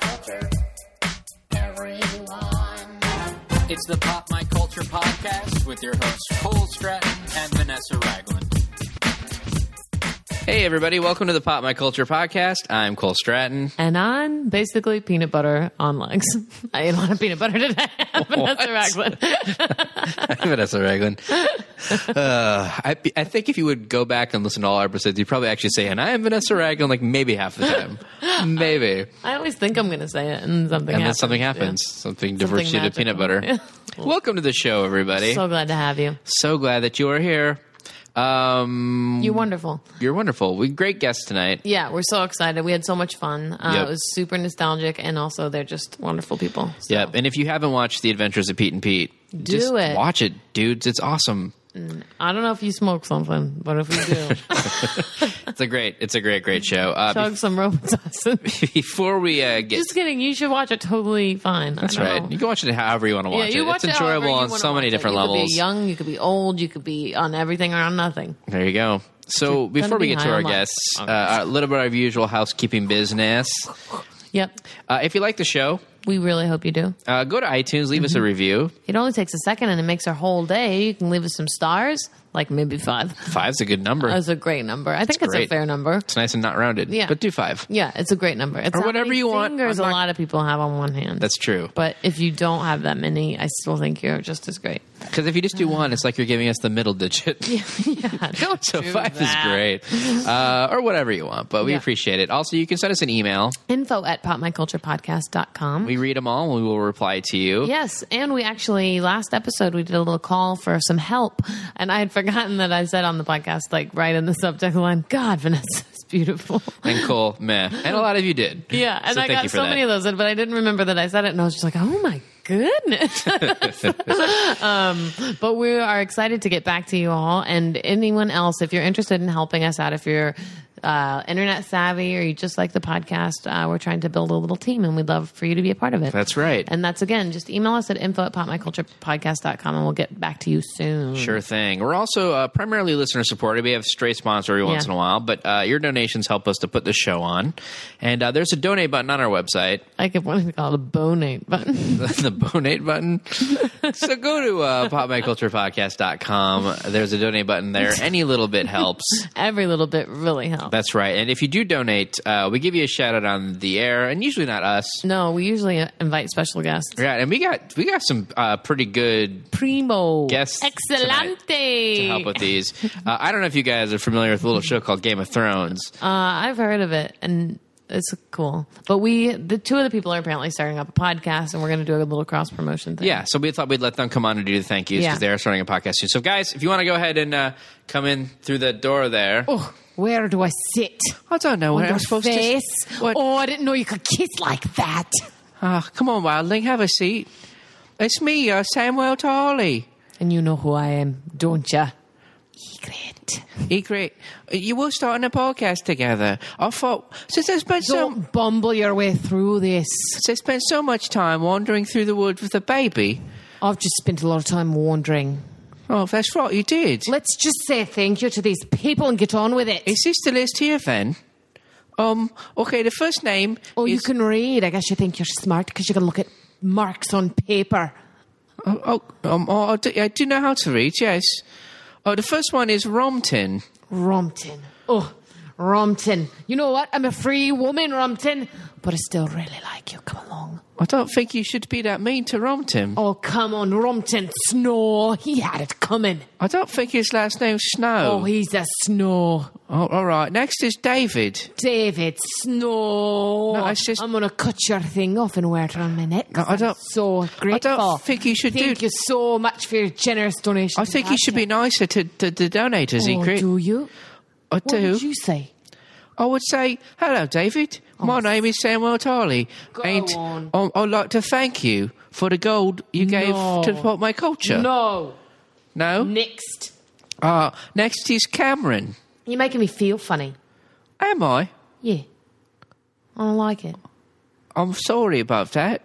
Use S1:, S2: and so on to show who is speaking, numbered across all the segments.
S1: Culture. Everyone. It's the Pop My Culture podcast with your hosts Cole Stratton and Vanessa Ragland.
S2: Hey, everybody, welcome to the Pop My Culture Podcast. I'm Cole Stratton.
S3: and on basically peanut butter on legs. I ate a lot of peanut butter today. Vanessa Ragland.
S2: I'm Vanessa Ragland. Uh, I, I think if you would go back and listen to all our episodes, you'd probably actually say, and I am Vanessa Ragland, like maybe half the time. maybe.
S3: I always think I'm going to say it, and something
S2: And then
S3: happens.
S2: something happens. Something diverts you to
S3: magical.
S2: peanut butter. Welcome to the show, everybody.
S3: Yeah. So glad to have you.
S2: So glad that you are here. Um,
S3: You're wonderful.
S2: you're wonderful. We great guests tonight.
S3: Yeah, we're so excited. We had so much fun. Uh,
S2: Yep.
S3: It was super nostalgic, and also they're just wonderful people. So,
S2: Yep. And if you haven't watched The Adventures of Pete and Pete, just
S3: it.
S2: watch it, dudes. It's awesome.
S3: I don't know if you smoke something, but if you do,
S2: It's a great, it's a great, great show. Uh,
S3: chug some Robitussin.
S2: before we uh, get
S3: just kidding. You should watch it. Totally fine.
S2: That's right. You can watch it however you want to watch
S3: Yeah, you
S2: it.
S3: watch
S2: it's
S3: it however
S2: enjoyable
S3: you
S2: on
S3: wanna
S2: so many
S3: watch it.
S2: different
S3: you
S2: levels.
S3: could be young, you could be old, you could be on everything or on nothing.
S2: There you go. So before we
S3: be
S2: get to
S3: high
S2: our
S3: on life.
S2: guests, uh, a little bit of usual housekeeping business.
S3: Yep.
S2: Uh, if you like the show,
S3: We really hope you do.
S2: uh, go to iTunes, leave
S3: Mm-hmm.
S2: us a review.
S3: It only takes a second and it makes our whole day. You can leave us some stars, like maybe five.
S2: Five's a good number.
S3: That's a great number. I think it's a
S2: great.
S3: fair number.
S2: it's nice and not rounded.
S3: Yeah.
S2: But do five.
S3: Yeah, it's a great number. It's
S2: Or
S3: how
S2: whatever
S3: many
S2: you want.
S3: Fingers
S2: I'm
S3: a
S2: not-
S3: lot of people have on one hand.
S2: That's true.
S3: But if you don't have that many, I still think you're just as great.
S2: Because if you just do one, it's like you're giving us the middle digit.
S3: yeah, don't
S2: So
S3: do
S2: five is
S3: that.
S2: great. Uh, or whatever you want, but we
S3: Yeah.
S2: appreciate it. Also, you can send us an email.
S3: Info at popmyculturepodcast.com.
S2: We read them all and we will reply to you.
S3: Yes, and we actually last episode we did a little call for some help, and I had forgotten that I said on the podcast like right in the subject line, "God, Vanessa is beautiful."
S2: And Cole, meh. And a lot of you did.
S3: Yeah, and
S2: So
S3: I
S2: thank
S3: got
S2: you for
S3: so
S2: that.
S3: many of those, in, but I didn't remember that I said it, and I was just like, "Oh my goodness!" um, but we are excited to get back to you all, and anyone else, if you're interested in helping us out, if you're uh, internet savvy or you just like the podcast, uh, we're trying to build a little team, and we'd love for you to be a part of it.
S2: That's right.
S3: and that's again, just email us at info at popmyculturepodcast.com, and we'll get back to you soon.
S2: Sure thing. We're also uh, primarily listener supported. We have stray sponsor every once
S3: Yeah.
S2: in a while, but uh, your donations help us to put the show on. And uh, there's a donate button on our website,
S3: I kept wanting to call it a bonate button.
S2: the donate button. so go to uh, popmyculturepodcast.com. There's a donate button there. Any little bit helps.
S3: Every little bit really helps.
S2: That's right. And if you do donate, uh, we give you a shout out on the air, and usually not us.
S3: no, we usually invite special guests.
S2: Yeah, and we got we got some uh, pretty good
S3: primo.
S2: Guests
S3: Excelente.
S2: to help with these. Uh, I don't know if you guys are familiar with a little show called Game of Thrones.
S3: Uh, I've heard of it and it's cool. But we, the two of the people are apparently starting up a podcast and we're going to do a little cross promotion thing.
S2: Yeah, so we thought we'd let them come on and do the thank yous because
S3: Yeah.
S2: they're starting a podcast too. So, guys, if you want to go ahead and uh, come in through the door there.
S3: Oh, where do I sit?
S2: I don't know
S3: On
S2: where
S3: your
S2: I'm supposed
S3: face?
S2: to. What?
S3: Oh, I didn't know you could kiss like that.
S2: Ah, come on, Wildling, have a seat. It's me, uh, Samuel Tarley.
S3: And you know who I am, don't ya? Egret.
S2: E great. You were starting a podcast together. I thought since I spent so
S3: Don't bumble your way through this.
S2: since I spent so much time wandering through the woods with a baby.
S3: I've just spent a lot of time wandering.
S2: Oh, that's right, you did.
S3: Let's just say thank you to these people and get on with it.
S2: Is this the list here then? Um. Okay, the first name.
S3: Oh, you
S2: is-
S3: can read. I guess you think you're smart because you can look at marks on paper.
S2: Oh, oh, um, oh, I, do, I do know how to read, yes. Oh, the first one is Romton.
S3: Rompton. Oh, Rompton. You know what? I'm a free woman, Rompton. But I still really like you. Come along.
S2: I don't think you should be that mean to Romton.
S3: Oh, come on, Rompton. Snore. He had it coming.
S2: I don't think his last name's Snow.
S3: Oh, he's a snore.
S2: Oh, all right, next is David.
S3: David, snore.
S2: No, it's just-
S3: I'm going to cut your thing off and wear it around my neck. 'cause
S2: No, I don't-
S3: I'm so grateful.
S2: think you should do-
S3: Thank you so much for your generous donation.
S2: I think you should be nicer to, to the donators,
S3: Oh,
S2: Ingrid.
S3: do you?
S2: I
S3: What
S2: do.
S3: did you say?
S2: I would say, hello, David. My name is Samuel Tarley.
S3: Oh, Go
S2: and
S3: on.
S2: um, I'd like to thank you for the gold you gave
S3: No.
S2: to support my culture.
S3: No.
S2: No?
S3: Next.
S2: Ah, next is Cameron.
S3: You're making me feel funny.
S2: Am I?
S3: Yeah. I don't like it.
S2: I'm sorry about that.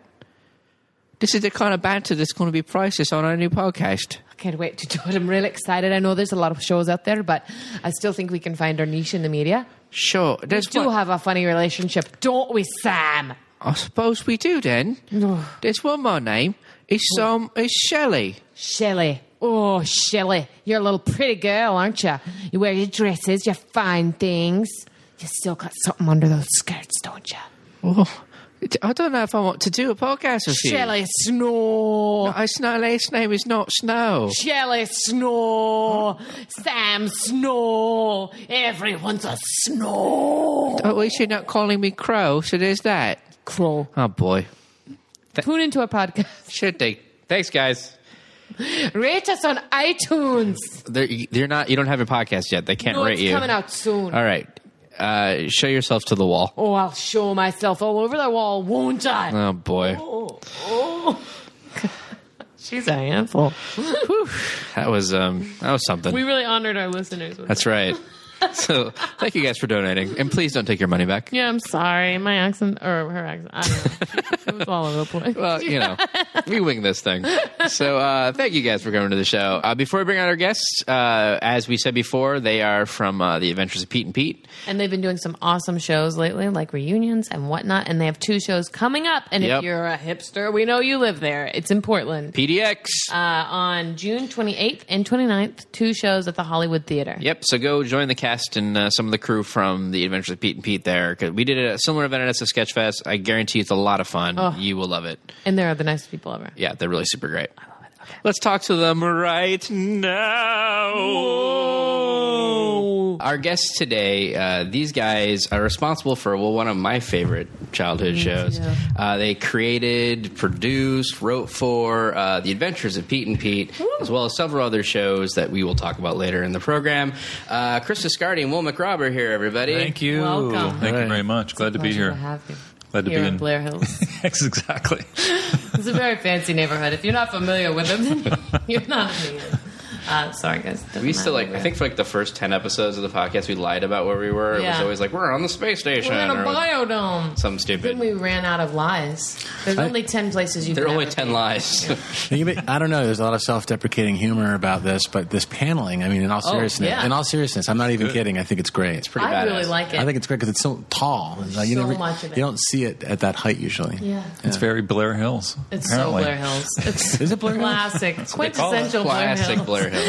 S2: This is the kind of banter that's going to be priceless on our new podcast.
S3: I can't wait to do it. I'm really excited. I know there's a lot of shows out there, but I still think we can find our niche in the media.
S2: Sure, there's
S3: Do
S2: one,
S3: have a funny relationship, don't we, Sam?
S2: I suppose we do then. There's one more name. It's um, it's Shelley.
S3: Shelley. Oh, Shelley, you're a little pretty girl, aren't you? You wear your dresses, you fine things. You still got something under those skirts, don't you?
S2: Oh, it- I don't know if I want to do a podcast with you.
S3: Shelley Snore.
S2: I, it's not- last name is not Snow.
S3: Shelley Snore. Sam Snore. Everyone's a snore.
S2: Oh, At least you're not calling me Crow, so there's that.
S3: Crow.
S2: Oh boy.
S3: Tune into our podcast.
S2: Should they? Thanks, guys.
S3: Rate us on iTunes.
S2: They're, you're not. You don't have a podcast yet. They can't
S3: No,
S2: rate
S3: it's
S2: you.
S3: coming out soon.
S2: All right. Uh, show yourself to the wall.
S3: Oh, I'll show myself all over the wall, won't I? oh.
S2: Oh boy,
S3: She's a handful.
S2: that was um, that was something.
S3: We really honored our listeners. With
S2: That's right. so thank you guys for donating, and please don't take your money back.
S3: Yeah, I'm sorry. My accent or her accent. I don't know. it was all over the place.
S2: Well, Uh, you know, we wing this thing. So, uh, thank you guys for coming to the show. Uh, before we bring out our guests, uh, as we said before, they are from uh, The Adventures of Pete and Pete.
S3: and they've been doing some awesome shows lately, like reunions and whatnot. And they have two shows coming up. And
S2: Yep.
S3: if you're a hipster, we know you live there. It's in Portland.
S2: PDX.
S3: Uh, on June 28th and 29th, two shows at the Hollywood Theater.
S2: Yep. So go join the cast and uh, some of the crew from The Adventures of Pete and Pete there. 'cause we did a similar event at SF Sketchfest. I guarantee it's a lot of fun. You will love it.
S3: And they're the nicest people ever.
S2: Yeah, they're really super great. Let's talk to them right now. Our guests today, uh, these guys are responsible for well, one of my favorite childhood shows.
S3: too.
S2: Uh, they created, produced, wrote for uh, The Adventures of Pete and Pete, as well as several other shows that we will talk about later in the program. Uh, Chris Discardi and Will McRobb are here, everybody.
S4: Thank you.
S3: Welcome.
S2: All
S4: Thank
S2: right.
S4: you very much. Glad to be
S3: Pleasure
S4: here.
S3: To have you.
S4: Glad to
S3: here
S4: be
S3: in
S4: in-
S3: Blair Hills.
S4: Yes, exactly.
S3: it's a very fancy neighborhood. If you're not familiar with it, then you're not. Familiar. Uh, sorry, guys. Doesn't
S2: We used to
S3: matter.
S2: like. I think for like the first ten episodes of the podcast, we lied about where we were. It was
S3: Yeah.
S2: always like we're on the space station.
S3: we're in a
S2: or-
S3: biodome.
S2: Some
S3: Then
S2: stupid.
S3: we ran out of lies. There's only ten places you.
S2: There are
S3: can
S2: only
S3: ever
S2: ten
S3: be.
S2: lies.
S5: Think of it- I don't know. There's a lot of self-deprecating humor about this, but this paneling. I mean, in all seriousness,
S3: Oh, yeah.
S5: in all seriousness, I'm not even kidding. I think it's great. It's
S2: pretty-
S3: I really
S2: badass.
S3: like it.
S5: I think it's great because it's so tall. It's like you,
S3: So
S5: never-
S3: much of it.
S5: you don't see it at that height usually.
S3: Yeah.
S4: It's very Blair Hills.
S3: it's
S4: apparently.
S3: so Blair Hills. It's
S5: Is it Blair Hills?
S3: classic,
S4: call it.
S3: quintessential Blair
S2: Classic
S3: Hills.
S2: Blair Hills.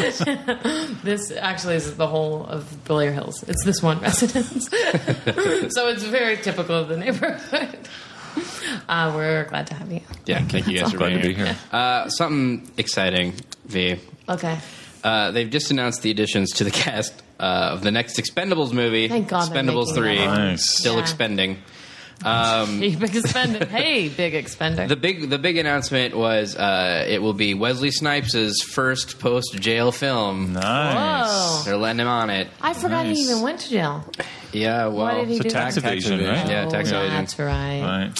S3: This actually is the whole of Blair Hills. It's this one residence, so it's very typical of the neighborhood. Uh, we're glad to have you.
S2: Yeah, thank you guys for
S4: Glad
S2: being
S4: to be
S2: here.
S4: here.
S2: Uh, something exciting, V.
S3: Okay,
S2: Uh, they've just announced the additions to the cast uh, of the next Expendables movie,
S3: Thank God they're
S2: Expendables
S3: making
S2: Three,
S3: that.
S4: Nice.
S2: still
S3: Yeah.
S2: expending.
S3: hey, big expender. Hey, big expender.
S2: The big the big announcement was uh, it will be Wesley Snipes' first post jail film.
S4: Nice.
S3: Whoa!
S2: They're letting him on it.
S3: I forgot he
S4: Nice.
S3: even went to jail.
S2: Yeah, well,
S3: Why did he
S4: So
S3: do
S4: tax
S3: that?
S4: evasion,
S5: evasion.
S4: right?
S2: Yeah, tax
S3: oh,
S2: evasion.
S3: That's right.
S4: Right.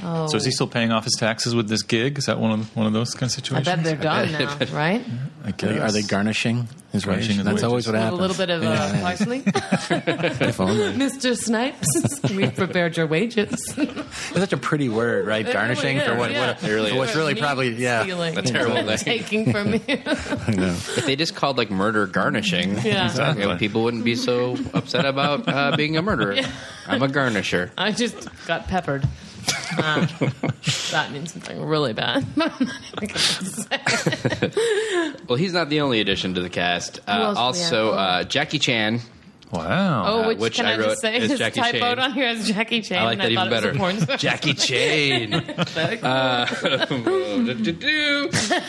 S3: Oh.
S4: So is he still paying off his taxes with this gig? Is that one of one of those kind of
S3: I
S4: situations?
S3: bet they're done
S2: bet- I
S3: now,
S2: bet-
S3: right?
S4: I
S5: Are they,
S4: guess.
S5: are they garnishing his
S4: Garnishing
S5: wages?
S4: his
S5: That's
S4: wages.
S5: always what
S3: With a
S5: happens.
S3: little bit of uh,
S5: Yeah.
S3: parsley.
S5: If only.
S3: Mr. Snipes, we've prepared your wages.
S5: That's such a pretty word, right?
S3: really
S5: Garnishing for
S3: is,
S5: what?
S3: yeah.
S5: what
S2: It really
S5: for what's
S2: is.
S5: really
S3: Me
S5: probably yeah.
S3: Stealing.
S2: A terrible thing.
S3: Taking from you.
S5: I know.
S2: If they just called like murder garnishing,
S3: Yeah.
S2: exactly,
S4: Exactly.
S2: people wouldn't be so upset about uh, being a murderer. I'm a garnisher.
S3: I just got peppered. Uh, that means something really bad.
S2: Well, he's not the only addition to the cast. Uh,
S3: else do we
S2: also, uh,
S3: have?
S2: Jackie Chan.
S4: Wow.
S3: oh, which,
S2: Uh, which
S3: can
S2: I
S3: I,
S2: wrote
S3: just say
S2: is
S3: is
S2: Jackie
S3: typoed
S2: Chan.
S3: on here as Jackie Chan?
S2: I like
S3: and
S2: that
S3: I
S2: even
S3: thought
S2: better.
S3: It was a porn star.
S2: Jackie Chan.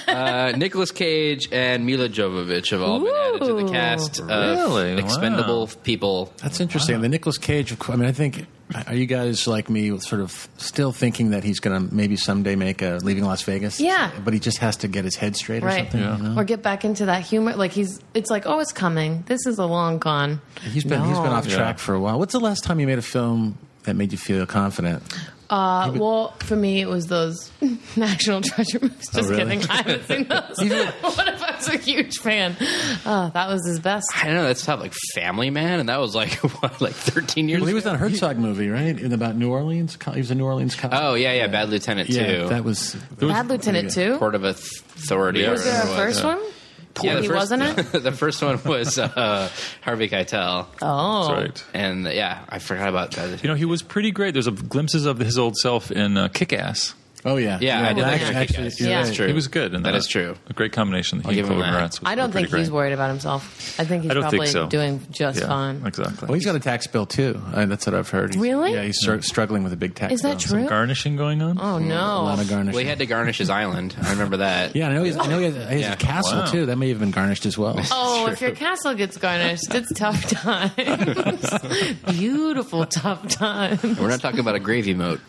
S2: uh, Nicholas Cage and Mila Jovovich have all been added to the
S3: Ooh.
S2: cast. Of
S4: Really? Wow.
S2: Expendable people.
S5: That's interesting. The Nicolas Cage. of cour- I mean, I think are you guys like me, sort of still thinking that he's going to maybe someday make a Leaving Las Vegas?
S3: Yeah.
S5: but he just has to get his head straight or
S3: Right.
S5: something. you know?
S3: Or get back into that humor. Like he's, it's like, oh, it's coming. This is a long gone.
S5: He's been he's been
S3: No.
S5: off
S4: Yeah.
S5: track for a while. What's the last time you made a film that made you feel confident?
S3: Uh, well, for me, it was those National Treasure movies.
S2: Oh,
S3: Just
S5: really?
S3: kidding. I haven't seen those. what if I was a huge fan? Oh, that was his best.
S2: I don't know. That's tough. Like Family Man, and that was like what, like 13 years.
S5: Well, he was
S2: ago?
S5: on a Herzog movie, right? In about New Orleans. co- He was a New Orleans cop.
S2: Oh yeah, yeah. Bad Lieutenant
S5: yeah,
S2: too.
S5: that was.
S3: Bad Lieutenant too.
S2: Court of Authority.
S4: Was
S2: or
S3: Was there a
S2: whatever it
S3: first one? Yeah,
S2: the
S3: he
S2: first-
S3: wasn't it?
S2: the first one was uh, Harvey Keitel,
S3: Oh,
S4: That's right.
S2: and yeah, I forgot about that.
S4: You know, he was pretty great. There's a glimpses of his old self in uh, Kick Ass.
S5: Oh yeah,
S2: yeah, I did
S5: well,
S2: like
S5: actually,
S2: that.
S5: actually, you're
S3: Yeah.
S5: right.
S2: That's true.
S4: He was good, and
S2: That is true.
S4: A great combination. He
S2: give him
S4: and Chloe
S2: that.
S4: Moretz was
S3: I don't
S4: pretty
S3: think he's
S4: great.
S3: worried about himself. I think he's
S4: I don't
S3: probably
S4: think so.
S3: doing just
S4: Yeah,
S3: fine.
S4: Exactly.
S5: Well, he's got a tax bill too. Uh, that's what I've heard. He's-
S3: Really?
S5: Yeah, he's str- struggling with a big tax.
S3: Is
S4: uh,
S3: that
S5: bill.
S3: true?
S4: garnishing going on.
S3: Oh
S5: A lot
S3: no!
S5: of garnish.
S2: Well, he had to garnish his island. I remember that.
S5: yeah, I know. He's, I know he has, he has
S2: Yeah.
S5: a castle
S4: Wow.
S5: too. That may have been garnished as well.
S3: Oh,
S2: It's
S3: if your castle gets garnished, it's tough times. Beautiful tough times.
S2: We're not talking about a gravy moat.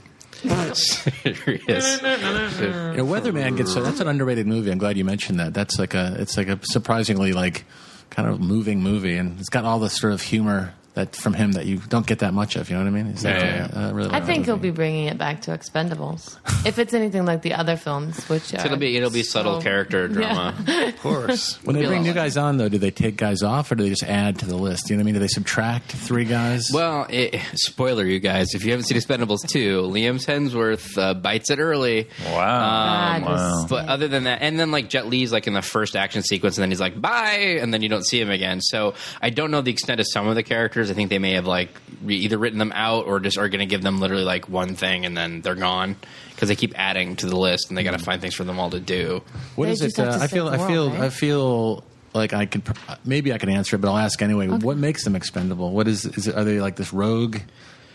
S2: Serious.
S5: You know, Weatherman gets so that's an underrated movie. I'm glad you mentioned that. That's like a it's like a surprisingly like kind of moving movie, and it's got all the sort of humor that from him that you don't get that much of. You know what I mean? It's like,
S2: Yeah, yeah,
S5: uh, I really
S3: I
S5: like
S3: think
S5: that
S3: he'll
S5: movie.
S3: be bringing it back to Expendables if it's anything like the other films, which are
S2: It'll be it'll be subtle
S3: so-
S2: character drama.
S4: of course.
S5: When they
S2: Be a
S5: bring
S2: lot
S5: new
S2: like
S5: guys on, though, do they take guys off or do they just add to the list? You know what I mean? Do they subtract three guys?
S2: Well, it, spoiler, you guys, if you haven't seen Expendables 2, Liam Hemsworth uh, bites it early. Uh,
S4: Wow.
S3: God,
S4: wow.
S2: But other than that, and then like Jet Li's like in the first action sequence, and then he's like bye, and then you don't see him again. So I don't know the extent of some of the characters. I think they may have like re- either written them out or just are going to give them literally like one thing and then they're gone because they keep adding to the list and they got to find things for them all to do.
S5: What
S3: They
S5: is
S3: just
S5: it?
S3: have
S5: uh,
S3: to
S5: I feel.
S3: save the
S5: I feel.
S3: world, right?
S5: I feel like I could. pr- Maybe I can answer it, but I'll ask anyway. What makes them expendable? What is? Is it, are they like this rogue?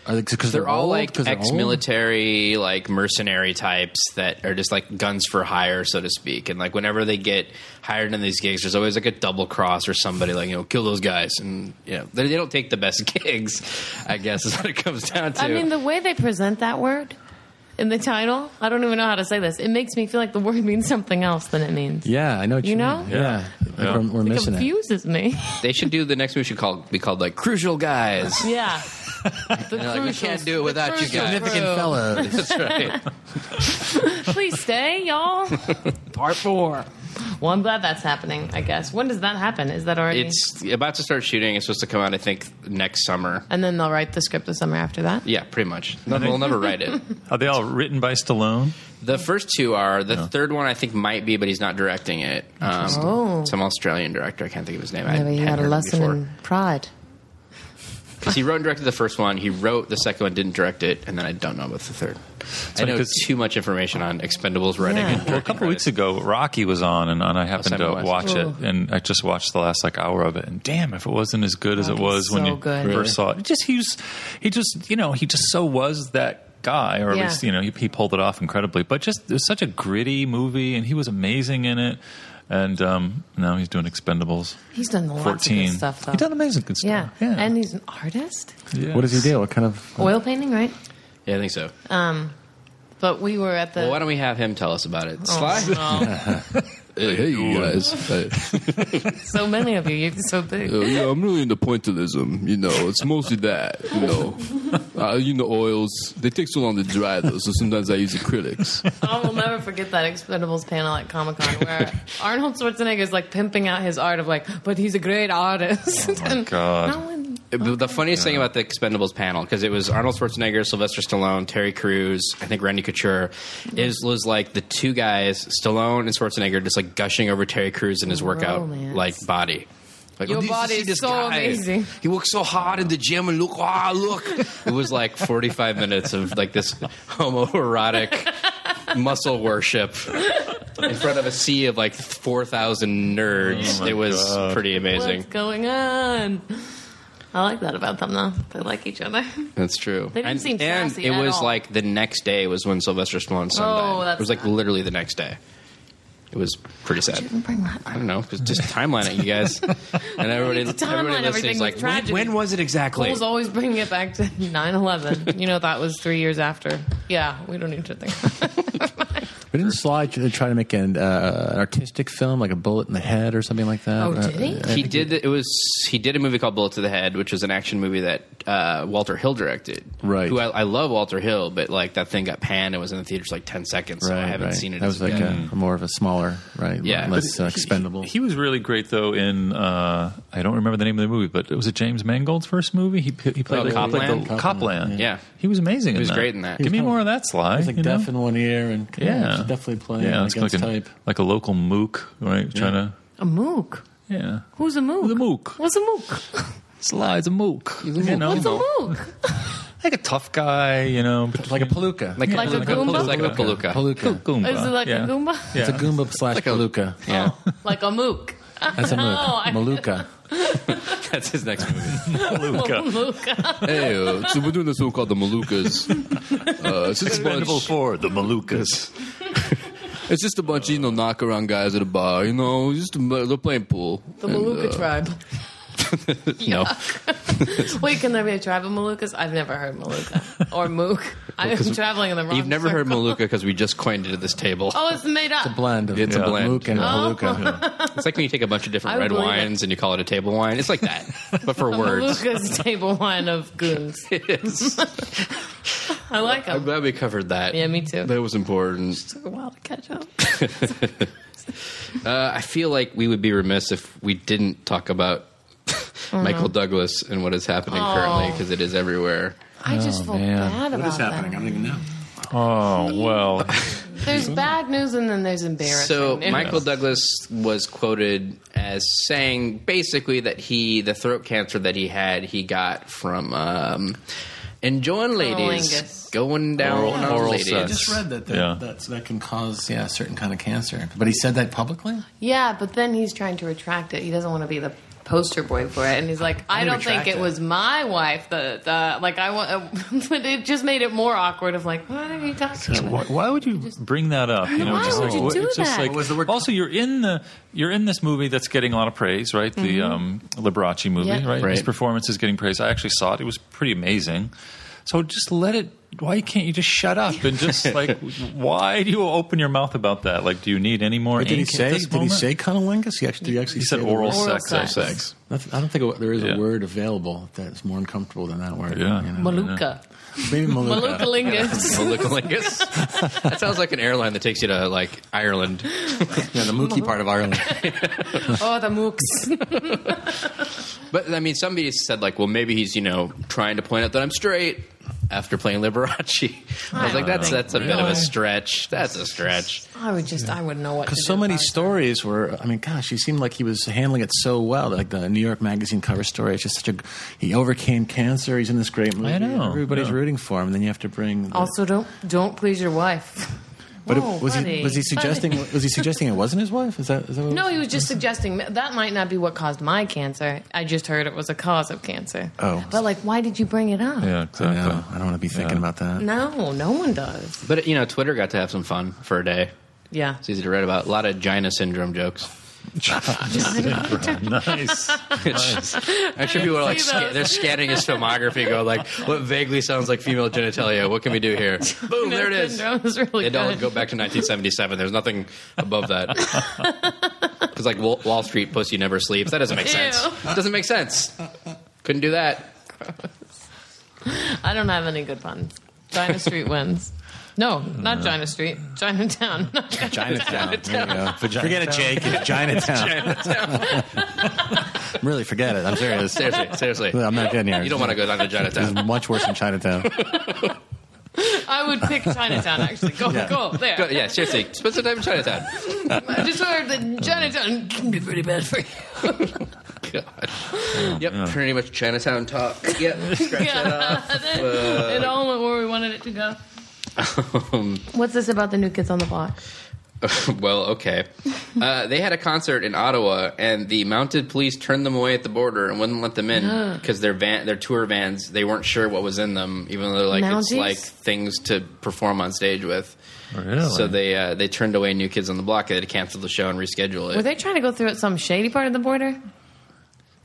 S5: Are they because
S2: They're all
S5: old?
S2: like
S5: 'Cause they're old?
S2: ex-military, like mercenary types that are just like guns for hire, so to speak. And like whenever they get hired in these gigs, there's always like a double cross or somebody like you know kill those guys, and you know they, they don't take the best gigs. I guess is what it comes down to.
S3: I mean, the way they present that word in the title, I don't even know how to say this. It makes me feel like the word means something else than it means.
S5: Yeah, I know. What you,
S3: You know?
S5: mean. Yeah, Like,
S4: Yeah.
S5: we're, we're
S3: It
S5: missing it.
S3: confuses me.
S2: they should do the next movie should call be called like Crucial Guys.
S3: Yeah. The
S2: They're like, we
S3: crucial-
S2: can't do it
S3: the
S2: without you
S3: crucial
S2: guys.
S3: crew.
S5: Significant fellows.
S2: That's right.
S3: Please stay, y'all.
S5: Part four.
S3: Well, I'm glad that's happening, I guess. When does that happen? Is that already?
S2: It's about to start shooting. It's supposed to come out, I think, next summer.
S3: And then they'll write the script the summer after that?
S2: Yeah, pretty much. No, we'll never write it.
S4: Are they all written by Stallone?
S2: The first two are. The third one I think might be, but he's not directing it. Um,
S3: Oh.
S2: Some Australian director. I can't think of his name. I
S3: Maybe
S2: hadn't
S3: you had a
S2: heard of him
S3: lesson in pride.
S2: Because he wrote and directed the first one. He wrote the second one, didn't direct it, and then I don't know about the third. I
S4: funny
S2: know
S4: 'cause-
S2: too much information on Expendables writing.
S3: Yeah.
S2: and
S3: Well,
S4: Well, a
S2: directing
S4: couple weeks
S2: credits.
S4: ago, Rocky was on, and, and I happened
S2: Simon
S4: to
S2: West.
S4: watch
S3: Ooh.
S4: it, and I just watched the last like hour of it, and damn, if it wasn't as good as it
S3: Rocky's
S4: was when
S3: so
S4: you
S3: good.
S4: first
S3: Really?
S4: saw it, It just he was, he just you know he just so was that guy, or
S3: Yeah.
S4: at least you know he, he pulled it off incredibly. But just it was such a gritty movie, and he was amazing in it. And um, now he's doing Expendables.
S3: He's done lots of
S4: Fourteen.
S3: good stuff, though.
S4: He's done amazing good stuff.
S3: yeah.
S4: yeah.
S3: And he's an artist?
S4: Yes.
S5: What does he do? What kind of?
S3: Oil painting, right?
S2: Yeah, I think so.
S3: But we were at the.
S2: well, why don't we have him tell us about it? Sly?
S3: Oh,
S6: Hey, you guys. Hey.
S3: so many of you. You're so big.
S6: Uh, yeah, I'm really into pointillism. You know, it's mostly that. You know, uh, you know, oils. They take so long to dry though, so sometimes I use acrylics.
S3: I will never forget that Expendables panel at Comic Con where Arnold Schwarzenegger's like pimping out his art of like, but he's a great artist.
S4: my God.
S3: No one,
S2: The the funniest thing about the Expendables panel because it was Arnold Schwarzenegger, Sylvester Stallone, Terry Crews, I think Randy Couture is was like the two guys, Stallone and Schwarzenegger, just like gushing over Terry Crews in his workout
S3: Romance.
S2: like body. Like,
S3: Your
S2: "Oh, did you
S3: body
S2: see
S3: is
S2: this
S3: so amazing."
S2: He works so hard in the gym, and look, ah, look. It was like forty-five minutes of like this homoerotic muscle worship in front of a sea of like four thousand nerds.
S4: Oh my
S2: it was
S4: God.
S2: pretty amazing.
S3: what's going on? I like that about them though. They like each other.
S2: That's true.
S3: They didn't
S2: and,
S3: seem
S2: and
S3: sassy
S2: it
S3: at
S2: was
S3: all. Oh,
S2: like the next day was when Sylvester Stallone sundied.
S3: that's
S2: it was like
S3: sad.
S2: literally the next day. It was pretty sad. I don't know, 'cause just timeline it, you guys, and everybody,
S3: need to timeline
S2: everybody
S3: everything
S2: listening is
S3: with
S2: like, when,
S3: tragedy.
S2: when was it exactly?
S3: Bulls always bringing it back to 9-11. You know, that was three years after. Yeah, we don't need to think.
S5: But didn't Sly tr- try to make an uh, artistic film, like a bullet in the head or something like that?
S3: Oh, did he?
S5: Uh,
S2: He did. It was he did a movie called Bullet to the Head, which was an action movie that uh, Walter Hill directed.
S5: Right.
S2: Who I, I love Walter Hill, but like that thing got panned and was in the theaters like ten seconds. so I haven't seen it.
S5: That
S2: as
S5: was like
S2: yet.
S5: a, more of a smaller, right?
S2: Yeah.
S5: less
S2: But
S5: uh, expendable.
S4: He was really great though in uh, I don't remember the name of the movie, but it was it James Mangold's first movie. He he played
S2: Oh,
S4: like,
S2: Copland?
S4: like the-
S5: Copland.
S4: Copland.
S2: Yeah.
S4: he was amazing. He
S2: was great in that.
S4: Give me more of that, Sly.
S5: He's like
S4: you know?
S5: deaf in one ear and
S4: yeah,
S5: definitely playing
S4: Yeah, it's
S5: against
S4: like a,
S5: type.
S4: like a local mook, right? Trying to
S3: A mook.
S4: Yeah.
S3: Who's a mook?
S4: The mook.
S3: What's a mook?
S4: Sly's a mook. You know?
S3: What's a mook?
S4: Like a tough guy, you know. but-
S5: Like a palooka.
S2: Like,
S3: Like a Goomba?
S2: Like a palooka.
S5: palooka.
S4: Goomba.
S3: Is it like
S4: yeah.
S3: a goomba?
S5: It's a Goomba slash palooka.
S2: Yeah,
S3: Like a mook.
S5: That's a mook.
S3: No, Oh, I-
S5: Maluka.
S2: that's his next movie.
S4: Palooka.
S3: Mook.
S6: Hey, uh, so we're doing this one called the Malukas. Uh, it's just a
S4: Expendable
S6: bunch.
S4: four, the Malukas.
S6: It's just a bunch, you know, knock around guys at a bar. You know, just they're playing pool.
S3: The
S6: And,
S3: Maluka
S6: uh,
S3: tribe.
S2: No,
S3: Wait, can there be a tribe of Malukas? I've never heard Maluka or Mook. I'm traveling in the wrong
S2: you've never heard
S3: circle.
S2: Maluka because we just coined it at this table.
S3: Oh, it's made up.
S5: Blend. Of
S2: It's a blend.
S5: Mook
S3: Oh,
S5: and palooka.
S2: It's like when you take a bunch of different
S3: I
S2: red
S3: believe it.
S2: wines and you call it a table wine. It's like that, but for words.
S3: Maluka's table wine of goons.
S2: It is.
S3: I like
S2: I'm
S3: them.
S2: glad we covered that.
S3: Yeah, me too.
S6: That was important.
S3: Took a while to catch up.
S2: Uh, I feel like we would be remiss if we didn't talk about Michael Douglas and what is happening
S3: Oh.
S2: currently because it is everywhere.
S3: I just
S2: Oh,
S3: feel
S5: man.
S3: bad about
S5: I don't even know.
S4: Oh, well.
S3: that. There's bad news and then there's embarrassing.
S2: So
S3: news.
S2: Michael Douglas was quoted as saying basically that he the throat cancer that he had he got from um, enjoying ladies
S3: Cunnilingus.
S2: going down
S4: Oral-
S2: on
S4: oral
S2: ladies.
S5: I
S4: sex.
S5: just read that that,
S4: Yeah.
S5: that that can cause yeah a certain kind of cancer. But he said that publicly.
S3: Yeah, but then he's trying to retract it. He doesn't want to be the poster boy for it, and he's like, I
S5: He
S3: don't think it
S5: retracted.
S3: was my wife. The, the like I want, but it just made it more awkward. Of like, what are you talking
S4: Why,
S3: about?
S4: why would you bring that up? You
S3: Why would you
S4: what-
S3: do
S4: it's just
S3: that?
S4: like-
S5: What was the word?
S4: also, you're in the you're in this movie that's getting a lot of praise, right? The um, Liberace movie,
S3: Mm-hmm. Yeah.
S4: right? His
S2: Right.
S4: performance is getting praise. I actually saw it; it was pretty amazing. So just let it. Why can't you just shut up and just like? why do you open your mouth about that? Like, do you need any more?
S5: But did he
S4: ink at
S5: say?
S4: this
S5: Did he
S4: moment?
S5: say cunnilingus? He actually, did he actually
S4: He said
S5: say the
S4: oral,
S5: word?
S3: Oral sex.
S4: sex. sex.
S5: Nothing- I don't think it- there is
S4: Yeah.
S5: a word available that's more uncomfortable than that word.
S4: Yeah.
S5: you know?
S3: Maluka,
S5: Maybe
S3: Maluka
S5: Maluka.
S3: lingus.
S2: Malukalingus. that sounds like an airline that takes you to like Ireland.
S5: yeah, the Mookie part of Ireland.
S3: oh, the mooks.
S2: But I mean, somebody said like, well, maybe he's you know trying to point out that I'm straight after playing Liberace. I was
S3: I
S2: like, that's
S3: don't
S2: that's a bit of
S5: really.
S2: a stretch. That's a stretch.
S3: I would just, I wouldn't know what. to
S5: Because
S3: do
S5: so many
S3: about it.
S5: stories were, I mean, gosh, he seemed like he was handling it so well. Like the New York Magazine cover story, it's just such a. He overcame cancer. He's in this great movie.
S4: I know,
S5: Everybody's
S4: yeah.
S5: rooting for him. Then you have to bring. the-
S3: Also, don't don't please your wife. Oh,
S5: but it-
S3: Whoa,
S5: was
S3: buddy,
S5: he was he suggesting
S3: buddy.
S5: was he suggesting it wasn't his wife? Is that is that what
S3: No, he was just suggesting that might not be what caused my cancer. I just heard it was a cause of cancer.
S5: Oh.
S3: but like, why did you bring it up?
S4: Yeah,
S5: I,
S4: exactly.
S5: know. I don't want to be thinking
S4: Yeah.
S5: about that.
S3: No, no one does.
S2: But you know, Twitter got to have some fun for a day.
S3: Yeah.
S2: It's easy to write about. A lot of Gina syndrome jokes.
S4: nice.
S2: Actually, people are like
S3: see
S2: sca-
S3: those.
S2: they're scanning his filmography, go like, "What vaguely sounds like female genitalia? What can we do here?" Boom, there it is.
S3: Syndrome is really
S2: They don't
S3: good.
S2: go back to 1977. There's nothing above that. Because like Wall, Wall Street pussy never sleeps. That doesn't make sense.
S3: Ew.
S2: Doesn't make sense. Couldn't do that.
S3: I don't have any good puns. China Street wins. No, not China Street. Chinatown.
S5: Chinatown. There you go. Forget it, Jake. It's Chinatown. really, forget it. I'm serious.
S2: Seriously, seriously.
S5: I'm not getting here.
S2: You don't want to go down to Chinatown.
S5: It's much worse than Chinatown.
S3: I would pick Chinatown actually. Go
S5: Yeah.
S3: go up there.
S2: Go- yeah, seriously. Spend some time in Chinatown.
S3: I just heard that Chinatown can be pretty bad for you.
S2: God. Yep, pretty much Chinatown talk. Yep, scratch that off.
S3: it all went where we wanted it to go.
S2: Um,
S3: What's this about the new kids on the block?
S2: well, okay. Uh, they had a concert in Ottawa, and the mounted police turned them away at the border and wouldn't let them in because their van, their tour vans, they weren't sure what was in them, even though like it's
S3: Mounties?
S2: like things to perform on stage with.
S4: Really?
S2: So they uh, they turned away New Kids on the Block. They had to cancel the show and reschedule
S3: Were
S2: it.
S3: they trying to go through at some shady part of the border?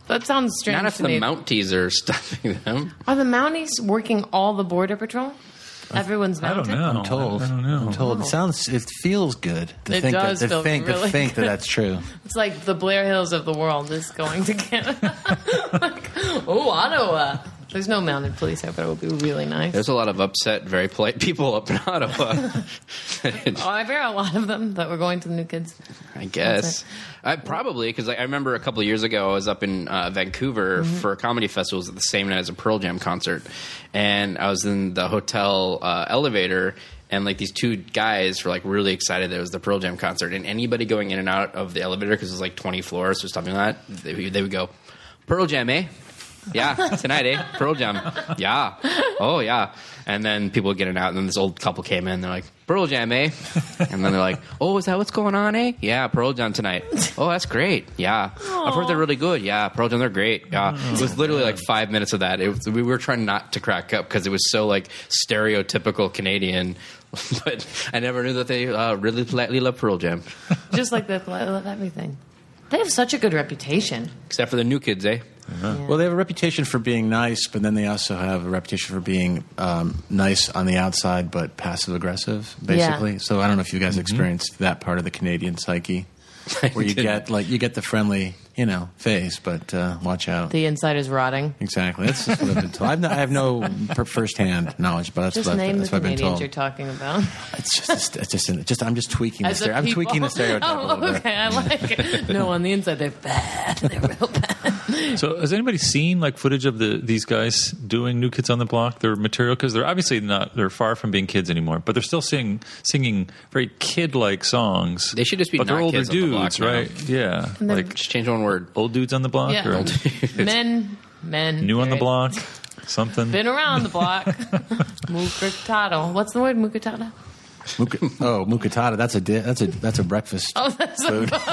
S3: That sounds strange
S2: Not if
S3: to
S2: the
S3: me.
S2: Mounties are stopping them.
S3: Are the Mounties working all the border patrol? Everyone's
S4: I
S3: mounted.
S4: don't know.
S5: I'm told.
S4: I don't know.
S5: I'm told. It sounds. It feels good to
S3: It
S5: think
S3: does
S5: that.
S3: feel
S5: To think,
S3: really
S5: to think
S3: good.
S5: that that's true.
S3: It's like the Blair Hills of the world is going to Canada. like, oh, Ottawa. There's no mounted police here, but it would be really nice.
S2: There's a lot of upset, very polite people up in Ottawa.
S3: oh, I hear a lot of them that were going to the New Kids.
S2: I guess. I probably because like, I remember a couple years ago I was up in uh, Vancouver for a comedy festival. It was the same night as a Pearl Jam concert, and I was in the hotel uh, elevator. And like these two guys were like really excited that it was the Pearl Jam concert, and anybody going in and out of the elevator because it was like twenty floors or something like that, they, they would go, "Pearl Jam, eh? Yeah, tonight, eh? Pearl Jam, yeah, oh yeah." And then people would get in and out, and then this old couple came in. They're like, "Pearl Jam, eh?" And then they're like, "Oh, is that what's going on, eh? Yeah, Pearl Jam tonight. Oh, that's great. Yeah, I've heard they're really good. Yeah, Pearl Jam, they're great. Yeah." it was literally like five minutes of that. It was, we were trying not to crack up because it was so like stereotypical Canadian. but I never knew that they uh, really politely love Pearl Jam,
S3: Just like the I love everything. They have such a good reputation.
S2: except for the new kids, eh?
S5: Well, they have a reputation for being nice, but then they also have a reputation for being um, nice on the outside, but passive aggressive, basically. So I don't know if you guys experienced that part of the Canadian psyche, where you get like you get the friendly, you know, face, but uh, watch out.
S3: The insider's rotting.
S5: exactly. That's just what I've been told. I've no, I have no per- firsthand knowledge, but that's
S3: Just
S5: what, I've,
S3: name the
S5: that's what I've been
S3: Canadians
S5: told.
S3: you're talking about.
S5: it's just, it's just, it's just, I'm just tweaking the
S3: As a
S5: stereotype. I'm
S3: people.
S5: tweaking the stereotype. a
S3: Oh,
S5: little bit.
S3: okay. I like it. No, on the inside, they're bad. They're real bad.
S4: So has anybody seen like footage of the these guys doing New Kids on the Block? Their material because they're obviously not they're far from being kids anymore, but they're still singing singing very kid like songs.
S2: They should just be
S4: but they're
S2: not
S4: older
S2: Kids on the
S4: dudes,
S2: Block now.
S4: right? Yeah,
S3: then-
S4: like
S2: Just change one word.
S4: old dudes on the block
S3: Yeah.
S4: or
S3: Old Men, men.
S4: new on the
S3: They're-
S4: block, something.
S3: Been around the block. Mukatado. What's the word, mukatado?
S5: Muka, oh, mukatada. That's a di- that's a that's a breakfast.
S3: Oh, that's a, that's a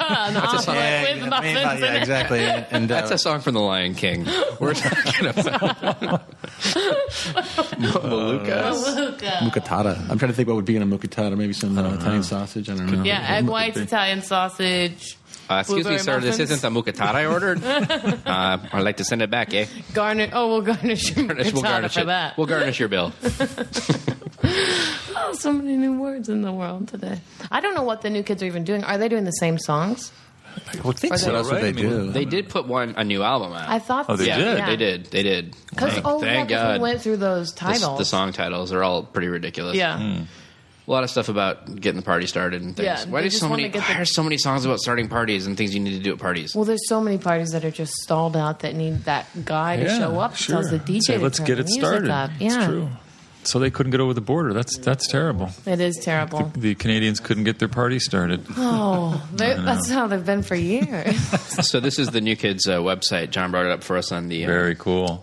S3: bun. That's with
S5: I mean,
S3: muffins in
S5: yeah,
S3: it.
S5: exactly. And, and, uh,
S2: That's a song from The Lion King. We're talking about Maluka.
S3: Maluka.
S5: Mucatada. I'm trying to think what would be in a mucatada. Maybe some uh, Italian sausage. I don't know.
S3: Yeah, egg whites, Italian sausage,
S2: Uh, excuse me,
S3: Blueberry
S2: sir. This
S3: muffins.
S2: isn't the mukatara I ordered. Uh, I'd like to send it back, eh?
S3: garnish. Oh, we'll garnish your
S2: We'll
S3: frittata
S2: garnish
S3: for
S2: it.
S3: that.
S2: We'll garnish your bill.
S3: Oh, so many new words in the world today. I don't know what the new kids are even doing. Are they doing the same songs?
S5: I would think
S3: so,
S5: What else would
S4: right?
S5: they
S4: I mean,
S5: do?
S2: They did put one a new album out.
S3: I thought.
S4: Oh, they
S3: so,
S4: did.
S3: Yeah.
S2: They did. They did.
S3: Because
S2: Thank,
S3: oh,
S2: thank
S3: yeah, 'cause
S2: God.
S3: we went through those
S2: The-
S3: titles.
S2: the song titles are all pretty ridiculous.
S3: Yeah.
S2: a lot of stuff about getting the party started and things.
S3: Yeah,
S2: why
S3: they
S2: do
S3: just
S2: so
S3: wanna
S2: many?
S3: get
S2: why
S3: the-
S2: are so many songs about starting parties and things you need to do at parties?
S3: Well, there's so many parties that are just stalled out that need that guy to
S4: Yeah,
S3: show up.
S4: sure.
S3: Tells the DJ,
S4: Say,
S3: to
S4: let's
S3: turn
S4: get
S3: the
S4: it
S3: music
S4: started.
S3: Up.
S4: It's
S3: Yeah,
S4: true. So they couldn't get over the border. That's that's terrible.
S3: it is terrible.
S4: The Canadians couldn't get their party started.
S3: Oh, they- that's how they've been for years.
S2: so this is the New Kids uh, website. John brought it up for us on the uh,
S4: Very cool.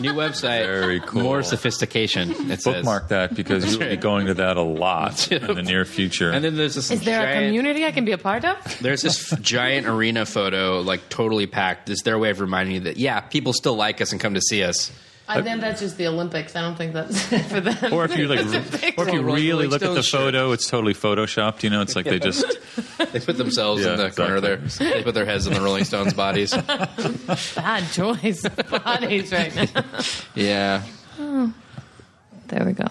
S2: new website.
S4: Very cool.
S2: More sophistication. It says.
S4: Bookmark that because you'll be going to that a lot in the near future.
S2: And then there's this.
S3: Is there a
S2: giant-
S3: community I can be a part of?
S2: There's this f- giant arena photo, like totally packed. It's their way of reminding you that yeah, people still like us and come to see us.
S3: I think that's just the Olympics. I don't think that's for them.
S4: or if you like,
S3: It's a
S4: or if you
S2: picture.
S4: really look at
S2: Rolling
S4: the
S2: Stones shirt.
S4: photo, it's totally photoshopped. You know, it's like they just
S2: They put themselves
S4: Yeah,
S2: in the corner
S4: exactly.
S2: there. They put their heads in the Rolling Stones bodies.
S3: Bad choice. Bodies right now.
S2: Yeah,
S3: There we go.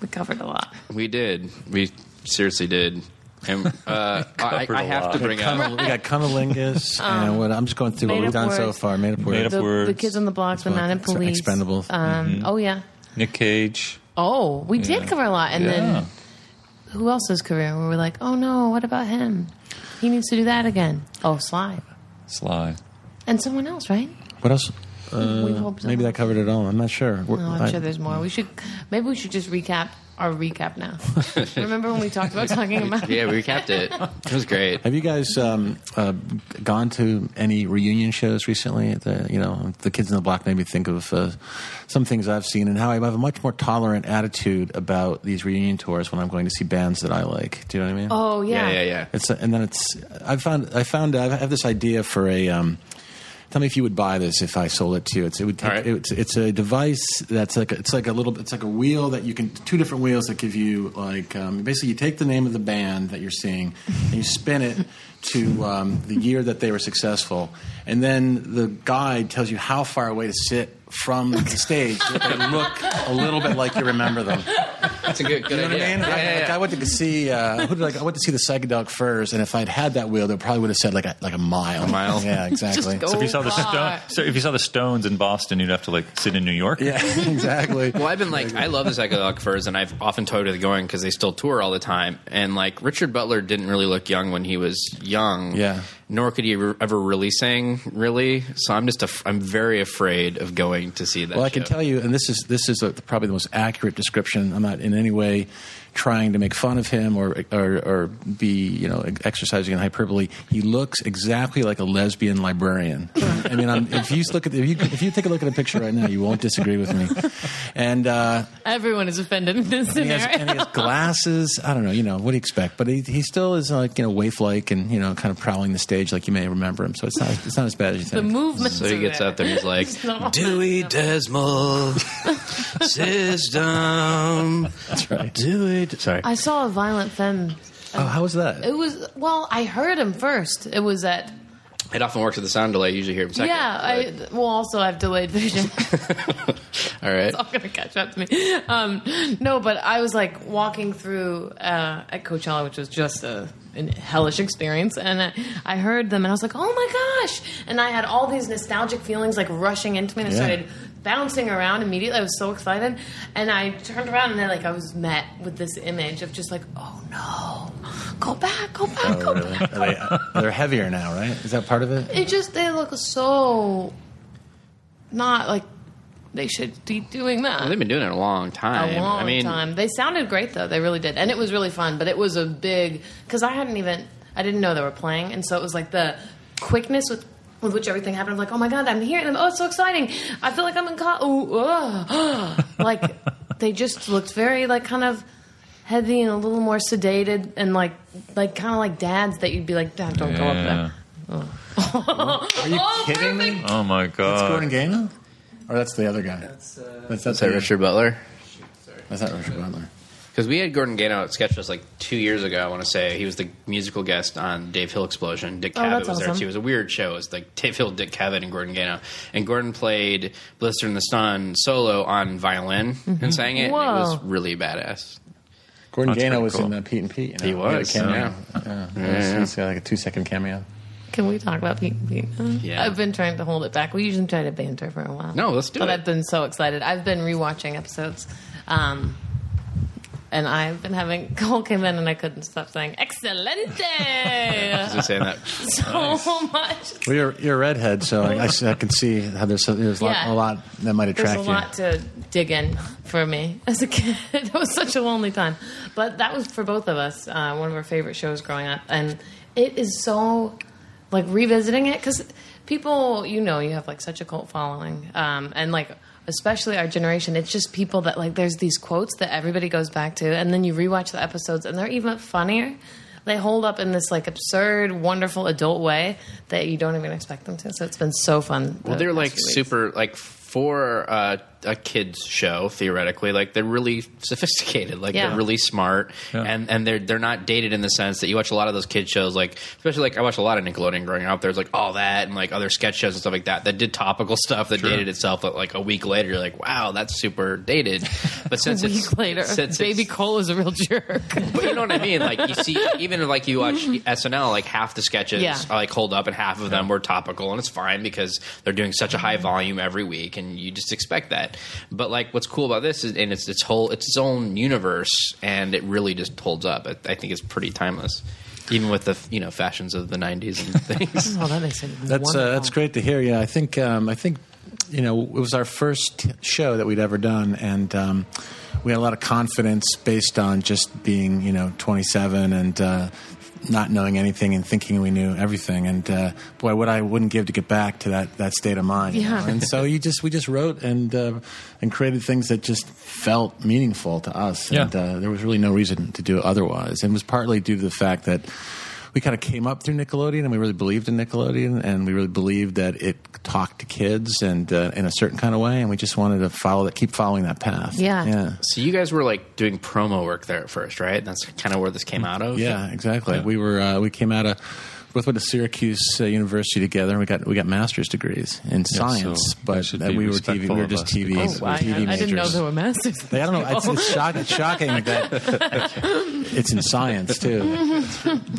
S3: We covered a lot.
S2: we did. We seriously did. And uh, I,
S4: Covered
S2: I
S4: a
S2: have to
S4: lot.
S2: bring up.
S5: we got cunnilingus and what I'm just going through what
S3: made
S5: we've
S3: up
S5: done so
S3: words.
S5: far. Made up
S4: Made
S5: word.
S4: up
S3: The,
S4: words. Mm-hmm.
S3: the kids on the blocks, the
S5: Well,
S3: mounted
S5: it's
S3: police.
S5: Expendables.
S3: Um, Oh, yeah.
S4: Nick Cage.
S3: Oh, we did cover a lot. And
S4: Yeah.
S3: then who else's career? Where we're like, oh, no, what about him? He needs to do that again. Oh, Sly.
S4: Sly.
S3: And someone else, right?
S5: What else?
S3: we hope so.
S5: Maybe that covered it all. I'm not sure. We're-
S3: No, I'm
S5: I-
S3: sure there's more. We should maybe we should just recap our recap now. Remember when we talked about talking about
S2: Yeah, we recapped it. It was great.
S5: Have you guys um, uh, gone to any reunion shows recently? The, you know, the kids in the block made me think of uh, some things I've seen and how I have a much more tolerant attitude about these reunion tours when I'm going to see bands that I like. Do you know what I mean?
S3: Oh yeah.
S2: Yeah, yeah, yeah.
S5: It's and then it's I found I found I have this idea for a. Um, tell me if you would buy this if I sold it to you. It's it would take,
S2: All right.
S5: it's it's a device that's like a, it's like a little it's like a wheel that you can two different wheels that give you like um, basically you take the name of the band that you're seeing and you spin it to um, the year that they were successful and then the guide tells you how far away to sit from the stage so that they look a little bit like you remember them.
S2: That's a good, good
S5: You know what
S2: idea.
S5: I mean?
S2: Yeah,
S5: I,
S2: yeah,
S5: Like
S2: yeah.
S5: I went to see uh, who did I, I went to see the psychedelic furs, and if I'd had that wheel, they probably would have said like a, like a mile. A
S2: mile.
S5: Yeah, exactly.
S3: Just go.
S4: if you saw the
S3: far.
S4: stone, so if you saw the Stones in Boston, you'd have to like sit in New York.
S5: Yeah, exactly.
S2: Well, I've been like, I love the psychedelic furs, and I've often toted the going because they still tour all the time. And like Richard Butler didn't really look young when he was young,
S5: Yeah.
S2: Nor could he re- ever really sing, really. So I'm just, af- I'm very afraid of going to see that.
S5: Well, I can
S2: show.
S5: tell you, and this is this is uh probably the most accurate description. I'm not in any way trying to make fun of him or or, or be you know exercising in hyperbole. He looks exactly like a lesbian librarian. I mean, I'm, if you look at if you, if you take a look at a picture right now, you won't disagree with me. And uh,
S3: Everyone is offended in this
S5: and he, has,
S3: scenario.
S5: and he has glasses. I don't know, you know, what do you expect? But he, he still is like you know waif like and you know kind of prowling the stage like you may remember him. So it's not it's not as bad as you
S3: the
S5: think.
S3: movement.
S2: So he gets out there, he's like, Dewey Desmal system.
S5: That's right.
S2: Dewey. De- Sorry.
S3: I saw a violent femme.
S5: Oh, how was that?
S3: It was well. I heard him first. It was at
S2: It often works with the sound delay. I usually hear him second.
S3: yeah. I, well, also I have delayed vision.
S2: but- all right.
S3: all gonna catch up to me. Um, no, but I was like walking through uh, at Coachella, which was just a, an hellish experience, and I, I heard them, and I was like, "Oh my gosh!" And I had all these nostalgic feelings like rushing into me, and I
S5: Yeah.
S3: started bouncing around immediately. I was so excited, and I turned around, and then like I was met with this image of just like, "Oh no, go back, go back,
S2: Oh,
S3: go
S5: Really?
S3: back."
S5: Are they, are heavier now, right? Is that part of it?
S3: It just they look so not like they should be doing that.
S2: Well, they've been doing it a long time.
S3: A long
S2: I mean,
S3: time. They sounded great though. They really did, and it was really fun. But it was a big because I hadn't even I didn't know they were playing, and so it was like the quickness with. With which everything happened, I'm like, oh my god, I'm here! And oh, it's so exciting! I feel like I'm in co- ooh, oh, like they just looked very like kind of heavy and a little more sedated and like like kind of like dads that you'd be like, dad, don't go up there.
S5: Are you
S3: Oh,
S5: kidding me?
S3: perfect.
S4: Oh my
S5: That's
S4: god.
S5: Gordon Gano? Or that's the other guy? That's, that's,
S2: is that Richard Butler?
S5: That's not Richard Butler.
S2: Because we had Gordon Gano at Sketchfest like two years ago. I want to say he was the musical guest on Dave Hill Explosion. Dick
S3: Oh,
S2: Cavett
S3: that's
S2: was there
S3: awesome.
S2: too. It was a weird show. It was like Dave Hill, Dick Cavett, and Gordon Gano. And Gordon played Blister in the Sun solo on violin and sang it. And it
S3: Mm-hmm. Whoa.
S2: was really badass.
S5: Gordon
S4: That's
S5: Gano
S4: pretty
S5: was
S4: cool.
S5: in uh, Pete and Pete. You know?
S2: He was,
S5: had a
S2: yeah.
S5: cameo. Yeah. It was, it was like a two second cameo.
S3: Can we talk about Pete and Pete?
S2: Yeah.
S3: I've been trying to hold it back. We usually try to banter for a while.
S2: No, let's do
S3: but
S2: it.
S3: I've been so excited. I've been rewatching episodes. Um, and I've been having Cole came in and I couldn't stop saying
S2: I was
S3: "Excelente"
S2: saying that.
S3: so much.
S5: Well, you're, you're a redhead, so I, I s- I can see how there's, a- there's a, lot,
S3: Yeah.
S5: a lot that might
S3: There's a
S5: attract you.
S3: lot to dig in for me as a kid. it was such a lonely time, but that was for both of us uh, one of our favorite shows growing up, and it is so like revisiting it because people, you know, you have like such a cult following, um, and like especially our generation, it's just people that like there's these quotes that everybody goes back to, and then you rewatch the episodes, and they're even funnier. They hold up in this like absurd, wonderful adult way that you don't even expect them to. So it's been so fun.
S2: Well, they're like super, like for uh, a kids show theoretically. Like they're really sophisticated. Like
S3: Yeah.
S2: they're really smart,
S4: Yeah.
S2: and and they're they're not dated in the sense that you watch a lot of those kids shows. Like especially like I watched a lot of Nickelodeon growing up. There's like all that and like other sketch shows and stuff like that that did topical stuff that dated itself. But like a week later, you're like, wow, that's super dated. But since
S3: week
S2: it's,
S3: later.
S2: since
S3: Baby
S2: it's,
S3: Cole is a real jerk.
S2: but you know what I mean? Like you see, even like you watch SNL, like half the sketches
S3: Yeah.
S2: are like hold up, and half of them were topical, and it's fine because they're doing such a high volume every week, and you just expect that. But like, what's cool about this is, and it's its whole, it's its own universe, and it really just holds up. I, I think it's pretty timeless, even with the you know fashions of the '90s and things.
S3: oh, that makes it.
S5: That's uh, that's great to hear. Yeah, I think um, I think you know it was our first show that we'd ever done, and um, we had a lot of confidence based on just being you know 27 and uh, not knowing anything and thinking we knew everything. And uh, boy, what I wouldn't give to get back to that that state of mind. you
S3: Yeah.
S5: know? And so you just we just wrote and uh, and created things that just felt meaningful to us.
S4: Yeah.
S5: And, uh, uh, there was really no reason to do it otherwise. And it was partly due to the fact that we kind of came up through Nickelodeon and we really believed in Nickelodeon and we really believed that it talked to kids and uh, in a certain kind of way. And we just wanted to follow that, keep following that path.
S3: Yeah.
S5: Yeah.
S2: So you guys were like doing promo work there at first, right? That's kind of where this came out of.
S5: Yeah, exactly. We were uh, we came out of both went to Syracuse uh, University together, and we got we got master's degrees in science.
S4: so you
S5: but
S4: should
S5: that
S4: be
S5: we were TV,
S4: respectful
S5: we were
S4: of
S5: just
S4: us
S5: TV,
S4: because
S3: Oh, wow. I,
S5: TV
S3: I
S5: majors.
S3: didn't know there were masters.
S5: I don't know. It's, it's shock, it's shocking that it's in science too.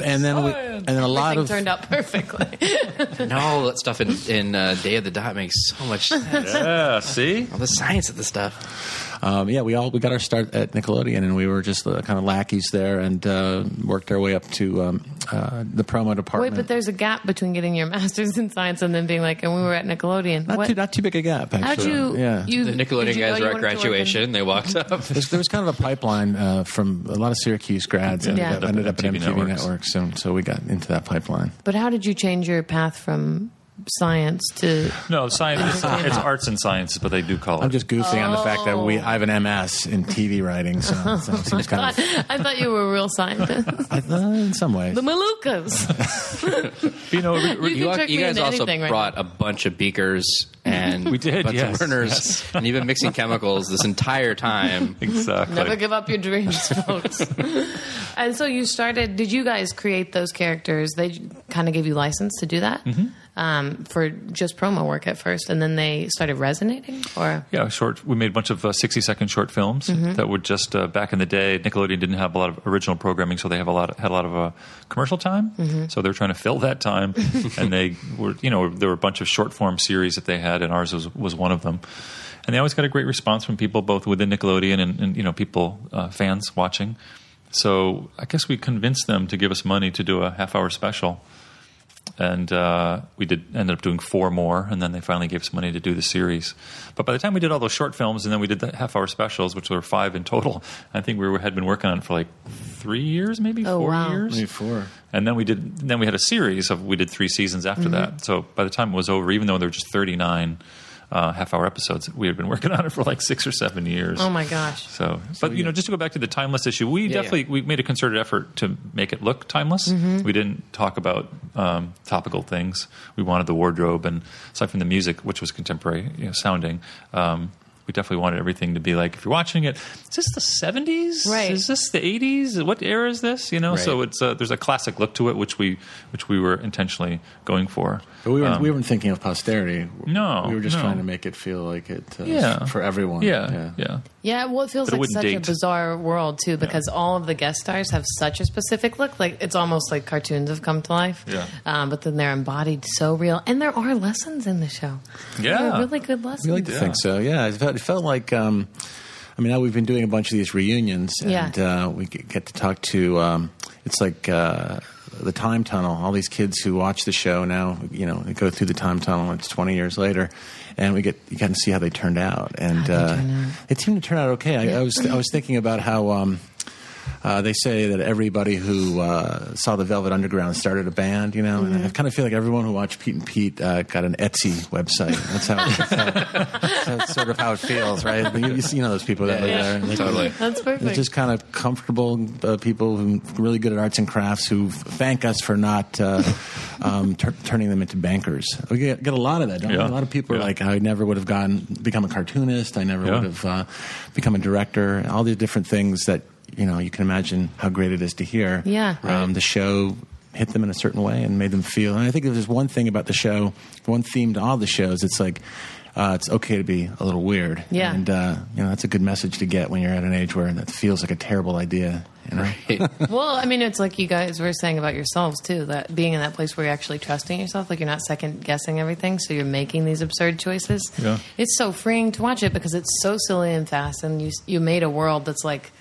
S5: And then we, and then a lot
S3: Everything
S5: of
S3: turned out perfectly.
S2: And all that stuff in, in uh, Day of the Dot makes so much sense.
S4: Yeah, see?
S2: all the science of the stuff.
S5: um, yeah, we all we got our start at Nickelodeon, and we were just uh, kind of lackeys there, and uh, worked our way up to um, uh, the promo
S3: Wait,
S5: department.
S3: but there's a gap between getting your master's in science and then being like, and we were at Nickelodeon.
S5: not
S3: What-
S5: too not too big a gap. Actually.
S3: How'd you?
S5: Yeah.
S3: you
S2: The
S3: did
S2: Nickelodeon
S3: you know
S2: guys
S3: you
S2: were at
S3: wanted to work in-
S2: graduation. They walked up.
S5: There's, there was kind of a pipeline uh, from a lot of Syracuse grads and
S3: Yeah.
S5: ended, up, ended up at
S4: MTV
S5: MTV
S4: networks.
S5: networks. and so we got into that pipeline.
S3: But how did you change your path from science to?
S4: No, science. It's, it's arts and science, but they do call it.
S5: I'm just goofing on the fact that we I have an MS in TV writing, so, so it seems kind of
S3: I thought you were a real scientist.
S5: I, uh, in some ways.
S3: the Malukas.
S4: you know, we, we-
S2: You,
S3: You can
S2: al-
S3: trick
S2: you
S3: me
S2: guys
S3: into
S2: also
S3: anything right
S2: brought a bunch of beakers and
S4: We did,
S2: a bunch
S4: yes,
S2: of burners, and you've been mixing chemicals this entire time.
S4: exactly.
S3: Never give up your dreams, folks. and so you started. Did you guys create those characters? They kind of gave you license to do that um, for just promo work at first, and then they started resonating. Or
S4: Yeah, short. We made a bunch of uh, sixty-second short films that were just uh, back in the day. Nickelodeon didn't have a lot of original programming, so they have a lot had a lot of uh, commercial time. So they're trying to fill that time, and they were you know there were a bunch of short form series that they had, and ours was was one of them. And they always got a great response from people both within Nickelodeon and, and you know people uh, fans watching. So I guess we convinced them to give us money to do a half hour special. and uh, we did ended up doing four more, and then they finally gave us money to do the series. But by the time we did all those short films, and then we did the half-hour specials, which were five in total, I think we were, had been working on it for like three years, maybe
S3: Oh,
S4: four
S3: wow.
S4: years,
S5: Before.
S4: and then we did then we had a series of we did three seasons after
S3: Mm-hmm.
S4: that. So by the time it was over, even though there were just thirty-nine uh, half-hour episodes, we had been working on it for like six or seven years.
S3: oh my gosh,
S4: So, but you know, just to go back to the timeless issue, we definitely we made a concerted effort to make it look timeless. We didn't talk about um, topical things. We wanted the wardrobe, and aside from the music, which was contemporary you know, sounding, um, we definitely wanted everything to be like. If you're watching it, is this the '70s?
S3: Right.
S4: Is this the '80s? What era is this? You know, so
S2: Right.
S4: it's uh, there's a classic look to it, which we which we were intentionally going for.
S5: But we weren't, we weren't thinking of posterity.
S4: Um, No,
S5: We were just
S4: no.
S5: trying to make it feel like it uh,
S4: Yeah.
S5: for everyone.
S4: Yeah, yeah.
S3: Yeah, well, it feels
S4: But it
S3: like
S4: wouldn't
S3: such a
S4: date.
S3: bizarre world too, because all of the guest stars have such a specific look. Like it's almost like cartoons have come to life.
S4: Yeah.
S3: Um, but then they're embodied so real, and there are lessons in the show. There are
S4: Yeah.
S3: really good lessons.
S5: We like to think so. Yeah, it felt, it felt like. Um, I mean, now we've been doing a bunch of these reunions, and uh, we g- get to talk to. Um, it's like uh, the time tunnel. All these kids who watch the show now, you know, they go through the time tunnel. It's twenty years later, and we get you got to see how they turned out, and uh, it seemed to turn out okay. I, I was I was thinking about how. Um, uh, they say that everybody who uh, saw the Velvet Underground started a band, you know. And I kind of feel like everyone who watched Pete and Pete uh, got an Etsy website. That's how, that's how- that's sort of how it feels, right? You, you see- you know those people that live there. and they-
S2: Totally.
S3: That's
S5: They're
S3: perfect.
S5: just kind of comfortable uh, people who really good at arts and crafts who thank us for not uh, um, tur turning them into bankers. We get, get a lot of that. Don't we?
S4: Yeah.
S5: A lot of people are
S4: Yeah.
S5: like, I never would have gone become a cartoonist. I never
S4: Yeah.
S5: would have uh, become a director. All these different things that you know you can imagine how great it is to hear.
S3: Yeah.
S5: um, the show hit them in a certain way and made them feel. And I think there's one thing about the show, one theme to all the shows. It's like. Uh, it's okay to be a little weird.
S3: Yeah.
S5: And uh, you know, that's a good message to get when you're at an age where that feels like a terrible idea. You know?
S3: well, I mean, it's like you guys were saying about yourselves too, that being in that place where you're actually trusting yourself, like you're not second guessing everything, so you're making these absurd choices.
S4: Yeah.
S3: It's so freeing to watch it because it's so silly and fast, and you you made a world that's like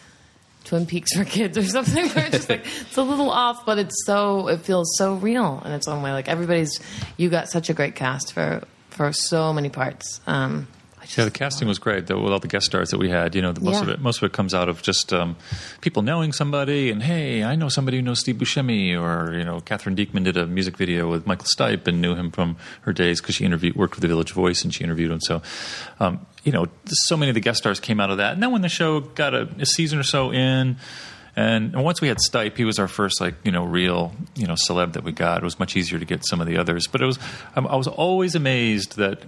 S3: Twin Peaks for kids or something. Where it's just like it's a little off, but it's so it feels so real in its own way. Like everybody's, you got such a great cast for for so many parts. Um, I just-
S4: Yeah, the casting was great. Though with all the guest stars that we had, you know, the, most
S3: Yeah.
S4: of it most of it comes out of just um, people knowing somebody, and hey, I know somebody who knows Steve Buscemi, or you know, Catherine Diekman did a music video with Michael Stipe and knew him from her days because she interviewed worked with the Village Voice and she interviewed him. So, um, you know, so many of the guest stars came out of that. And then when the show got a, a season or so in. And, and once we had Stipe, he was our first like you know real you know um, celeb that we got. It was much easier to get some of the others, but it was I'm, I was always amazed that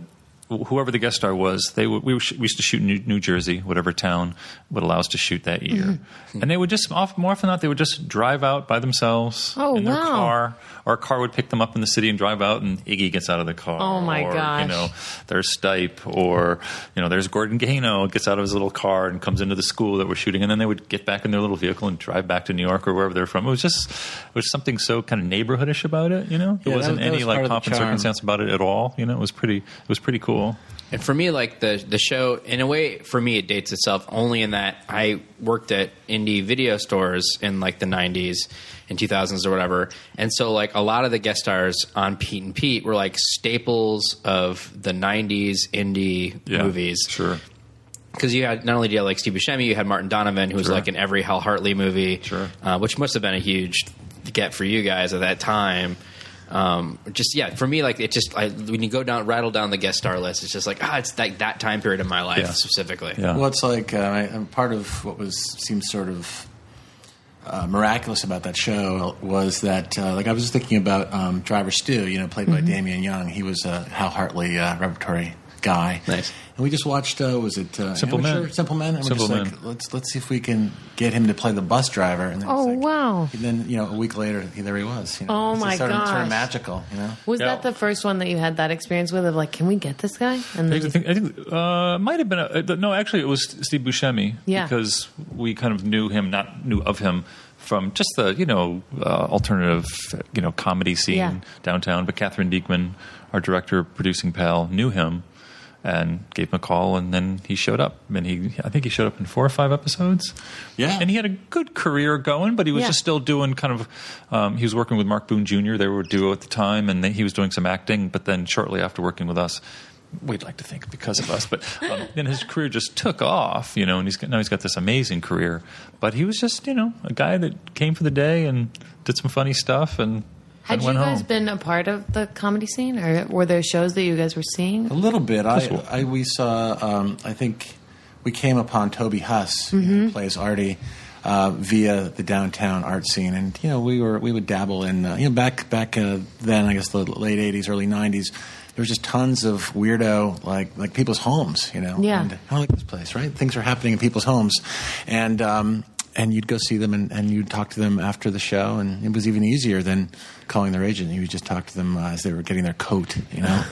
S4: whoever the guest star was, they would, we, sh- we used to shoot in New, New Jersey, whatever town would allow us to shoot that year,
S3: Mm-hmm.
S4: and they would just off, more often than not they would just drive out by themselves
S3: Oh,
S4: in their
S3: wow.
S4: car, or a car would pick them up in the city and drive out, and Iggy gets out of the car.
S3: Oh, my
S4: or,
S3: gosh.
S4: You know, there's Stipe, or you know, there's Gordon Gano gets out of his little car and comes into the school that we're shooting, and then they would get back in their little vehicle and drive back to New York or wherever they're from. It was just it was something so kind of neighborhoodish about it, you know. It
S5: Yeah, that
S4: wasn't
S5: was- that
S4: any
S5: was part
S4: like
S5: of the
S4: pomp and
S5: charm.
S4: circumstance about it at all. You know, it was pretty it was pretty cool.
S2: And for me, like the the show, in a way, for me, it dates itself only in that I worked at indie video stores in like the '90s and 2000s or whatever, and so like a lot of the guest stars on Pete and Pete were like staples of the '90s indie movies
S4: sure.
S2: because you had not only did you have like Steve Buscemi, you had Martin Donovan, who was
S4: Sure.
S2: like in every Hal Hartley movie,
S4: Sure.
S2: uh, which must have been a huge get for you guys at that time. Um, just yeah, for me, like it just I, when you go down, rattle down the guest star list, it's just like ah, it's like that time period in my life
S4: Yeah.
S2: specifically.
S4: Yeah.
S5: Well, it's like uh, I- I'm part of what was seems sort of uh, miraculous about that show was that uh, like I was thinking about um, Driver Stu, you know, played by Damien Young. He was a Hal Hartley uh, repertory guy.
S2: Nice.
S5: And we just watched uh, was it uh,
S4: Simple
S5: Amateur?
S4: Men.
S5: Simple Men. And
S4: Simple
S5: we're just
S4: Men.
S5: like let's let's see if we can get him to play the bus driver. And then it was
S3: Oh,
S5: like-
S3: wow.
S5: And then you know a week later he, there he was. You know?
S3: Oh,
S5: It's
S3: my
S5: starting to
S3: gosh.
S5: turn magical. You know.
S3: Was
S4: Yeah.
S3: that the first one that you had that experience with of like, can we get this guy? And
S4: I
S3: then you-
S4: think, I think uh, might have been a, uh, no. Actually, it was Steve Buscemi
S3: Yeah.
S4: because we kind of knew him, not knew of him from just the you know uh, alternative you know comedy scene
S3: Yeah.
S4: downtown. But Catherine Diekman, our director, producing pal, knew him and gave him a call, and then he showed up. And he, I think he showed up in four or five episodes.
S5: Yeah.
S4: and he had a good career going, but he was
S3: Yeah.
S4: just still doing kind of. Um, he was working with Mark Boone Jr. They were a duo at the time, and then he was doing some acting. But then shortly after working with us, we'd like to think because of us, but um, then his career just took off, you know. And he's got, now he's got this amazing career. But he was just you know a guy that came for the day and did some funny stuff and.
S3: had
S4: and
S3: you
S4: went
S3: guys
S4: home.
S3: been a part of the comedy scene, or were there shows that you guys were seeing?
S5: A little bit. I,
S4: what-
S5: I we saw. Um, I think we came upon Toby Huss,
S3: Mm-hmm.
S5: who plays Artie, uh, via the downtown art scene, and you know we were we would dabble in uh, you know back back uh, then I guess the late '80s, early '90s. There was just tons of weirdo like like people's homes, you know.
S3: Yeah.
S5: And I like this place, right? Things are happening in people's homes, and um, and you'd go see them and, and you'd talk to them after the show, and it was even easier than calling their agent. You would just talk to them uh, as they were getting their coat, you know,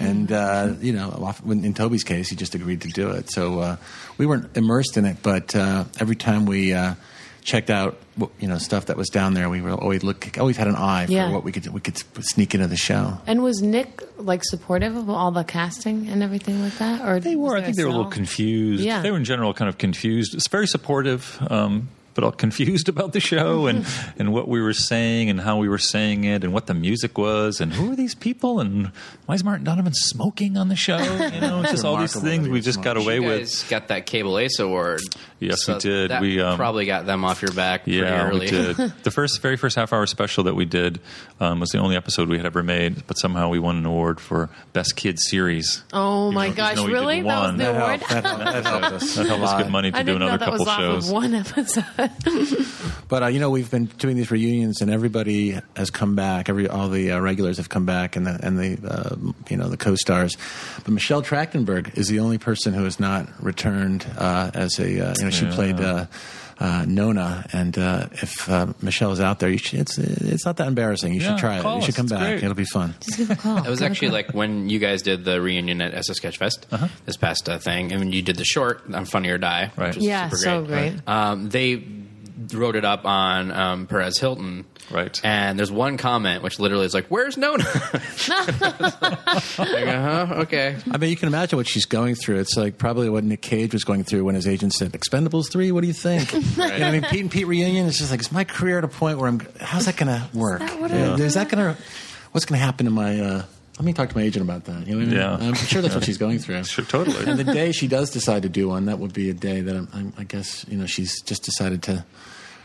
S5: and uh, you know, often, when- in Toby's case, he just agreed to do it. So uh, we weren't immersed in it, but uh, every time we. Uh, Checked out, what- you know, stuff that was down there. We were always look, always had an eye for
S3: Yeah.
S5: what we could we could sneak into the show.
S3: And was Nick like supportive of all the casting and everything like that? Or
S4: They
S3: was
S4: were. I
S3: there
S4: think they were a little
S3: cell?
S4: confused.
S3: Yeah.
S4: They were in general kind of confused. It's very supportive, um, but all confused about the show and, and what we were saying and how we were saying it and what the music was and who are these people and why is Martin Donovan smoking on the show? You know, it's just all these
S5: remarkable
S4: things
S5: that he
S4: we
S5: was
S4: just got
S5: smoking.
S4: away
S2: You
S4: with.
S2: guys got that Cable Ace Award.
S4: Yes,
S2: so
S4: we did.
S2: That
S4: We, um,
S2: probably got them off your back pretty
S4: Yeah,
S2: early.
S4: we did. the first, very first half hour special that we did um, was the only episode we had ever made, but somehow we won an award for best kid series.
S3: Oh
S4: Even
S3: my
S4: though- even
S3: gosh!
S4: though we did
S3: Really? That was
S4: one.
S3: the
S4: That
S3: award.
S5: That helped, that helped us.
S4: That helped us get money to
S3: I
S4: do
S3: didn't know
S4: another
S3: that was
S4: couple
S3: off
S4: shows.
S3: of one episode.
S5: But uh, you know, we've been doing these reunions, and everybody has come back. Every all the uh, regulars have come back, and the and the uh, you know the co-stars. But Michelle Trachtenberg is the only person who has not returned uh, as a uh, you know she played. Uh, uh, Nona, and uh, if uh, Michelle is out there, you should, it's it's not that embarrassing. You
S4: Yeah,
S5: should try it.
S4: call
S5: You should
S4: us.
S5: come
S4: It's
S5: back.
S4: great.
S5: It'll be fun.
S2: It was actually like when you guys did the reunion at SS Sketchfest
S4: Uh-huh.
S2: this past uh, thing, and when you did the short on Funny or Die,
S4: Right.
S2: which is
S3: yeah,
S2: super
S3: so great.
S2: um, they wrote it up on um, Perez Hilton.
S4: Right.
S2: And there's one comment which literally is like, Where's Nona? like, uh huh, okay.
S5: I mean, you can imagine what she's going through. It's like probably what Nick Cage was going through when his agent said, "Expendables three, what do you think?" You know what I mean, Pete and Pete reunion. It's just like, is my career at a point where I'm? How's that going to work?
S3: that what
S5: Yeah.
S3: I-
S5: Is that going to? What's going to happen to my? Uh, let me talk to my agent about that. You know what I
S4: Yeah.
S5: mean? I'm sure that's what she's going through.
S4: Sure, totally.
S5: And the day she does decide to do one, that would be a day that I'm, I'm, I guess you know she's just decided to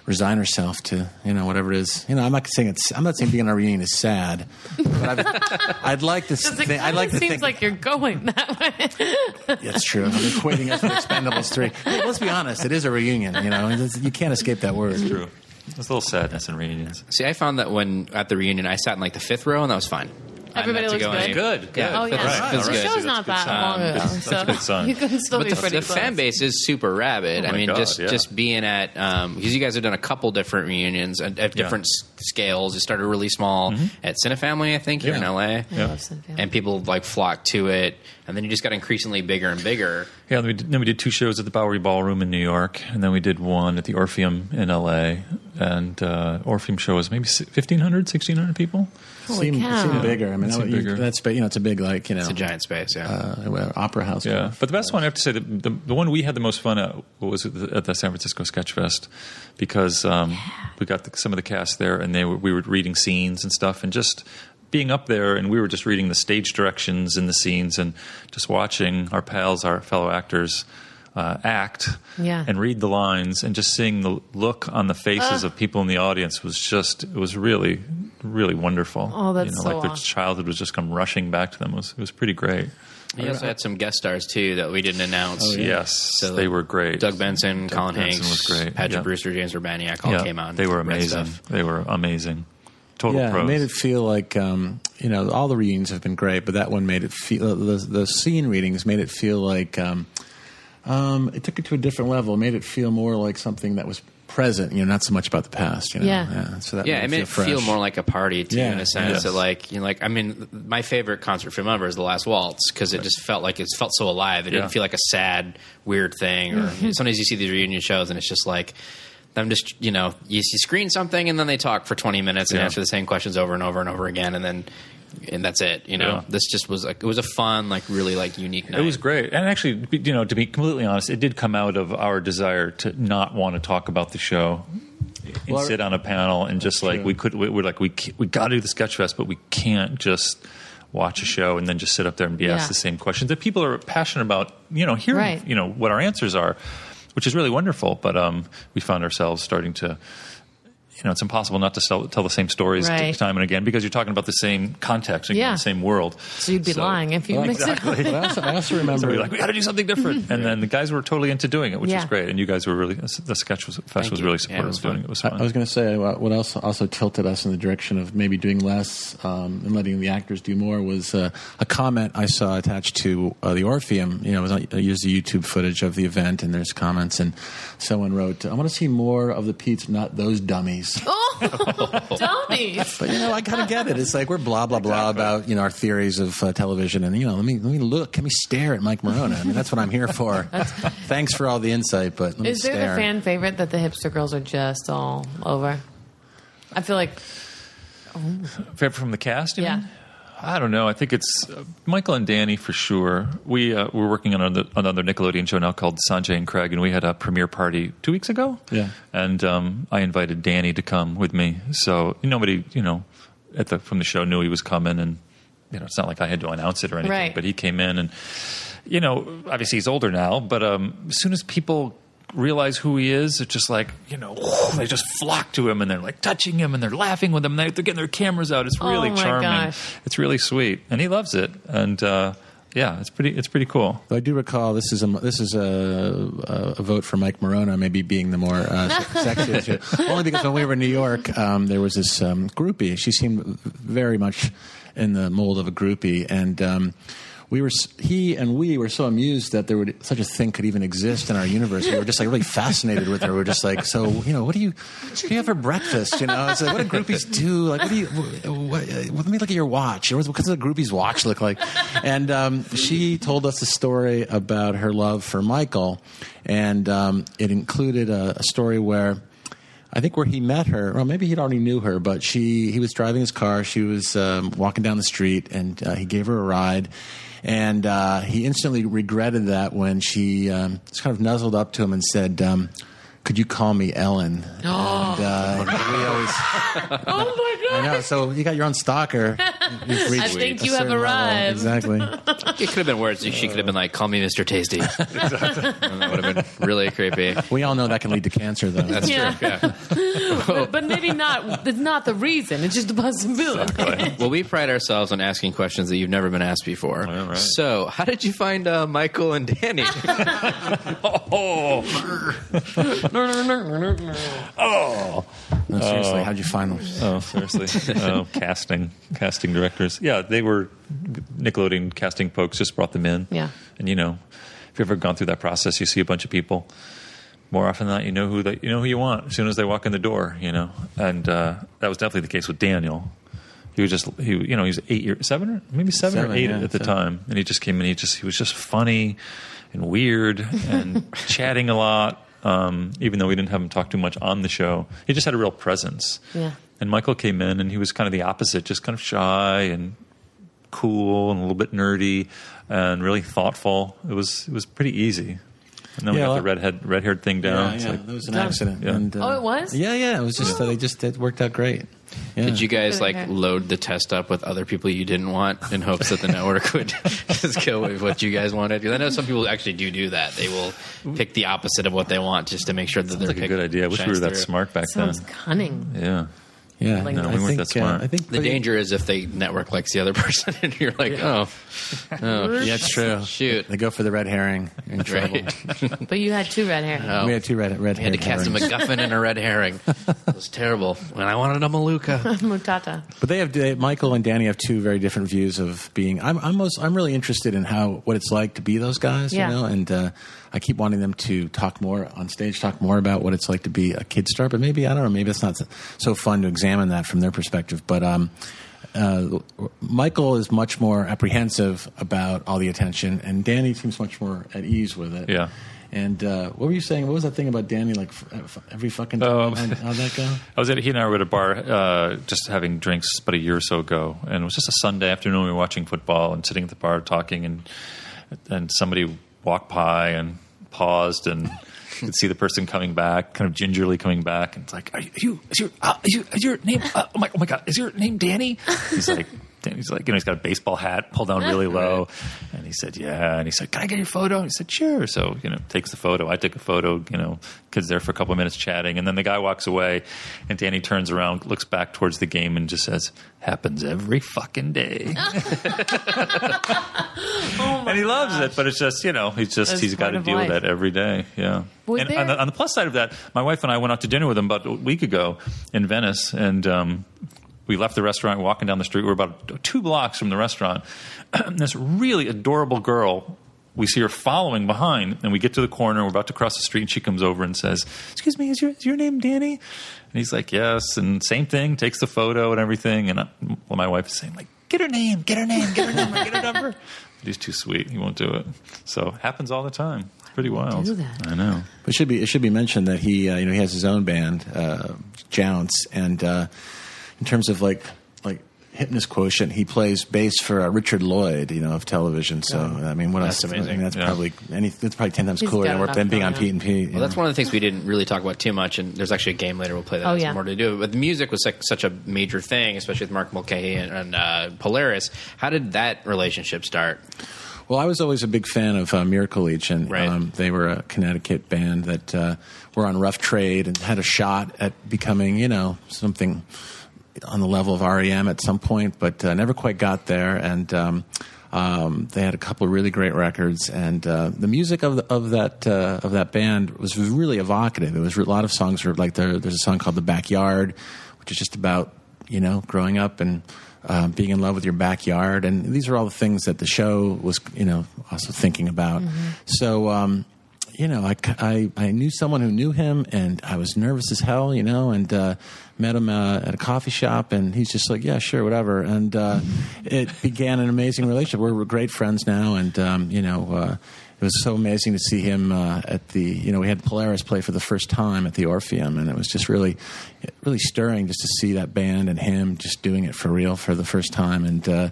S5: resign herself to you know whatever it is. You know, I'm not saying it's. I'm not saying being on a reunion is sad, but I've, I'd like to.
S3: It's like,
S5: Think, I'd like
S3: it
S5: to
S3: seems
S5: think
S3: like you're going that way.
S5: that's true. I'm equating us with Expendables 3. Hey, let's be honest. It is a reunion, you know. It's- You can't escape that word.
S4: True. There's a little sadness in reunions.
S2: See, I found that when at the reunion, I sat in like the fifth row, and that was fine.
S3: Everybody
S2: not to
S3: looks
S2: go
S3: good.
S2: any-
S4: Good, good.
S2: Yeah,
S3: Oh yeah,
S2: that's, that's
S4: Right, all
S3: the
S4: right.
S2: good.
S3: show's not that long ago, so
S4: That's a good sign.
S3: you can still
S2: But
S3: be
S2: the,
S3: pretty
S2: the
S3: close.
S2: fan base is super rabid. I
S4: Oh my
S2: mean,
S4: God,
S2: just
S4: yeah.
S2: just being at because you guys have done a couple different reunions at, at different s- scales. You started really small at Cinefamily, I think, here in
S4: Mm-hmm. Yeah.
S2: LA,
S3: I love Sin Family.
S2: and people like flocked to it. And then you just got increasingly bigger and bigger.
S4: Yeah, then we, did, then we did two shows at the Bowery Ballroom in New York, and then we did one at the Orpheum in L.A. And uh, Orpheum show was maybe si- 1,500, 1,600 people.
S3: Holy
S5: seem,
S3: cow.
S5: seem bigger. I mean,
S4: It
S5: that,
S4: seemed
S5: you,
S4: bigger.
S5: that's but you know, it's a big like you know,
S4: Oh.
S2: It's a giant space, yeah.
S5: uh, well, opera house.
S4: Yeah, but the best one I have to say the, the the one we had the most fun at was at the, at the San Francisco Sketch Fest because um, we got the, some of the cast there and they were, we were reading scenes and stuff and just being up there and we were just reading the stage directions in the scenes and just watching our pals, our fellow actors. Uh, act
S3: Yeah.
S4: and read the lines and just seeing the look on the faces of people in the audience was just it was really really wonderful
S3: Oh, that's
S4: you know
S3: so
S4: like their
S3: awesome.
S4: childhood was just come rushing back to them it was it was pretty great
S2: We
S4: uh,
S2: also had some guest stars too that we didn't announce.
S4: Yes, they were great.
S2: Doug Benson, Colin
S4: Oh, Benson
S2: Hanks,
S4: was great,
S2: Patrick
S4: yeah.
S2: Brewster, James Urbaniak all came on.
S4: They were
S2: Great
S4: amazing.
S2: stuff.
S4: They were amazing. Total
S5: Yeah,
S4: pros.
S5: it made it feel like um, you know all the readings have been great, but that one made it feel the, the scene readings made it feel like um, um, it took it to a different level. It made it feel more like something that was present, you know, not so much about the past. You know?
S3: Yeah.
S5: So that
S2: Yeah, it made it
S5: fresh.
S2: feel more like a party too,
S5: Yeah,
S2: in a sense.
S4: yes.
S2: That like, you know, like I mean, my favorite concert film ever is The Last Waltz because it just felt like it felt so alive. It
S4: Yeah. Mm-hmm.
S2: didn't feel like a sad, weird thing. Or sometimes you see these reunion shows and it's just like. them just you know you, you screen something and then they talk for 20 minutes and
S4: Yeah.
S2: answer the same questions over and over and over again and then and that's it you know
S4: Yeah.
S2: this just was like it was a fun like really like unique night
S4: It was great, and actually, to be- you know, to be completely honest, it did come out of our desire to not want to talk about the show and
S5: Well,
S4: sit on a panel and just like we could, we, we're like we ca- we got to do the sketch fest, but we can't just watch a show and then just sit up there and be
S3: Yeah.
S4: asked the same questions that people are passionate about. You know, hearing
S3: Right.
S4: you know what our answers are, which is really wonderful. But um, we found ourselves starting to. You know, it's impossible not to sell, tell the same stories t-
S3: Right.
S4: time and again because you're talking about the same context and
S3: Yeah.
S4: the same world.
S3: So you'd be lying if you mix it up.
S5: But I also, I also
S4: So
S5: remember
S4: we were like, we got to do something different. And then the guys were totally into doing it, which
S3: Yeah.
S4: was great. And you guys were really, the sketch was, fest was
S2: you. Yeah, it
S4: really supportive
S2: was
S4: of doing it. It was fun.
S5: I was going to say uh, what else also tilted us in the direction of maybe doing less um, and letting the actors do more was uh, a comment I saw attached to uh, the Orpheum. You know, it was on, I used the YouTube footage of the event, and there's comments, and someone wrote, "I want to see more of the Pete's, not those dummies."
S3: Oh, dummies.
S5: But you know, I kind of get it. It's like we're blah blah blah about you know our theories of uh, television, and you know, let me let me look, let me stare at Mike Morona. I mean, that's what I'm here for. Thanks for all the insight, but let me
S3: Is there
S5: stare.
S3: the fan favorite that the hipster girls are just all over? I feel like,
S4: Favorite from the cast? you
S3: Yeah.
S4: mean? I don't know. I think it's uh, Michael and Danny for sure. We uh, we're working on another, another Nickelodeon show now called Sanjay and Craig, and we had a premiere party two weeks ago.
S5: Yeah.
S4: and um, I invited Danny to come with me. So nobody, you know, at the from the show knew he was coming, and you know, it's not like I had to announce it or anything.
S3: Right.
S4: But he came in, and you know, obviously he's older now. But um, as soon as people realize who he is, it's just like you know, they just flock to him, and they're like touching him, and they're laughing with him. They're getting their cameras out. It's really
S3: Oh, my
S4: charming.
S3: gosh.
S4: It's really sweet, and he loves it. And uh, yeah, it's pretty. It's pretty cool.
S5: Though I do recall this is a this is a, a, a vote for Mike Morona maybe being the more uh, se- sexy of the two. only because when we were in New York, um, there was this um, groupie. She seemed very much in the mold of a groupie, and um, we were s- he and we were so amused that there would such a thing could even exist in our universe. We were just like really fascinated with her. We were just like, so you know, what do you what do you have for breakfast? You know, it's like what do groupies do? Like what do you? What, what, let me look at your watch. What does a groupie's watch look like? And um, she told us a story about her love for Michael, and um, it included a, a story where I think where he met her, or maybe he'd already knew her, but she he was driving his car. She was um, walking down the street, and uh, he gave her a ride. And uh, he instantly regretted that when she um, just kind of nuzzled up to him and said, um, "Could you call me Ellen?" And, uh, and we always,
S3: oh my
S5: I
S3: god!
S5: know. So you got your own stalker. You've reached
S3: think
S5: a
S3: you have
S5: certain level.
S3: arrived.
S5: Exactly.
S2: It could have been worse.
S4: Uh.
S2: She could have been like, "Call me Mr. Tasty." exactly. And that would have been really creepy.
S5: We all know that can lead to cancer, though.
S2: That's
S3: Yeah.
S2: true. Yeah.
S3: But, but maybe not. It's not the reason. It's just a possibility.
S2: Well, we pride ourselves on asking questions that you've never been asked before.
S4: All right.
S2: So, how did you find uh, Michael and Danny?
S4: Oh,
S5: No, seriously, how'd you find them?
S4: Oh, seriously. oh, casting, casting directors. Yeah, they were Nickelodeon casting folks. Just brought them in.
S3: Yeah.
S4: And you know, if you've ever gone through that process, you see a bunch of people. More often than not, you know who they, you know who you want as soon as they walk in the door. You know, and uh, that was definitely the case with Daniel. He was just he, you know, he was eight years, seven or maybe seven, or
S5: Seven,
S4: eight
S5: yeah,
S4: at the
S5: seven.
S4: time, and he just came in. He just he was just funny and weird and chatting a lot. Um, even though we didn't have him talk too much on the show, he just had a real presence.
S3: Yeah.
S4: And Michael came in and he was kind of the opposite, just kind of shy and cool and a little bit nerdy and really thoughtful. It was it was pretty easy. And then we
S5: Yeah,
S4: got
S5: well-
S4: the redhead red haired thing down.
S5: Yeah,
S4: It's
S5: yeah,
S4: like,
S5: that was an
S3: Done.
S5: accident.
S4: Yeah.
S5: And, uh,
S3: Oh, it was?
S5: Yeah, yeah. It was just uh, they just it worked out great. Yeah.
S2: Did you guys like
S3: Okay.
S2: load the test up with other people you didn't want in hopes that the network would just go with what you guys wanted? Because I know some people actually do do that. They will pick the opposite of what they want just to make sure that they're
S4: that's like a good idea. I wish we were that smart back
S3: Sounds
S4: then.
S3: cunning.
S4: Yeah.
S5: Yeah,
S3: Like- No, we
S5: I
S4: weren't
S5: think,
S4: that smart.
S5: Uh, I think
S2: The
S5: pretty-
S2: danger is if the network likes the other person and you're like, oh, oh,
S5: Yeah, it's true.
S2: Shoot.
S5: They go for the red herring. You're in trouble.
S2: right.
S3: But you had two red hair.
S5: We had two red red
S2: I had to cast a MacGuffin and a red herring. It was terrible. When I wanted a Maluka.
S3: Mutata.
S5: But they have they, Michael and Danny have two very different views of being. I'm I'm, most, I'm really interested in how what it's like to be those guys,
S3: Yeah.
S5: you know. And uh, I keep wanting them to talk more on stage, talk more about what it's like to be a kid star. But maybe I don't know. Maybe it's not so- so fun to examine that from their perspective. But um, uh, Michael is much more apprehensive about all the attention, and Danny seems much more at ease with it.
S4: Yeah.
S5: And uh, what were you saying? What was that thing about Danny? Like f- f- every fucking time.
S4: Oh.
S5: How'd- how'd that go?
S4: I was at he and I were at a bar uh, just having drinks about a year or so ago, and it was just a Sunday afternoon. We were watching football and sitting at the bar talking, and and somebody walked by and paused and. you Could see the person coming back, kind of gingerly coming back, and it's like, "Are you? Are you is your, uh, is your, is your name? Uh, oh my! Oh my God! Is your name Danny?" He's like, "He's like, you know, he's got a baseball hat pulled down really low," and he said, "Yeah," and he said, "Can I get your photo?" And he said, "Sure." So you know, takes the photo. I took a photo. You know, kids there for a couple of minutes chatting, and then the guy walks away, and Danny turns around, looks back towards the game, and just says, "Happens every fucking day." and he loves it, but it's just you know he's just
S3: Oh That's
S4: he's
S3: part
S4: got to
S3: of
S4: deal with
S3: life.
S4: that every day. Yeah.
S3: Was
S4: and
S3: there-
S4: on, the, on the plus side of that, my wife and I went out to dinner with him about a week ago in Venice, and um, we left the restaurant walking down the street. We were about two blocks from the restaurant. this really adorable girl. We see her following behind, and we get to the corner. We're about to cross the street, and she comes over and says, "Excuse me, is your is your name Danny?" And he's like, "Yes." And same thing, takes the photo and everything. And I, well, my wife is saying, "Like, get her name, get her name, get her number, get her number." But he's too sweet; he won't do it. So happens all the time. It's pretty wild.
S3: do that?
S4: I know.
S5: It should be it should be mentioned that he uh, you know he has his own band uh, Jounce and uh, in terms of like like hypnus quotient he plays bass for uh, Richard Lloyd you know of television so I mean what
S2: That's
S5: else
S2: amazing.
S5: I mean, that's
S4: Yeah.
S5: probably any that's probably ten times
S3: He's
S5: cooler
S3: got
S5: than,
S3: it
S5: we're-
S3: up
S5: than being on P
S3: going
S5: and P
S2: Well, that's one of the things we didn't really talk about too much, and there's actually a game later we'll play that
S3: Oh,
S2: has
S3: yeah.
S2: more to do. But the music was like, such a major thing, especially with Mark Mulcahy and, and uh, Polaris. How did that relationship start?
S5: Well, I was always a big fan of uh, Miracle Legion.
S2: Right.
S5: Um, they were a Connecticut band that uh, were on Rough Trade and had a shot at becoming, you know, something on the level of REM at some point, but uh, never quite got there. And um, um, they had a couple of really great records, and uh, the music of the, of that uh, of that band was really evocative. It was a lot of songs were like there, there's a song called "The Backyard," which is just about you know, growing up and uh, being in love with your backyard. And these are all the things that the show was, you know, also thinking about. So, um, you know, I, I, I knew someone who knew him and I was nervous as hell, you know, and uh, met him uh, at a coffee shop and he's just like, yeah, sure, whatever. And uh, it began an amazing relationship. We're, we're great friends now and, um, you know, uh, it was so amazing to see him uh, at the you know we had Polaris play for the first time at the Orpheum and it was just really really stirring just to see that band and him just doing it for real for the first time and uh,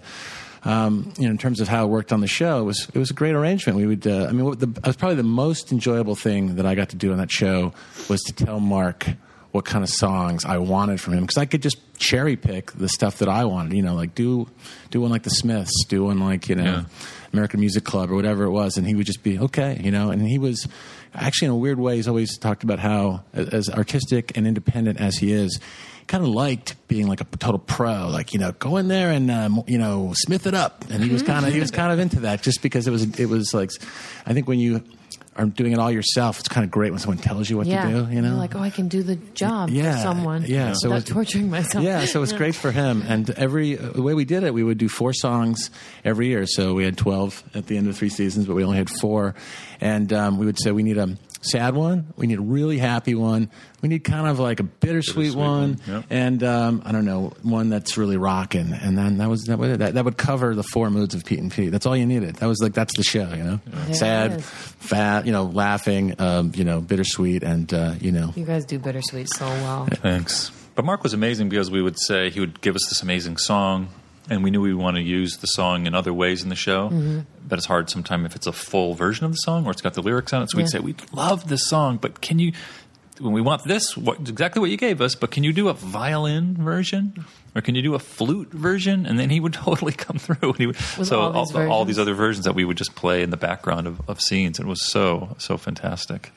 S5: um, you know in terms of how it worked on the show it was it was a great arrangement we would uh, I mean what the, it was probably the most enjoyable thing that I got to do on that show was to tell Mark what kind of songs I wanted from him because I could just cherry pick the stuff that I wanted. You know, like do do one like the Smiths, do one like you know
S4: Yeah.
S5: American Music Club or whatever it was, and he would just be okay. You know, and he was actually in a weird way. He's always talked about how as, as artistic and independent as he is. Kind of liked being like a total pro, like you know, go in there and um, you know, smith it up. And he was
S3: Mm-hmm.
S5: kind of he was kind of into that, just because it was it was like, I think when you are doing it all yourself, it's kind of great when someone tells you what
S3: yeah.
S5: to do. You know,
S3: You're like, oh, I can do the job for
S5: Yeah,
S3: someone.
S5: yeah, so
S3: without
S5: it's-
S3: torturing myself.
S5: yeah, so it's great for him. And every the way we did it, we would do four songs every year. So we had twelve at the end of three seasons, but we only had four. And um, we would say we need a sad one, we need a really happy one, we need kind of like a bittersweet,
S4: Bittersweet
S5: one,
S4: one, yep.
S5: and um, I don't know one that's really rocking. And then that was that, was, it. that that would cover the four moods of Pete and Pete. That's all you needed. That was like that's the show, you know,
S3: it
S5: sad,
S3: is.
S5: fat, you know, laughing, um, you know, bittersweet, and uh, you know.
S3: You guys do bittersweet so well.
S4: Thanks. But Mark was amazing because we would say he would give us this amazing song, and we knew we would want to use the song in other ways in the show.
S3: Mm-hmm.
S4: But it's hard sometimes if it's a full version of the song or it's got the lyrics on it. So we'd
S3: Yeah.
S4: say, We love this song, but can you, when we want this, what, exactly what you gave us, but can you do a violin version? Or can you do a flute version? And then he would totally come through. And he would,
S3: With
S4: so
S3: all these
S4: all, all these
S3: versions?
S4: other versions that we would just play in the background of, of scenes. It was so so fantastic.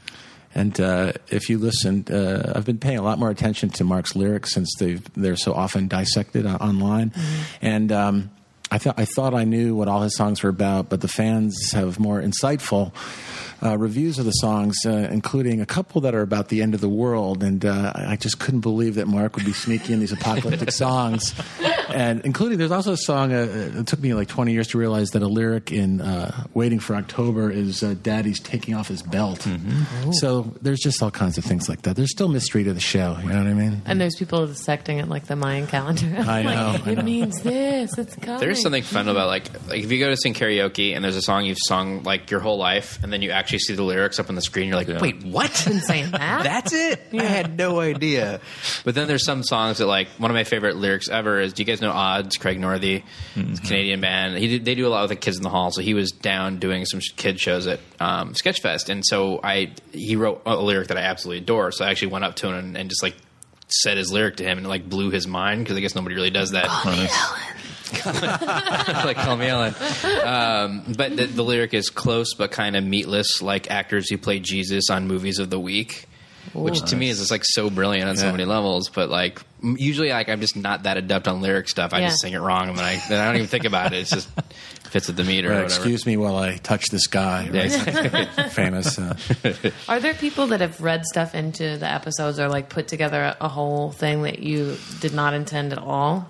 S5: And uh, if you listen, uh, I've been paying a lot more attention to Mark's lyrics since they've, they're so often dissected on- online. And um, I, thought I thought I knew what all his songs were about, but the fans have more insightful uh, reviews of the songs, uh, including a couple that are about the end of the world. And uh, I I just couldn't believe that Mark would be sneaking in these apocalyptic songs. And including, there's also a song, uh, it took me like 20 years to realize that a lyric in uh, Waiting for October is uh, Daddy's taking off his belt. So there's just all kinds of things like that. There's still mystery to the show. You know what I mean?
S3: And there's people dissecting it like the Mayan calendar.
S5: I
S3: Like,
S5: know, I
S3: it
S5: know.
S3: means this. It's coming.
S2: There's something fun about like like if you go to sing karaoke and there's a song you've sung like your whole life and then you actually see the lyrics up on the screen you're like wait what
S3: Been saying that.
S2: that's it I had no idea but then there's some songs that like one of my favorite lyrics ever is do you guys know Odds Craig Northey It's a Canadian band he did, they do a lot with the kids in the hall so he was down doing some sh- kid shows at um, Sketchfest and so I he wrote a lyric that I absolutely adore so I actually went up to him and, and just like said his lyric to him and it like blew his mind because I guess nobody really does that like call me Ellen. Um, but the, the lyric is close but kind of meatless, like actors who play Jesus on movies of the week, which to me is just like so brilliant on so many levels. But like m- usually, like I'm just not that adept on lyric stuff. I
S3: Yeah.
S2: just sing it wrong and then I, then I don't even think about it. It's just fits with the meter
S5: Uh,
S2: or whatever.
S5: excuse me while I touch this guy.
S2: Yeah,
S5: right?
S2: exactly.
S5: Famous. Uh,
S3: Are there people that have read stuff into the episodes or like put together a whole thing that you did not intend at all?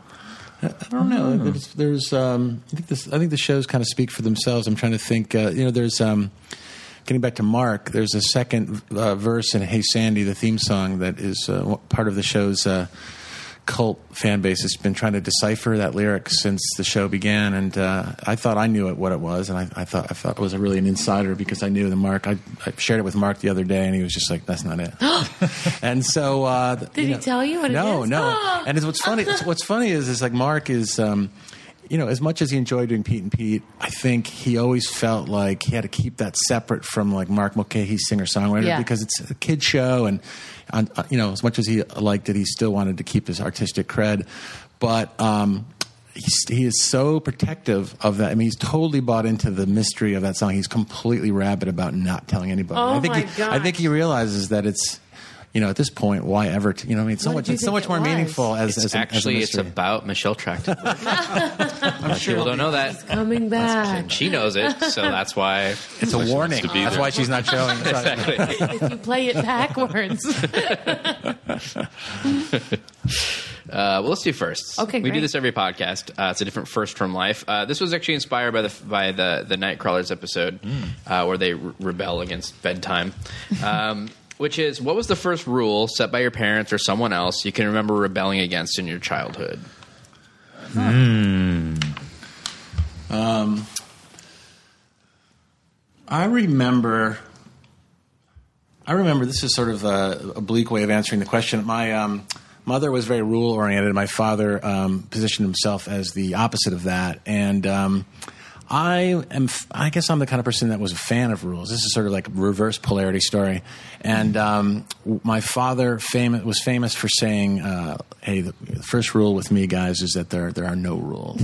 S5: I don't know.
S3: Oh.
S5: There's, there's um, I think this, I think the shows kind of speak for themselves. I'm trying to think. Uh, you know, there's um, getting back to Mark. There's a second uh, verse in "Hey Sandy," the theme song that is uh, part of the show's uh, cult fan base. Has been trying to decipher that lyric since the show began, and uh, I thought I knew it what it was, and I, I thought I thought it was really an insider because I knew the Mark. I, I shared it with Mark the other day, and he was just like, "That's not it." and so, uh, did
S3: he tell you what it
S5: no,
S3: is?
S5: No, and it's what's funny. It's, what's funny is is like Mark is, um, you know, as much as he enjoyed doing Pete and Pete, I think he always felt like he had to keep that separate from like Mark Mulcahy's singer songwriter
S3: Yeah.
S5: because it's a kid show, and on, uh, you know, as much as he liked it, he still wanted to keep his artistic cred, but. Um, He's, he is so protective of that. I mean, he's totally bought into the mystery of that song. He's completely rabid about not telling anybody.
S3: Oh
S5: I think
S3: my
S5: he, I
S3: gosh.
S5: think he realizes that it's, you know, at this point, why ever? T- you know, what I mean, it's so
S3: What
S5: much,
S3: did you
S5: it's so
S3: think
S5: much
S3: it
S5: more
S3: was?
S5: meaningful as,
S2: It's
S5: as an- as
S2: actually
S5: a
S2: it's
S5: mystery.
S2: about Michelle Trachtenberg. I'm sure people don't know that.
S3: Coming back.
S2: She knows it, so that's why.
S5: It's a warning. That's why she's not showing.
S3: if you play it backwards.
S2: Uh, well, let's do firsts.
S3: Okay,
S2: we do
S3: great.
S2: this every podcast. Uh, it's a different first from life. Uh, this was actually inspired by the by the the Nightcrawlers episode uh, where they re- rebel against bedtime. Um, Which is what was the first rule set by your parents or someone else you can remember rebelling against in your childhood?
S5: I remember. I remember this is sort of a, a bleak way of answering the question. My um, mother was very rule oriented. My father um, positioned himself as the opposite of that, and um, I am. f- I guess I'm the kind of person that was a fan of rules. This is sort of like a reverse polarity story. And um, w- my father fam- was famous for saying, uh, "Hey, the, the first rule with me, guys, is that there there are no rules."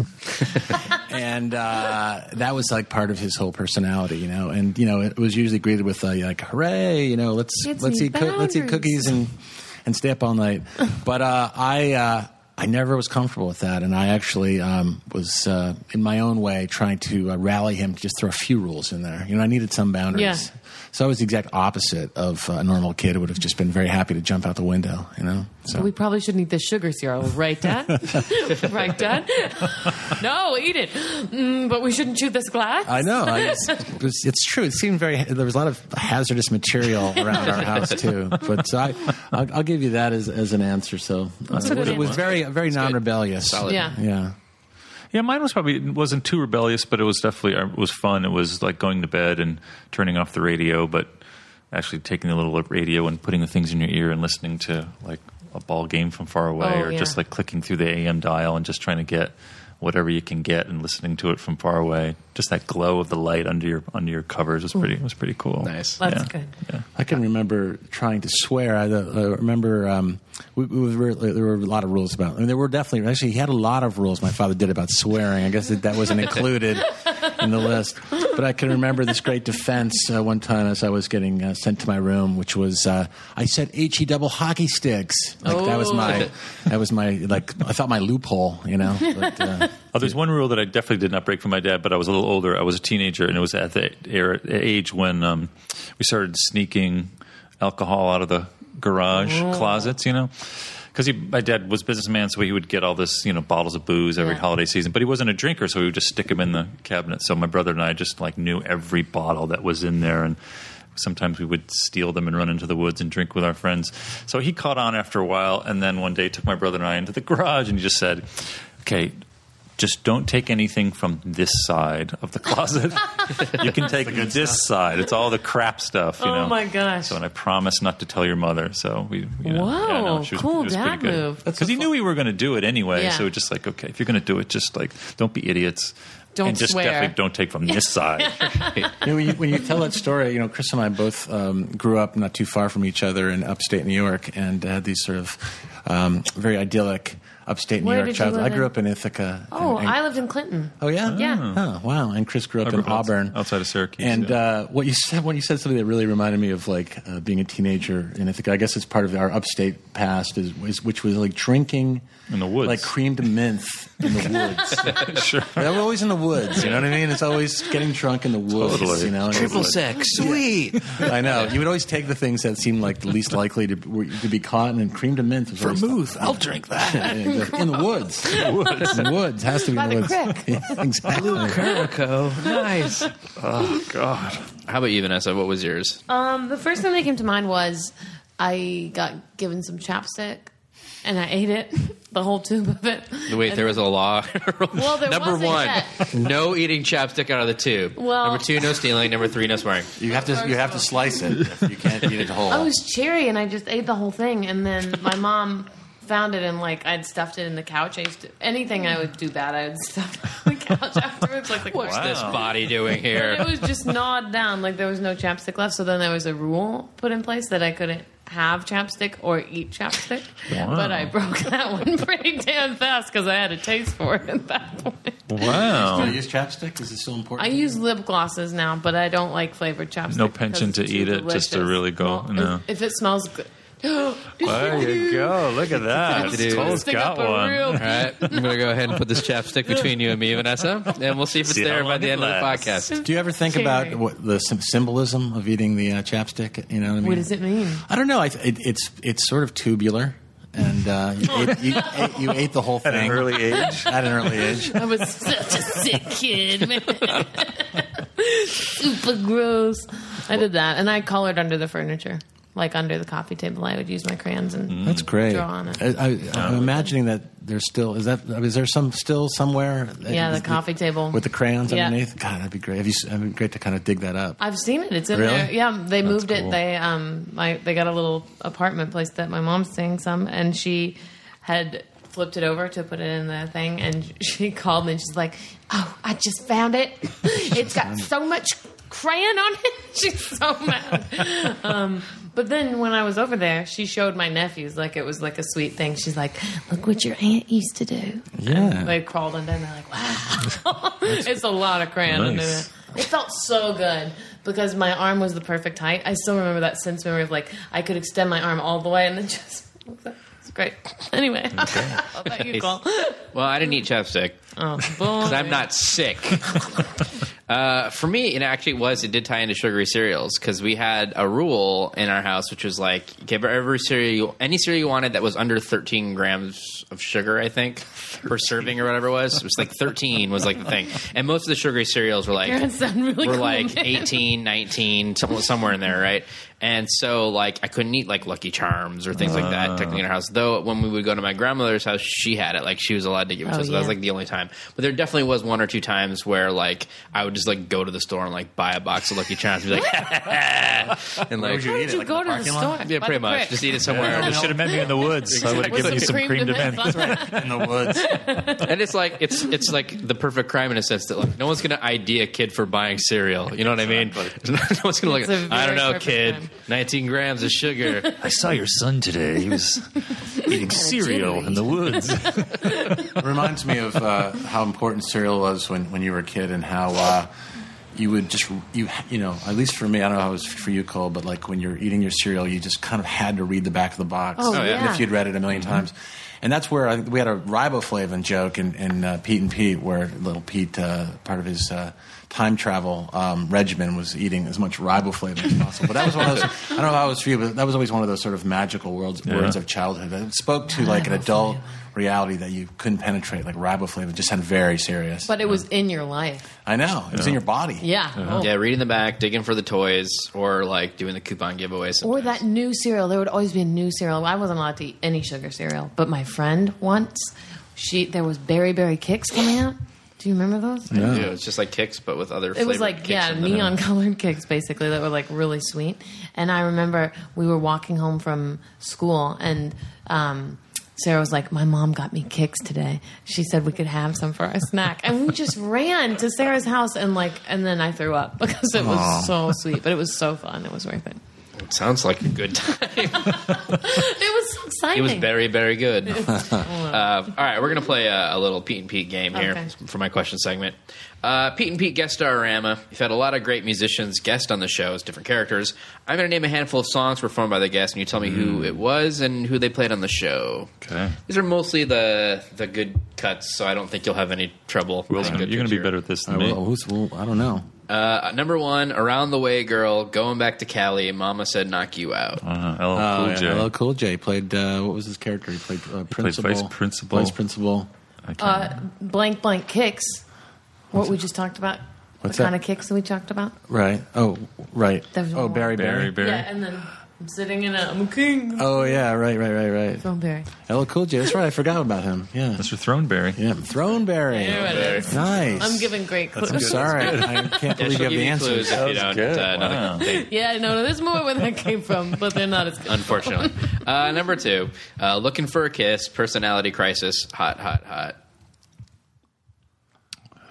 S5: and uh, that was like part of his whole personality, you know. And you know, it was usually greeted with uh, like, "Hooray!" You know, let's
S3: Kids
S5: let's eat
S3: need
S5: coo- let's eat
S3: boundaries.
S5: cookies and and stay up all night. But uh, I uh, I never was comfortable with that, and I actually um, was uh, in my own way trying to uh, rally him to just throw a few rules in there. You know, I needed some boundaries.
S3: Yeah.
S5: So I was the exact opposite of uh, a normal kid who would have just been very happy to jump out the window. You know, so
S3: We probably shouldn't eat this sugar cereal, right, Dad? right, Dad? no, eat it. Mm, but we shouldn't chew this glass.
S5: I know. I, it's, it's- it's true. It seemed very. There was a lot of hazardous material around our house too. But so I, I'll, I'll give you that as, as an answer. So uh,
S3: a good
S5: it was
S3: answer.
S5: very very non-rebellious.
S2: Solid.
S3: yeah.
S5: Yeah.
S4: Yeah, mine was probably it wasn't too rebellious, but it was definitely uh, it was fun. It was like going to bed and turning off the radio, but actually taking the little radio and putting the things in your ear and listening to like a ball game from far away,
S3: Oh,
S4: or
S3: yeah.
S4: just like clicking through the AM dial and just trying to get whatever you can get and listening to it from far away. Just that glow of the light under your under your covers was pretty was pretty cool.
S2: Nice.
S3: That's
S4: Yeah.
S3: good.
S4: Yeah.
S5: I can remember trying to swear. I, uh, I remember um, we, we were, there were a lot of rules about. I mean, there were definitely actually he had a lot of rules my father did about swearing. I guess that, that wasn't included in the list. But I can remember this great defense uh, one time as I was getting uh, sent to my room, which was uh, I said "he double hockey sticks." Like, That was my that was my like I thought my loophole, you know. But, uh,
S4: Oh, there's one rule that I definitely did not break from my dad, but I was a little older. I was a teenager, and it was at the era, age when um, we started sneaking alcohol out of the garage closets, you know? Because my dad was a businessman, so he would get all this, you know, bottles of booze every
S3: Yeah.
S4: holiday season. But he wasn't a drinker, so we would just stick them in the cabinet. So my brother and I just like knew every bottle that was in there, and sometimes we would steal them and run into the woods and drink with our friends. So he caught on after a while, and then one day took my brother and I into the garage, and he just said, "Okay." Just don't take anything from this side of the closet. you can take this side. It's all the crap stuff. You
S3: Oh
S4: know.
S3: my gosh.
S4: So and I promised not to tell your mother. So we, you know,
S3: Whoa,
S4: yeah,
S3: cool
S4: pretty
S3: dad
S4: good.
S3: move. That's
S4: Because he knew we were going to do it anyway.
S3: Yeah.
S4: So just like, okay, if you're going to do it, just like, don't be idiots.
S3: Don't
S4: and just
S3: swear.
S4: definitely don't take from this side.
S5: you know, when, you, when you tell that story, you know, Chris and I both um, grew up not too far from each other in upstate New York and had these sort of um, very idyllic upstate New
S3: Where
S5: York
S3: did you
S5: childhood. I
S3: live
S5: grew
S3: in?
S5: up in Ithaca.
S3: Oh,
S5: and- and-
S3: I lived in Clinton.
S5: Oh yeah,
S3: Yeah.
S5: Oh wow! And Chris grew up
S4: grew
S5: in
S4: up outs-
S5: Auburn,
S4: outside of Syracuse,
S5: And
S4: yeah.
S5: uh, what you said when you said something that really reminded me of like uh, being a teenager in Ithaca. I guess it's part of our upstate past, is, is which was like drinking
S4: In the woods.
S5: like creamed minth in the woods.
S4: sure.
S5: They were always in the woods. You know what I mean? It's always getting drunk in the woods.
S4: Totally.
S5: You know, and it was
S2: Triple
S5: like-
S2: sex. Sweet.
S5: I know. You would always take the things that seemed like the least likely to, were- to be caught, and then creamed and mint. was always-
S2: I'll drink that.
S5: Yeah, yeah, yeah. In the woods. In the woods. Has to be
S3: By
S5: in the,
S3: the
S5: woods. Yeah, exactly.
S2: Curico. Nice.
S4: Oh, God.
S2: How about you, Vanessa? What was yours?
S3: Um, the first thing that came to mind was I got given some chapstick and I ate it, the whole tube of it.
S2: Wait, there was a law.
S3: Well, there
S2: Number
S3: wasn't
S2: one,
S3: yet.
S2: no eating chapstick out of the tube.
S3: Well-
S2: Number two, no stealing. Number three, no swearing.
S5: You have to. You have to slice it. If you can't eat it whole.
S3: I was cherry and I just ate the whole thing. And then my mom found it and like I'd stuffed it in the couch. I used to, anything I would do bad, I would stuff it in the couch afterwards. Like, like
S2: What's
S3: wow.
S2: this body doing
S3: It
S2: here?
S3: was just gnawed down. Like there was no chapstick left. So then there was a rule put in place that I couldn't have chapstick or eat chapstick.
S4: Wow.
S3: But I broke that one pretty damn fast because I had a taste for it at that point.
S5: Do you
S4: Wow.
S5: use chapstick? Is it still
S3: I
S5: important?
S3: use lip glosses now, but I don't like flavored chapstick.
S4: No penchant
S3: because it's
S4: to
S3: too
S4: eat it, just to
S3: delicious.
S4: really go,
S3: Well,
S4: no.
S3: If, if it smells good. there
S4: There you go. Look at that.
S2: Dude.
S4: Cole's
S3: Stick up
S4: got
S3: a
S4: one.
S3: real-
S2: All right, I'm gonna go ahead and put this chapstick between you and me, Vanessa, and we'll see if it's
S4: See how
S2: there by
S4: long
S2: the
S4: it
S2: end
S4: lasts.
S2: of the podcast.
S5: Do you ever think
S3: Cherry.
S5: about what the sym- symbolism of eating the uh, chapstick? You know what I mean?
S3: What does it mean?
S5: I don't know. I, it, it's it's sort of tubular, and uh, you, ate, you, ate, you ate the whole thing
S4: At an early age.
S5: at an early age.
S3: I was such a sick kid, man. Super gross. I did that, and I colored under the furniture, like under the coffee table. I would use my crayons and
S5: That's great.
S3: Draw on it.
S5: I, I, I'm imagining that there's still is that is there some still somewhere? that-
S3: yeah, the
S5: is-
S3: coffee table
S5: with the crayons
S3: Yeah.
S5: underneath. God, that'd be great. Have you, s- it'd be great to kind of dig that up.
S3: I've seen it. It's in
S5: Really?
S3: there. Yeah, they moved
S5: cool.
S3: it. They um, my they got a little apartment place that my mom's staying some, and she had flipped it over to put it in the thing, and she called me and she's like, "Oh, I just found it. It's got so much crayon on it." She's so mad. Um, but then when I was over there, she showed my nephews like it was like a sweet thing. She's like, "Look what your aunt used to do."
S5: Yeah.
S3: They crawled in there and they're like, "Wow, it's a lot of crayon." under
S4: Nice.
S3: there." It felt so good because my arm was the perfect height. I still remember that sense memory of like I could extend my arm all the way and then just. It's great. Anyway, I'll let you call.
S2: Well, I didn't eat chapstick.
S3: Oh, boy.
S2: I'm not sick. uh, for me, it actually was. It did tie into sugary cereals because we had a rule in our house, which was like, give every cereal, any cereal you wanted that was under 13 grams of sugar, I think, per serving or whatever it was. It was like 13 was like the thing, and most of the sugary cereals were like
S3: Parents sound really
S2: were
S3: cool,
S2: like
S3: man.
S2: 18, 19, some- somewhere in there, right? And so, like, I couldn't eat like Lucky Charms or things like that technically in our house. Though when we would go to my grandmother's house, she had it. Like, she was allowed to give it to
S3: Oh,
S2: us. So That was
S3: yeah.
S2: like the only time. But there definitely was one or two times where like I would just like go to the store and like buy a box of Lucky Charms and be like, and like.
S5: you
S3: Did you go to the store?
S2: Yeah,
S3: By
S2: pretty
S3: the
S2: much.
S3: prick.
S2: Just eat it somewhere.
S4: You should have met me in the woods. I would have
S2: Exactly.
S4: given you some cream to mint.
S5: in the woods.
S2: and it's like it's it's like the perfect crime in a sense that like no one's gonna ID a kid for buying cereal. You know what I mean? no one's gonna look.
S3: It's a
S2: I don't
S3: very
S2: know,
S3: perfect
S2: kid.
S3: crime.
S2: Nineteen grams of sugar.
S4: I saw your son today. He was eating cereal in the woods.
S5: reminds me of uh, how important cereal was when, when you were a kid and how uh, you would just you you know at least for me I don't know how it was for you Cole but like when you're eating your cereal you just kind of had to read the back of the box
S3: Oh, Oh, yeah. Mm-hmm.
S5: And if you'd read it a 1000000 times and that's where I, we had a riboflavin joke in, in uh, Pete and Pete where little Pete uh, part of his uh, time travel um, regimen was eating as much riboflavin as possible but that was one of those I don't know how it was for you but that was always one of those sort of magical worlds words of childhood it spoke to like an adult reality that you couldn't penetrate, like riboflavin, just sounded very serious.
S3: But it was in your life.
S5: I know it was in your body.
S3: Yeah. Oh.
S2: Yeah, reading the back, digging for the toys, or like doing the coupon giveaways.
S3: Or that new cereal. There would always be a new cereal. I wasn't allowed to eat any sugar cereal, but my friend once, she there was Berry Berry Kicks coming out. Do you remember those?
S2: Yeah. it's just like kicks, but with other.
S3: It was like yeah, neon colored cakes basically that were like really sweet. And I remember we were walking home from school, and um, Sarah was like, "My mom got me kicks today. She said we could have some for our snack." And we just ran to Sarah's house, and like, and then I threw up because it was so sweet, but it was so fun. It was worth it.
S2: It sounds like a good time.
S3: It was exciting.
S2: It was very, very good. uh, all right, we're gonna play a, a little Pete and Pete game here
S3: Okay.
S2: for my question segment. Uh, Pete and Pete guest star Rama. You've had a lot of great musicians guest on the show as different characters. I'm gonna name a handful of songs performed by the guests, and you tell me
S4: Mm.
S2: who it was and who they played on the show.
S4: Okay.
S2: These are mostly the the good cuts, so I don't think you'll have any trouble.
S4: Will's
S2: finding
S4: gonna,
S2: good
S4: you're going
S2: cuts
S4: to be
S2: here.
S4: better at this
S5: I,
S4: than me.
S5: I don't know.
S2: Uh, number one, Around the Way Girl, Going Back to Cali, Mama Said Knock You Out.
S4: Uh, LL Cool J.
S5: LL Cool J played. Uh, what was his character? Oh, He played uh, principal.
S4: vice principal.
S5: Vice principal.
S4: I can't-
S3: uh, blank blank kicks. What we just talked about.
S5: What's
S3: the
S5: that?
S3: kind of kicks that we talked about?
S5: Right. Oh, right.
S3: There was
S5: Oh,
S3: one
S5: Barry,
S4: Barry,
S5: Barry.
S4: Barry.
S3: Yeah, and then I'm sitting in a I'm a king.
S5: Oh yeah. Right. Right. Right. Right.
S3: Don't Barry.
S5: LL Cool J. That's right. I forgot about him. Yeah.
S4: Mr. Throneberry.
S5: Yeah. Throne
S3: There
S5: Barry.
S3: it is.
S5: Nice.
S3: I'm giving great clues.
S5: I'm sorry. I can't
S2: Yeah,
S5: believe you
S2: she'll
S5: have
S2: give
S5: the
S2: you
S5: answer.
S2: clues if you don't. Uh, know the-
S4: Wow.
S2: they-
S3: Yeah, I know. There's more where that came from, but they're not as good.
S2: unfortunately. Uh, number two, uh, Looking for a Kiss, Personality Crisis, Hot, Hot, Hot.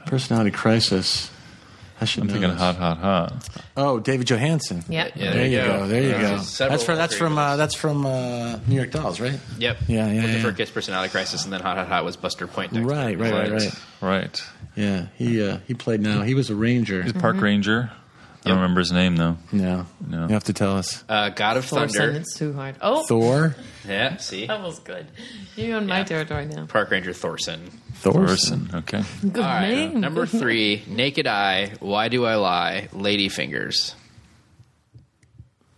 S5: Personality crisis. I should
S4: I'm
S5: know
S4: thinking
S5: this.
S4: hot, hot, hot.
S5: Oh, David Johansen.
S3: Yeah.
S2: Yeah,
S5: There you go. There you
S2: Uh,
S5: go.
S2: there's several
S5: That's from that's from uh, that's from uh, New York Dolls, right?
S2: Yep.
S5: Yeah, yeah,
S2: Looking
S5: yeah.
S2: for a Kiss, Personality Crisis, and then Hot, Hot, Hot was Buster Poindexter.
S5: Right, right, right, right.
S4: Right.
S5: Yeah, he uh, he played now. He was a ranger.
S4: He's a park ranger. I don't remember his name, though.
S5: No,
S4: No.
S5: you have to tell us.
S2: Uh, God of
S3: Four
S2: Thunder.
S3: sentence too hard. Oh,
S5: Thor,
S2: Yeah, see?
S3: that was good. You're on my
S2: Yeah.
S3: territory now.
S2: Park Ranger Thorson.
S4: Thorson. Okay.
S5: Oh.
S3: Good
S2: All right.
S3: name.
S2: Number three, Naked Eye, Why Do I Lie, Lady Fingers.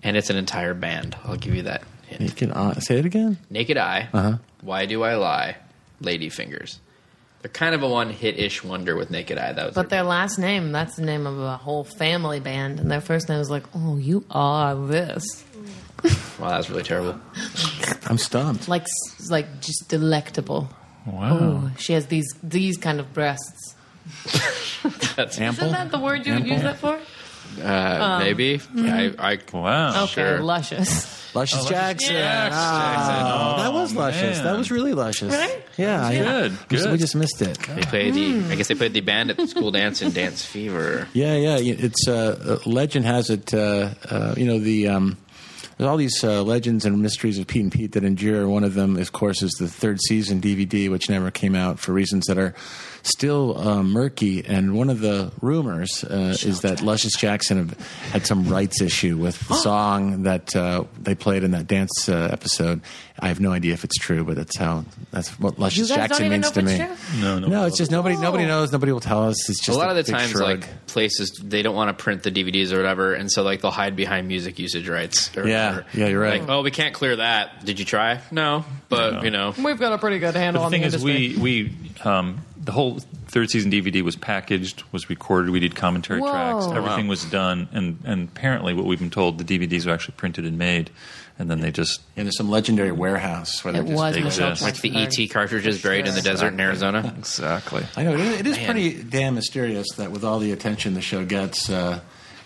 S2: And it's an entire band. I'll give you that. hint.
S5: Naked Eye. uh, Say it again.
S2: Naked Eye,
S5: Uh-huh.
S2: Why Do I Lie, Lady Fingers. They're kind of a one hit ish wonder with Naked Eye. That was
S3: But
S2: their-
S3: their last name, that's the name of a whole family band, and their first name is like, oh, you are this.
S2: wow, that was really terrible.
S5: I'm stumped.
S3: Like, s- like just delectable.
S4: Wow.
S3: Oh, she has these these kind of breasts. Isn't
S5: Ample.
S3: that
S4: Oh,
S3: the word you would use that for?
S2: Uh,
S3: Um,
S2: maybe. I, I,
S3: mm-hmm.
S4: Wow.
S3: Okay,
S2: Sure.
S3: luscious.
S5: Luscious Jackson.
S2: Jackson.
S3: Ah.
S5: Oh, that was luscious. That
S4: Man.
S5: was really luscious.
S3: Right?
S5: Yeah. I-
S4: Good,
S5: we just- We
S4: good.
S5: just missed it.
S2: They played the. I guess they played the band at the school dance in Dance Fever.
S5: Yeah, yeah. y- It's uh, uh, legend has it. Uh, uh, you know the um, there's all these uh, legends and mysteries of Pete and Pete that endure. One of them, of course, is the third season DVD, which never came out for reasons that are still uh, murky. And one of the rumors uh, is that Luscious Jackson have- had some rights issue with the song that uh, they played in that dance uh, episode. I have no idea if it's true, but that's how that's what Luscious
S3: guys don't
S5: Jackson
S3: even
S5: means
S3: know if
S5: to
S3: it's
S5: me.
S3: true?
S4: No, no.
S5: No, it's just nobody. Nobody
S3: Whoa.
S5: knows. Nobody will tell us. It's just
S2: a lot of the
S5: big
S2: times
S5: shrug.
S2: like places they don't want to print the DVDs or whatever, and so like they'll hide behind music usage rights. Or
S5: Yeah.
S2: whatever.
S5: Yeah, you're right.
S2: Like, oh, we can't clear that. Did you try? No, but you know,
S3: We've got a pretty good handle
S4: But
S3: on
S4: the thing
S3: the
S4: is,
S3: industry.
S4: we we um, the whole third season DVD was packaged, was recorded. We did commentary
S3: Whoa.
S4: tracks.
S3: Wow.
S4: Everything was done, and and apparently, what we've been told, the DVDs were actually printed and made, and then they just
S5: And there's some legendary warehouse where they're
S3: it
S5: just
S3: was
S5: big-
S3: Michelle
S4: exist.
S2: like the E ET cartridges buried in the desert in Arizona.
S4: exactly.
S5: I know it is, it is pretty damn mysterious that with all the attention the show gets, uh,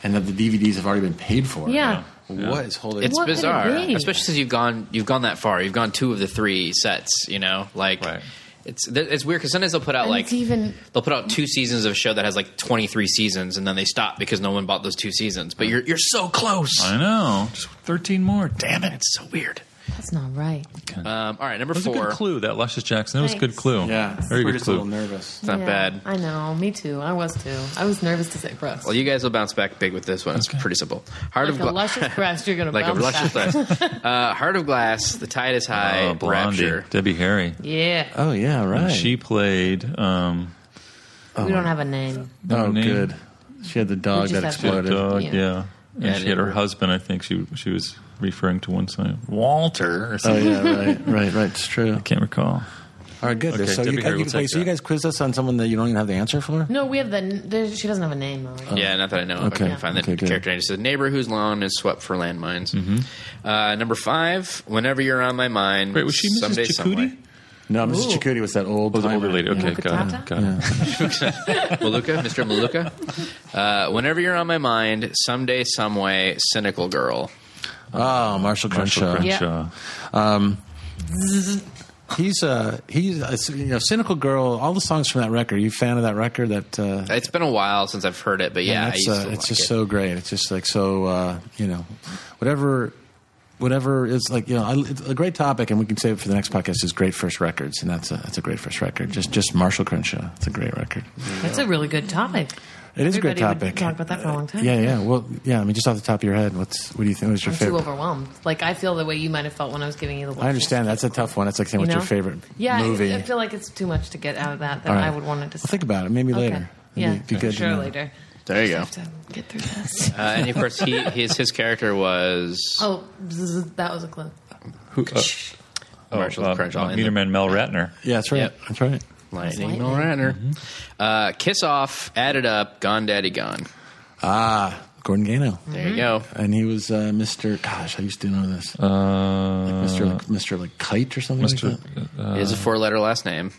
S5: and that the DVDs have already been paid for.
S3: Yeah.
S5: What is holding?
S2: It's
S3: What could it
S2: bizarre,
S3: be?
S2: especially since you've gone you've gone that far. You've gone two of the three sets. You know, like
S4: Right.
S2: it's th- it's weird because sometimes they'll put out
S3: And
S2: like
S3: it's even-
S2: they'll put out two seasons of a show that has like twenty three seasons, and then they stop because no one bought those two seasons. But you're you're so close.
S4: I know. Just thirteen more. Damn it.
S2: It's so weird.
S3: That's not right.
S2: Um, all right, number
S4: That was a
S2: four.
S4: good clue. That luscious Jackson. That was a good
S3: Thanks.
S4: clue.
S5: yeah,
S4: very
S5: we're
S4: good
S5: just a little
S4: clue.
S5: nervous.
S2: It's not
S3: Yeah,
S2: bad.
S3: I know. Me too. I was too. I was nervous to say breast.
S2: Well, you guys will bounce back big with this one. It's pretty simple. Heart
S3: like
S2: of
S3: a
S2: Gla-
S3: luscious breast, you're gonna
S2: like a luscious
S3: bounce back.
S2: glass. uh, Heart of glass. The tide is high.
S4: Oh, Blondie,
S2: rapture.
S4: Debbie Harry.
S3: Yeah.
S5: Oh yeah, right.
S4: And she played. Um,
S3: we don't have a name.
S5: oh
S4: name.
S5: good. She had the dog
S3: We just
S5: that
S3: have
S5: exploded.
S3: to-
S4: dog,
S3: Yeah.
S4: yeah. And
S2: Yeah,
S4: she had
S2: they
S4: her
S2: were-
S4: husband. I think she she was referring to one side. Walter. Or
S5: Oh
S4: something.
S5: yeah, right, right, right. It's true.
S4: I can't recall.
S5: All right, good.
S4: Okay,
S5: so you,
S4: Debbie Harry
S5: you,
S4: will
S5: wait,
S4: take
S5: so you
S4: that.
S5: guys quizzed us on someone that you don't even have the answer for?
S3: No, we have the. there- She doesn't have a name though.
S4: Oh.
S2: Yeah, not that I know. of. I
S5: Okay.
S2: couldn't find that
S5: Okay, good.
S2: character name. It says neighbor whose lawn is swept for landmines.
S4: Mm-hmm.
S2: Uh, number five. Whenever you're on my mind.
S4: Wait, was she Mrs.
S2: Someday,
S4: Chakuti?
S2: someway.
S5: No, Mrs.
S3: Ooh.
S5: Chikuti was that old.
S4: Was an older
S5: timer.
S4: lady. Okay,
S3: Maluka
S4: got
S3: Tata?
S4: it. Got it.
S2: Maluka, Mr. Maluka. Uh, whenever you're on my mind. Someday, someway. Cynical girl.
S5: Oh, Marshall Crenshaw.
S4: Crenshaw.
S3: Yeah.
S5: He's uh, he's uh, you know, cynical girl. All the songs from that record. You fan of that record? That uh,
S2: It's been a while since I've heard it, but yeah,
S5: And
S2: I
S5: that's,
S2: used
S5: uh,
S2: to
S5: it's
S2: like
S5: just
S2: it.
S5: so great. It's just like so, uh, you know, whatever, whatever is like, you know, I, it's a great topic, and we can save it for the next podcast. Is great first records, and that's a that's a great first record. Just just Marshall Crenshaw, it's a great record.
S3: That's a really good topic.
S5: It is a great
S3: Everybody would
S5: topic.
S3: talk about that for a long time.
S5: Yeah, yeah. Well, yeah. I mean, just off the top of your head, what's what do you think was your
S3: I'm too
S5: favorite?
S3: overwhelmed. Like I feel the way you might have felt when I was giving you the.
S5: I understand that's a tough one. That's like saying what's
S3: You
S5: your
S3: know?
S5: favorite
S3: Yeah, I-
S5: movie.
S3: I, feel like it's too much to get out of that. That
S5: All right.
S3: I would want to
S5: Well,
S3: decide.
S5: think about it. Maybe
S3: Okay.
S5: later.
S3: Yeah,
S5: It'd be good to
S3: sure
S5: know.
S3: later.
S2: There you go.
S3: I have to get through this.
S2: Uh, and of course, he, his his character was
S3: oh, zzz, that was a clue.
S4: Who, uh,
S2: Marshall Oh, Crenshaw in the-
S4: Meter Man Mel Ratner.
S5: Yeah, that's right.
S2: Yep.
S5: That's right.
S2: Lightning
S3: Lightning.
S2: Ratner. Uh, Kiss off. Added up. Gone daddy gone.
S5: Ah, Gordon Gano.
S2: There you go.
S5: And he was uh, Mr. Gosh, I used to know this.
S4: Uh,
S5: Mr. Like, Mr. Like Kite or something
S4: Mr.
S5: like Uh.
S2: He has a four letter last name.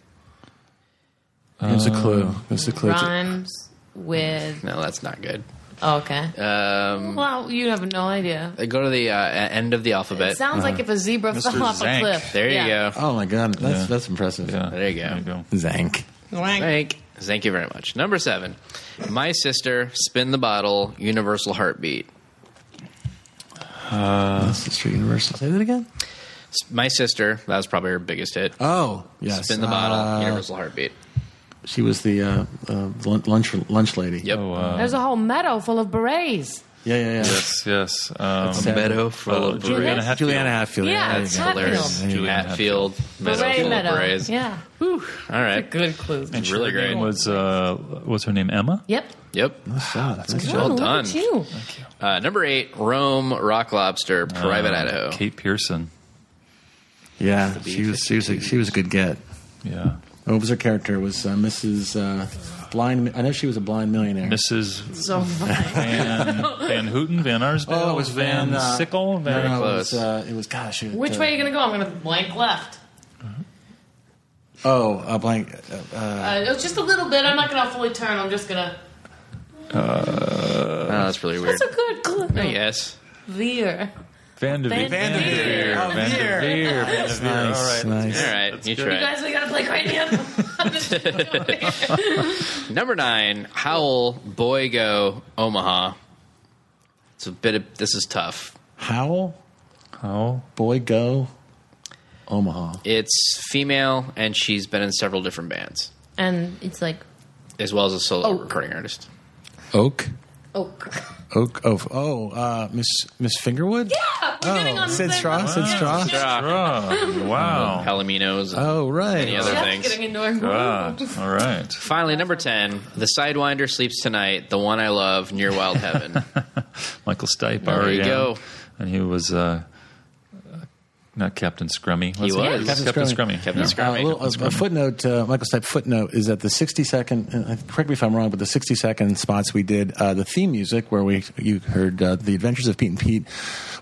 S5: that. It's a clue. It's a clue. It's a-
S3: Rhymes with.
S2: No, that's not good.
S3: Oh, okay.
S2: Um,
S3: well, you have no idea.
S2: I go to the uh, end of the alphabet.
S3: It sounds
S5: uh,
S3: like if a zebra
S4: Mr.
S3: fell off
S4: Zank.
S3: a cliff.
S2: there you
S3: Yeah.
S2: go.
S5: oh my god, that's
S4: Yeah.
S5: that's impressive.
S4: yeah.
S2: There you go.
S5: Zank.
S2: Thank, thank you very much. Number seven. My sister. Spin the bottle. Universal heartbeat.
S5: that's the Street Universal. Say that again.
S2: S- My sister. That was probably her biggest hit.
S5: Oh yes,
S2: Spin the bottle.
S5: Uh,
S2: Universal heartbeat.
S5: she was the uh, uh, lun- lunch lunch lady.
S2: Yep.
S4: Oh, uh,
S3: There's a whole meadow full of berets.
S5: Yeah, yeah, yeah.
S4: yes, yes. Um,
S5: sad.
S2: Meadow full
S4: uh,
S2: of
S4: Juliana
S3: Julius?
S4: Hatfield.
S5: Juliana Hatfield.
S3: Yeah,
S5: there you
S3: it's
S5: go.
S3: Hatfield.
S2: hilarious.
S5: There you go.
S2: Hatfield. Meadow
S3: Beret
S2: full of
S3: meadow.
S2: berets.
S3: Yeah.
S2: All right.
S3: Good clue.
S4: And
S2: Really
S4: her name
S2: great.
S4: Was uh, was her name Emma?
S3: Yep.
S2: Yep.
S5: Wow, that's good.
S2: Well
S3: oh,
S2: done.
S3: Look at you.
S2: Uh, number eight, Rome Rock Lobster, Private
S4: Uh,
S2: Idaho.
S4: Kate Pearson.
S5: Yeah, she was she was a, she was a good get.
S4: Yeah.
S5: What was her character? It was uh, Mrs. Uh, blind? I know she was a blind millionaire.
S4: Mrs.
S3: So funny.
S4: Van, Van Houten, Van Arsdale,
S5: Oh, it was Van,
S4: Van
S5: uh,
S4: Sickle,
S5: No,
S4: Van
S5: no, it
S2: close.
S5: was, uh, it was gosh. it was,
S3: Which
S5: uh,
S3: way are you going to go? I'm going to blank left.
S5: Oh, uh, blank. Uh,
S3: Uh, oh, just a little bit. I'm not going to fully turn. I'm just going to.
S2: Oh, that's really weird.
S3: That's a good clue.
S2: yes.
S3: Veer.
S4: Vanderveer.
S3: Vanderveer.
S5: Oh, Veer.
S4: Vanderveer. Vanderveer.
S5: Nice,
S4: All right.
S5: nice.
S2: All right, you try.
S3: You guys, we gotta play Great Hand. I'm just over here.
S2: Number nine, Howl Boygo Omaha. It's a bit of this is tough.
S5: Howl,
S4: Oh,
S5: boy, go, Omaha.
S2: It's female and she's been in several different bands
S3: and it's like
S2: as well as a solo
S3: Oh.
S2: recording artist.
S5: Oak,
S3: oak.
S5: oak, oh, oh, uh, Miss Miss Fingerwood.
S3: Yeah, we're getting
S5: Oh,
S3: on the
S5: Sid
S3: same-
S5: Straw, Sid Straw.
S2: Rock,
S4: Bruh. wow.
S2: Palominos.
S5: Oh, right.
S2: Any other-
S3: Jeff's
S2: things.
S3: getting into our
S4: God. Ah, All right.
S2: Finally, number ten, The Sidewinder Sleeps Tonight, the one I love, Near Wild Heaven.
S4: Michael Stipe.
S2: There you
S4: REM.
S2: go.
S4: And he was uh, not Captain Scrummy.
S2: He was.
S4: Captain,
S5: Captain
S4: Scrummy.
S5: Scrummy.
S2: Captain
S4: Yeah.
S5: Uh,
S2: Scrummy.
S5: a, little- a- a footnote, uh, Michael Stipe footnote is that the 60 second, and I- correct me if I'm wrong, but the 60 second spots we did, uh, the theme music where we you heard uh, The Adventures of Pete and Pete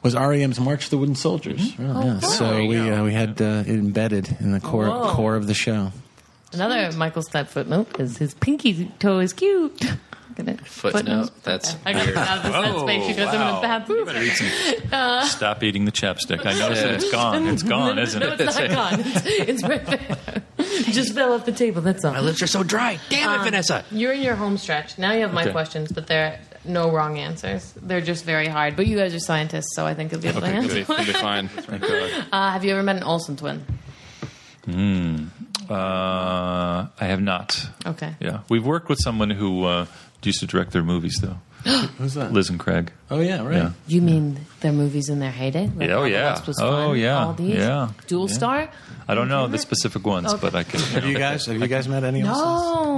S5: was REM's March of the Wooden Soldiers. Oh, yeah. So we, uh, we had uh, it embedded in the core,
S3: Whoa.
S5: core of the show.
S3: Another Michael Stipe footnote is his pinky toe is cute. Gonna-
S2: Footnote. That's
S3: I got it out
S4: Oh,
S3: of the sense space because I'm in a bad mood.
S4: Stop eating the chapstick. I noticed
S2: Yeah.
S4: that it's gone. It's gone, isn't
S3: no,
S4: it?
S3: it's not gone. It's, it's right there. Just fell off the table. That's all. Um,
S2: my lips are so dry. Damn it, Vanessa.
S3: You're in your home stretch. Now you have my
S4: Okay.
S3: questions, but they're no wrong answers. They're just very hard. But you guys are scientists, so I think you'll be able to
S4: Okay,
S3: answer.
S2: You'll be fine.
S3: Uh, have you ever met an Olsen twin?
S4: Uh, I have not.
S3: Okay.
S4: Yeah, we've worked with someone who uh, used to direct their movies, though.
S5: Who's that?
S4: Liz and Craig.
S5: Oh, yeah, right.
S4: Yeah.
S3: You mean their movies in their heyday? Like
S4: Yeah, oh,
S3: All the
S4: yeah.
S3: Lust Was
S4: Oh,
S3: Fun,
S4: yeah,
S3: All these?
S4: yeah,
S3: Dual
S4: yeah.
S3: Star?
S4: I don't know the specific ones, but I can.
S5: Have you guys have you guys met any? Olsons?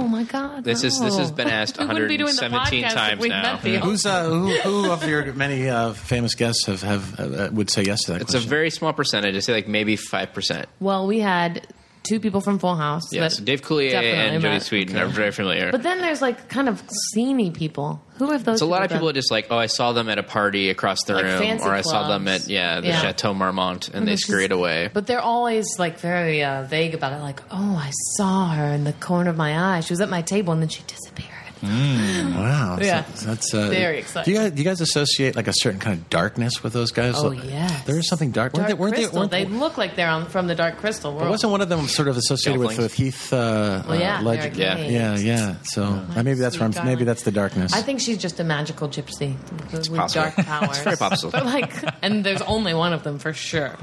S3: No, my God.
S2: This is- this has been asked
S3: We wouldn't be doing the
S2: 117
S3: podcast if
S2: times
S3: we'd
S2: now.
S3: met the
S5: Who's uh, who, who of your many uh, famous guests have, have uh, would say yes to that?
S2: It's a
S5: question?
S2: very small percentage. I say like maybe five percent.
S3: Well, we had two people from Full House.
S2: Yes,
S3: that
S2: Dave Coulier
S3: definitely
S2: and Jody
S3: met.
S2: Sweeten are very familiar.
S3: But then there's like kind of sceney people. Who have those?
S2: So a lot of people are
S3: been?
S2: just like, oh, I saw them at a party across the
S3: Like
S2: room,
S3: fancy
S2: or I saw them
S3: clubs.
S2: at yeah the
S3: Yeah.
S2: Chateau Marmont, and they
S3: This is-
S2: scurried away.
S3: But they're always like very uh, vague about it. Like, oh, I saw her in the corner of my eye. She was at my table and then she disappeared.
S5: Wow.
S3: Yeah.
S5: So that's uh,
S3: Very exciting.
S5: Do you, guys, do you guys associate like a certain kind of darkness with those guys?
S3: Oh,
S5: Like,
S3: yes.
S5: There is something dark.
S3: Dark
S5: weren't they? Weren't
S3: crystal.
S5: weren't-
S3: They look like they're on, from the Dark Crystal world.
S5: wasn't one of them sort of associated with,
S2: Gelflings.
S5: with Heath? Uh,
S3: Well, yeah,
S5: uh, Ledger?
S2: Yeah.
S3: they're gay.
S5: yeah, yeah. So uh, maybe that's where I'm,
S3: Sweet
S5: maybe
S3: darling.
S5: that's the darkness.
S3: I think she's just a magical gypsy with
S2: possible.
S3: dark powers.
S2: It's very possible.
S3: But like, and there's only one of them for sure.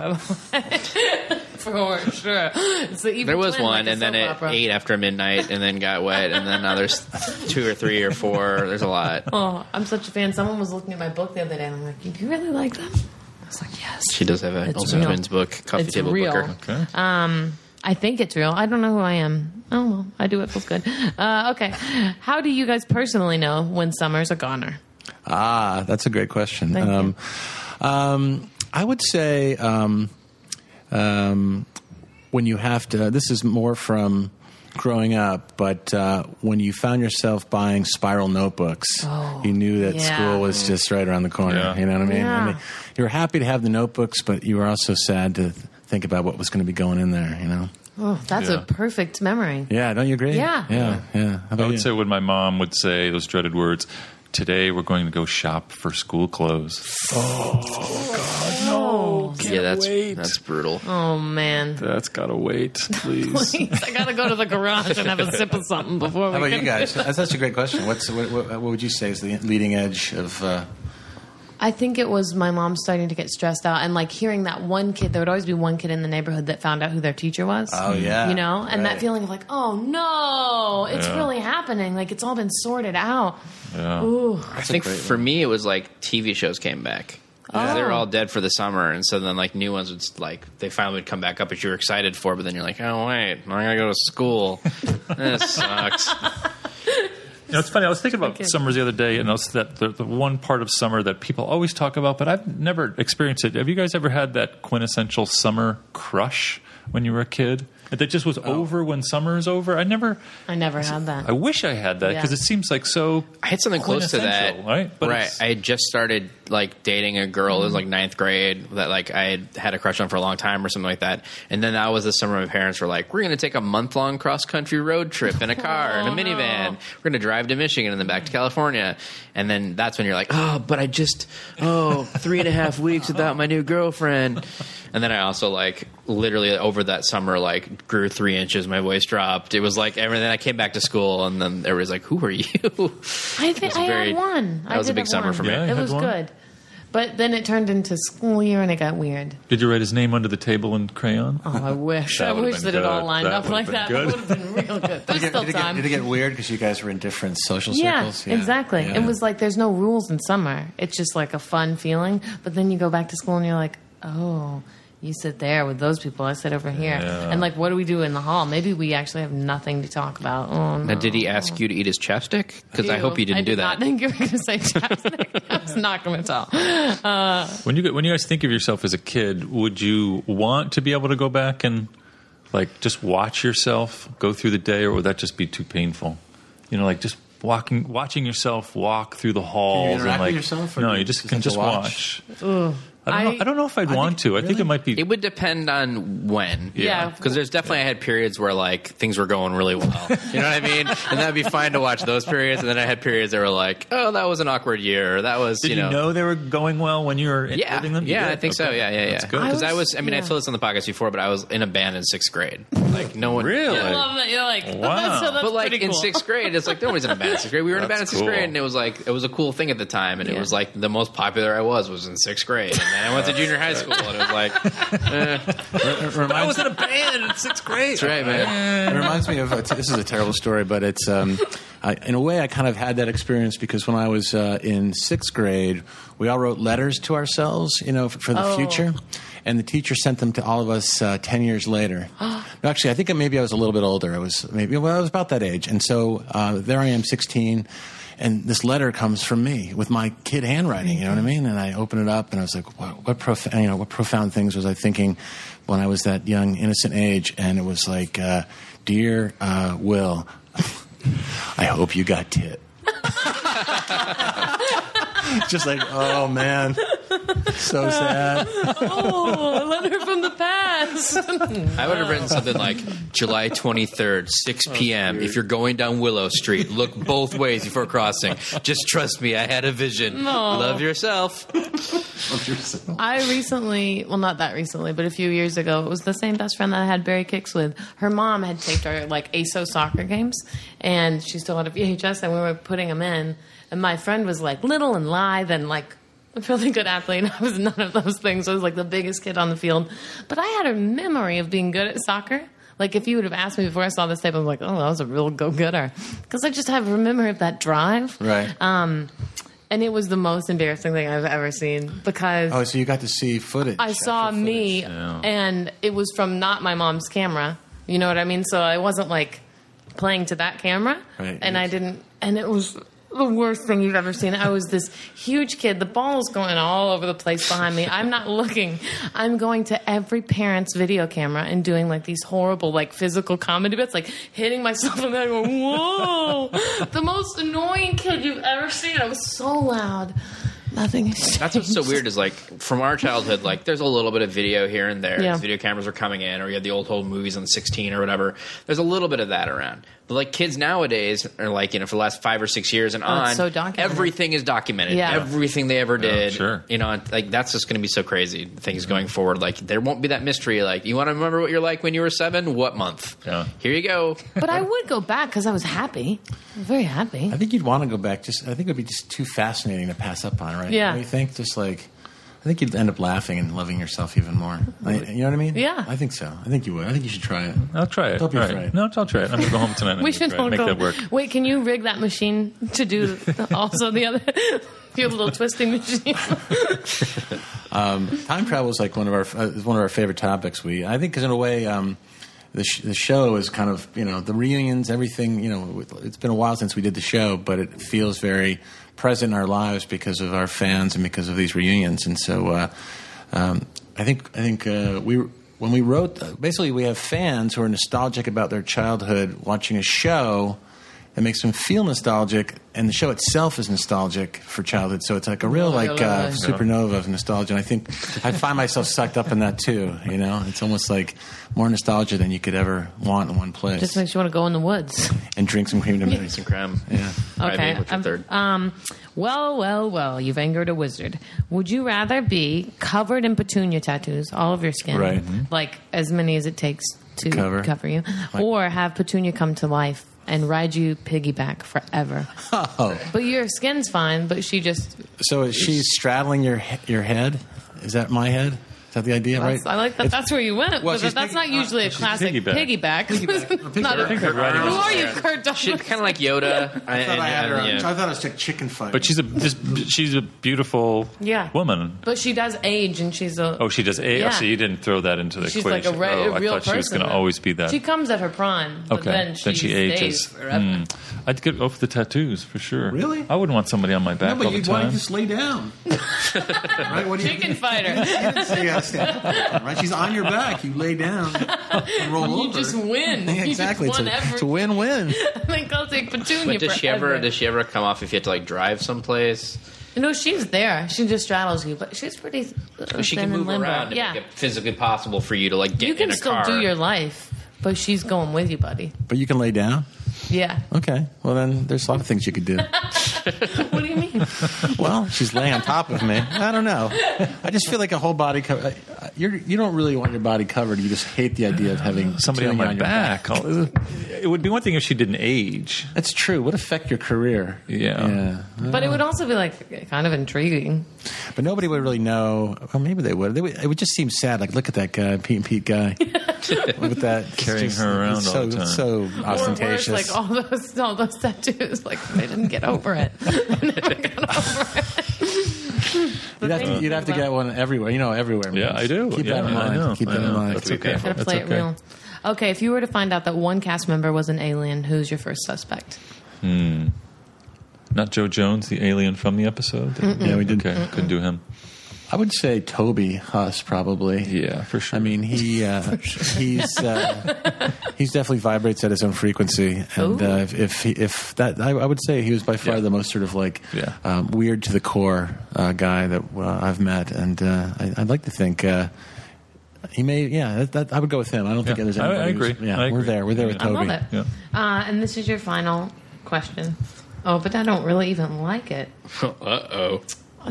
S3: for sure. It's the evil
S2: there was
S3: twin, like
S2: one,
S3: a
S2: and then
S3: soap
S2: it
S3: opera.
S2: ate after midnight, and then got wet, and then now there's two or three or four. There's a lot.
S3: Oh, I'm such a fan. Someone was looking at my book the other day, and I'm like, "Do you really like them?" I was like, "Yes."
S2: She does have an
S3: It's
S2: Olsen
S3: real.
S2: Twins book, coffee
S3: It's
S2: table
S3: real.
S2: booker.
S4: Okay.
S3: I think it's real. I don't know who I am. Oh well, I do what feels good. Uh, okay, how do you guys personally know when summer's a goner?
S5: Ah, that's a great question.
S3: Thank you.
S5: um, um, I would say um, um, when you have to, this is more from growing up, but uh, when you found yourself buying spiral notebooks, you knew that
S3: Oh, yeah.
S5: school was just right around the corner.
S4: Yeah.
S5: You know what I mean?
S3: Yeah.
S5: And you were happy to have the notebooks, but you were also sad to think about what was going to be going in there, you know?
S3: Oh, that's
S4: Yeah.
S3: a perfect memory.
S5: Yeah, don't you agree?
S3: Yeah.
S5: Yeah, yeah. How about
S4: I would
S5: you?
S4: say when my mom would say those dreaded words. Today we're going to go shop for school clothes.
S2: Yeah, that's that's brutal.
S3: Oh man,
S4: That's gotta wait, please.
S3: Please, I gotta go to the garage and have a sip of something before we.
S5: How about
S3: can-
S5: you guys? That's such a great question. What's, what, what, what would you say is the leading edge of. Uh,
S3: I think it was my mom starting to get stressed out and like hearing that one kid. There would always be one kid in the neighborhood that found out who their teacher was.
S5: Oh, yeah.
S3: Mm. you know, and
S5: Right.
S3: that feeling of like, oh no, it's
S4: Yeah.
S3: really happening. Like it's all been sorted out.
S4: Yeah.
S3: Ooh,
S2: I think for me, it was like TV shows came back.
S3: Oh.
S2: They were all dead for the summer, and so then like new ones would s- like they finally would come back up, as you were excited for, but then you're like, oh wait, I'm gonna go to school. this sucks.
S4: You know, it's funny. I was thinking about
S3: Okay.
S4: summers the other day, and it's that the, the one part of summer that people always talk about, but I've never experienced it. Have you guys ever had that quintessential summer crush? when you were a kid that just was over when summer is over. I never.
S3: I never had that.
S4: I wish I had that because
S3: Yeah.
S4: it seems like so.
S2: I had something close to that.
S4: Quintessential, right? But
S2: right.
S4: it's-
S2: I had just started like dating a girl in like ninth grade that like I had had a crush on for a long time or something like that. And then that was the summer my parents were like, "We're going to take a month long cross country road trip in a car and
S3: Oh,
S2: a minivan.
S3: no.
S2: We're going to drive to Michigan and then back to California." And then that's when you're like, "Oh, but I just oh three and a half weeks without my new girlfriend." And then I also like literally over that summer like grew three inches. My voice dropped. It was like everything. I came back to school and then everybody's like, "Who are you?"
S3: I think
S2: It's
S3: I
S2: very-
S3: had one.
S2: that
S3: I
S2: was a
S3: did
S2: big
S3: have
S2: summer
S3: one.
S2: for me.
S4: Yeah, you
S3: it
S4: had
S3: was
S4: one?
S3: good, but then it turned into school year and it got weird.
S4: Did you write his name under the table in crayon?
S3: Oh, I wish.
S4: That
S3: I
S4: would've
S3: wish
S4: been
S3: that it all
S4: good.
S3: lined
S4: That
S3: up
S4: would've
S3: like
S4: been
S3: that.
S4: good.
S3: That would have been real good. There's still
S5: did, it get,
S3: time.
S5: did it get weird because you guys were in different social
S3: yeah,
S5: circles?
S3: exactly.
S5: Yeah.
S3: It was like there's no rules in summer. It's just like a fun feeling. But then you go back to school and you're like, oh, you sit there with those people. I sit over here.
S4: Yeah.
S3: And like, what do we do in the hall? Maybe we actually have nothing to talk about. Oh, no.
S2: Now, did he ask you to eat his chapstick? Because I
S3: Ew.
S2: hope you didn't
S3: I
S2: do
S3: did
S2: that.
S3: Not think you were going to say chapstick. I was not going to tell.
S4: When you when you guys think of yourself as a kid, would you want to be able to go back and like just watch yourself go through the day, or would that just be too painful? You know, like just walking, watching yourself walk through the halls and
S5: interact with
S4: like
S5: yourself, or
S4: no,
S5: you
S4: you just
S5: just
S4: can
S5: have to
S4: just watch.
S5: watch?
S4: I, don't know,
S3: I-
S4: I don't know if I'd want to. I think it might be.
S2: It would depend on when.
S3: Yeah. Yeah.
S2: Because there's definitely, I had periods where like things were going really well. You know what I mean? And that'd be fine to watch those periods. And then I had periods that were like, oh, that was an awkward year. Or that was,
S4: did
S2: you
S4: you
S2: know.
S4: know, they were going well when you were
S2: yeah,
S4: living them? You
S2: yeah,
S4: did?
S2: I think so.
S4: Okay.
S2: Yeah, yeah, yeah.
S4: That's good.
S2: Because I
S3: I
S2: was,
S3: was-
S2: I mean, I
S3: yeah.
S2: told this on the podcast before, but I was in a band in sixth grade. Like no one
S4: Really?
S2: yeah.
S3: I love that you're like,
S4: Wow.
S3: that's, so that's
S2: but like
S3: pretty
S2: in
S3: cool.
S2: sixth grade, it's like nobody's in a band in sixth grade. We were in a band in
S4: That's
S2: sixth
S4: cool.
S2: grade, and it was like it was a cool thing at the time, and it
S3: Yeah.
S2: was like the most popular I was was in sixth grade, and then I went to junior high school, and it was like,
S5: It reminds-
S4: I was in a band in sixth grade.
S2: that's right, man.
S5: it reminds me of a t- this is a terrible story, but it's um, I, in a way I kind of had that experience because when I was uh, in sixth grade, we all wrote letters to ourselves, you know, for, for the
S3: Oh.
S5: future, and the teacher sent them to all of us uh, ten years later. no, actually, I think maybe I was a little bit older. I was maybe well, I was about that age, and so uh, there I am, sixteen. And this letter comes from me with my kid handwriting, you know what I mean? And I open it up, and I was like, "What, what profound, you know, what profound things was I thinking when I was that young, innocent age?" And it was like, uh, "Dear uh, Will, I hope you got tit." Just like, oh man, so sad.
S3: oh, a letter from the past.
S2: I would have written something like July 23rd, 6 p.m. If you're going down Willow Street, look both ways before crossing. Just trust me, I had a vision.
S3: No.
S2: Love yourself.
S3: I recently, well, not that recently, but a few years ago, it was the same best friend that I had Barry Kicks with. Her mom had taped our like ASO soccer games, and she still had a VHS, and we were putting them in. And my friend was like little and lithe and like a really good athlete. I was none of those things. I was like the biggest kid on the field, but I had a memory of being good at soccer. Like if you would have asked me before I saw this tape, I'm like, oh, that was a real go getter, because I just have a memory of that drive.
S5: Right.
S3: Um, and it was the most embarrassing thing I've ever seen because
S5: oh, so you got to see footage.
S3: I saw
S5: actual footage.
S3: me, and it was from not my mom's camera. You know what I mean? So I wasn't like playing to that camera,
S5: Right.
S3: and I didn't. And it was the worst thing you've ever seen. I was this huge kid. The ball's going all over the place behind me. I'm not looking. I'm going to every parent's video camera and doing like these horrible like physical comedy bits, like hitting myself in the head. Going, Whoa! the most annoying kid you've ever seen. I was so loud. Nothing. has
S2: That's what's so
S3: changed.
S2: weird is like from our childhood, like there's a little bit of video here and there.
S3: Yeah.
S2: as Video cameras are coming in, or you had the old home movies on 16 or whatever. There's a little bit of that around. But like kids nowadays are like, you know, for the last five or six years and
S3: it's
S2: on,
S3: so documented.
S2: everything is documented.
S3: Yeah.
S2: Everything they ever did.
S4: Oh, sure. Mm-hmm.
S2: You know, like that's just going to be so crazy. Things going forward. Like there won't be that mystery. Like you want to remember what you're like when you were seven? What month?
S4: Yeah.
S2: Here you go.
S3: But I would go back because I was happy, very happy.
S5: I think you'd want to go back. Just I think it would be just too fascinating to pass up on, right?
S3: Yeah.
S5: Don't you think just like I think you'd end up laughing and loving yourself even more. I, you know what I mean?
S3: Yeah.
S5: I think so. I think you would. I think you should try it.
S4: I'll try it.
S5: Don't be
S4: All right.
S5: afraid.
S4: No, I'll try it. I'm gonna go home tonight. and
S3: We
S4: I'm gonna
S3: should
S4: try
S3: all
S4: and make
S3: go.
S4: that work.
S3: Wait, can you rig that machine to do also the other few little twisting machines?
S5: Time travel is like one of our uh, is one of our favorite topics. We I think because in a way. Um, the, sh- the show is kind of you know the reunions everything you know it's been a while since we did the show but it feels very present in our lives because of our fans and because of these reunions and so uh, um, I think I think uh, we when we wrote, basically, we have fans who are nostalgic about their childhood watching a show that makes them feel nostalgic, and the show itself is nostalgic for childhood. So it's like a real
S3: Right,
S5: like
S3: right,
S5: uh,
S3: right.
S5: supernova of nostalgia. And I think I find myself sucked up in that too. You know, it's almost like more nostalgia than you could ever want in one place,
S3: Just makes you want to go in the woods.
S5: and drink some cream to me.
S2: Some crime.
S5: Yeah.
S2: All right,
S3: Okay.
S2: Nate, what's your
S3: um,
S2: third?
S3: um, well, well, well, you've angered a wizard. Would you rather be covered in petunia tattoos, all of your skin, Mm-hmm.
S5: Right. Mhm.
S3: like as many as it takes to
S5: Cover.
S3: cover, you, or have petunia come to life and ride you piggyback forever?
S5: Oh,
S3: But your skin's fine, but she just.
S5: so is she straddling your he- your head? Is that my head? Is that the idea?
S3: That's,
S5: right.
S3: I like that.
S5: It's-
S3: that's where you went.
S5: Well,
S3: but
S5: she's
S3: that's not
S5: piggy-
S3: usually a classic
S4: piggyback.
S3: piggyback. Not a-
S4: Her riding
S3: who
S4: was-
S3: are you, Kurt Douglas?
S2: She kind of like Yoda.
S5: I thought I had her. on-
S2: yeah.
S5: I thought it was like chicken fight.
S4: But she's a just, she's a beautiful
S3: Yeah.
S4: woman.
S3: But she does age, and she's a.
S4: Oh, she does. A-
S3: Yeah.
S4: So you didn't throw that into the
S3: She's
S4: equation.
S3: like a, re-
S4: oh,
S3: a real
S4: I thought
S3: person.
S4: she was going to
S3: then.
S4: always be that.
S3: She comes at her prime, but
S4: okay.
S3: then she,
S4: ages.
S3: stays forever.
S4: Hmm. I'd get off the tattoos for sure.
S5: Really?
S4: I wouldn't want somebody on my back all the time.
S5: lay down? right? What do
S3: Chicken fighter,
S5: you gotta stand up, right? She's on your back. You lay down and roll
S3: you just win.
S5: Yeah, exactly.
S3: You just won
S5: it's, a,
S3: every.
S5: it's a win-win.
S3: I think I'll take Petunia.
S2: But does she
S3: forever.
S2: ever? Does she ever come off if you had to like drive someplace?
S3: No, she's there. She just straddles you, but she's pretty. Uh,
S2: She
S3: thin
S2: can
S3: and
S2: move
S3: limber.
S2: around to
S3: Yeah,
S2: make it physically possible for you to like get
S3: you can
S2: in a
S3: still
S2: car.
S3: do your life, but she's going with you, buddy.
S5: But you can lay down.
S3: Yeah.
S5: Okay. Well, then there's a lot of things you could do.
S3: what do you mean?
S5: well, she's laying on top of me. I don't know. I just feel like a whole body cover. You're, you don't really want your body covered. You just hate the idea of having
S4: Uh, somebody on
S5: something
S4: my
S5: your
S4: back. I'll- it would be one thing if she didn't age.
S5: That's true. Would affect your career.
S4: Yeah.
S5: Yeah.
S3: But it would also be like kind of intriguing.
S5: But nobody would really know, or maybe they would. They would it would just seem sad. Like, look at that guy, Pete and Pete guy, with that
S4: Carrying
S5: it's
S4: her around
S5: it's
S4: all
S5: so,
S4: the time.
S5: So ostentatious.
S3: Or worse, like all those all those tattoos, like they didn't get over it. They never got over it. The
S5: you'd have,
S3: thing
S5: to, you'd have to
S3: about-
S5: get one everywhere. You know, everywhere.
S4: Yeah,
S5: man.
S4: I do.
S5: Keep
S4: Yeah,
S5: that in
S4: I
S5: mind.
S4: know.
S5: Keep
S4: I
S5: that in
S4: know.
S5: mind.
S4: That's okay.
S3: Gotta
S4: That's
S3: play it
S4: okay.
S3: real. Okay, if you were to find out that one cast member was an alien, who's your first suspect?
S4: Not Joe Jones, the alien from the episode.
S5: Yeah, we did.
S4: Okay, couldn't do him.
S5: I would say Toby Huss probably.
S4: Yeah, for sure.
S5: I mean, he uh, he's uh, he's definitely vibrates at his own frequency, and
S3: Ooh.
S5: uh, if if, he, if that I, I would say he was by far
S4: Yeah.
S5: the most sort of like
S4: Yeah.
S5: um, weird to the core uh, guy that uh, I've met, and uh, I, I'd like to think. Uh, he may, yeah. That, that, I would go with him. I don't think
S4: Yeah.
S5: there's
S4: I- I
S5: anybody. who's-
S4: agree.
S5: Yeah,
S4: I
S5: we're
S4: agree.
S5: there. We're there with
S4: Yeah.
S3: I
S5: Toby.
S3: love it.
S4: Yeah.
S3: Uh, and this is your final question. Oh, but I don't really even like it.
S2: Uh oh.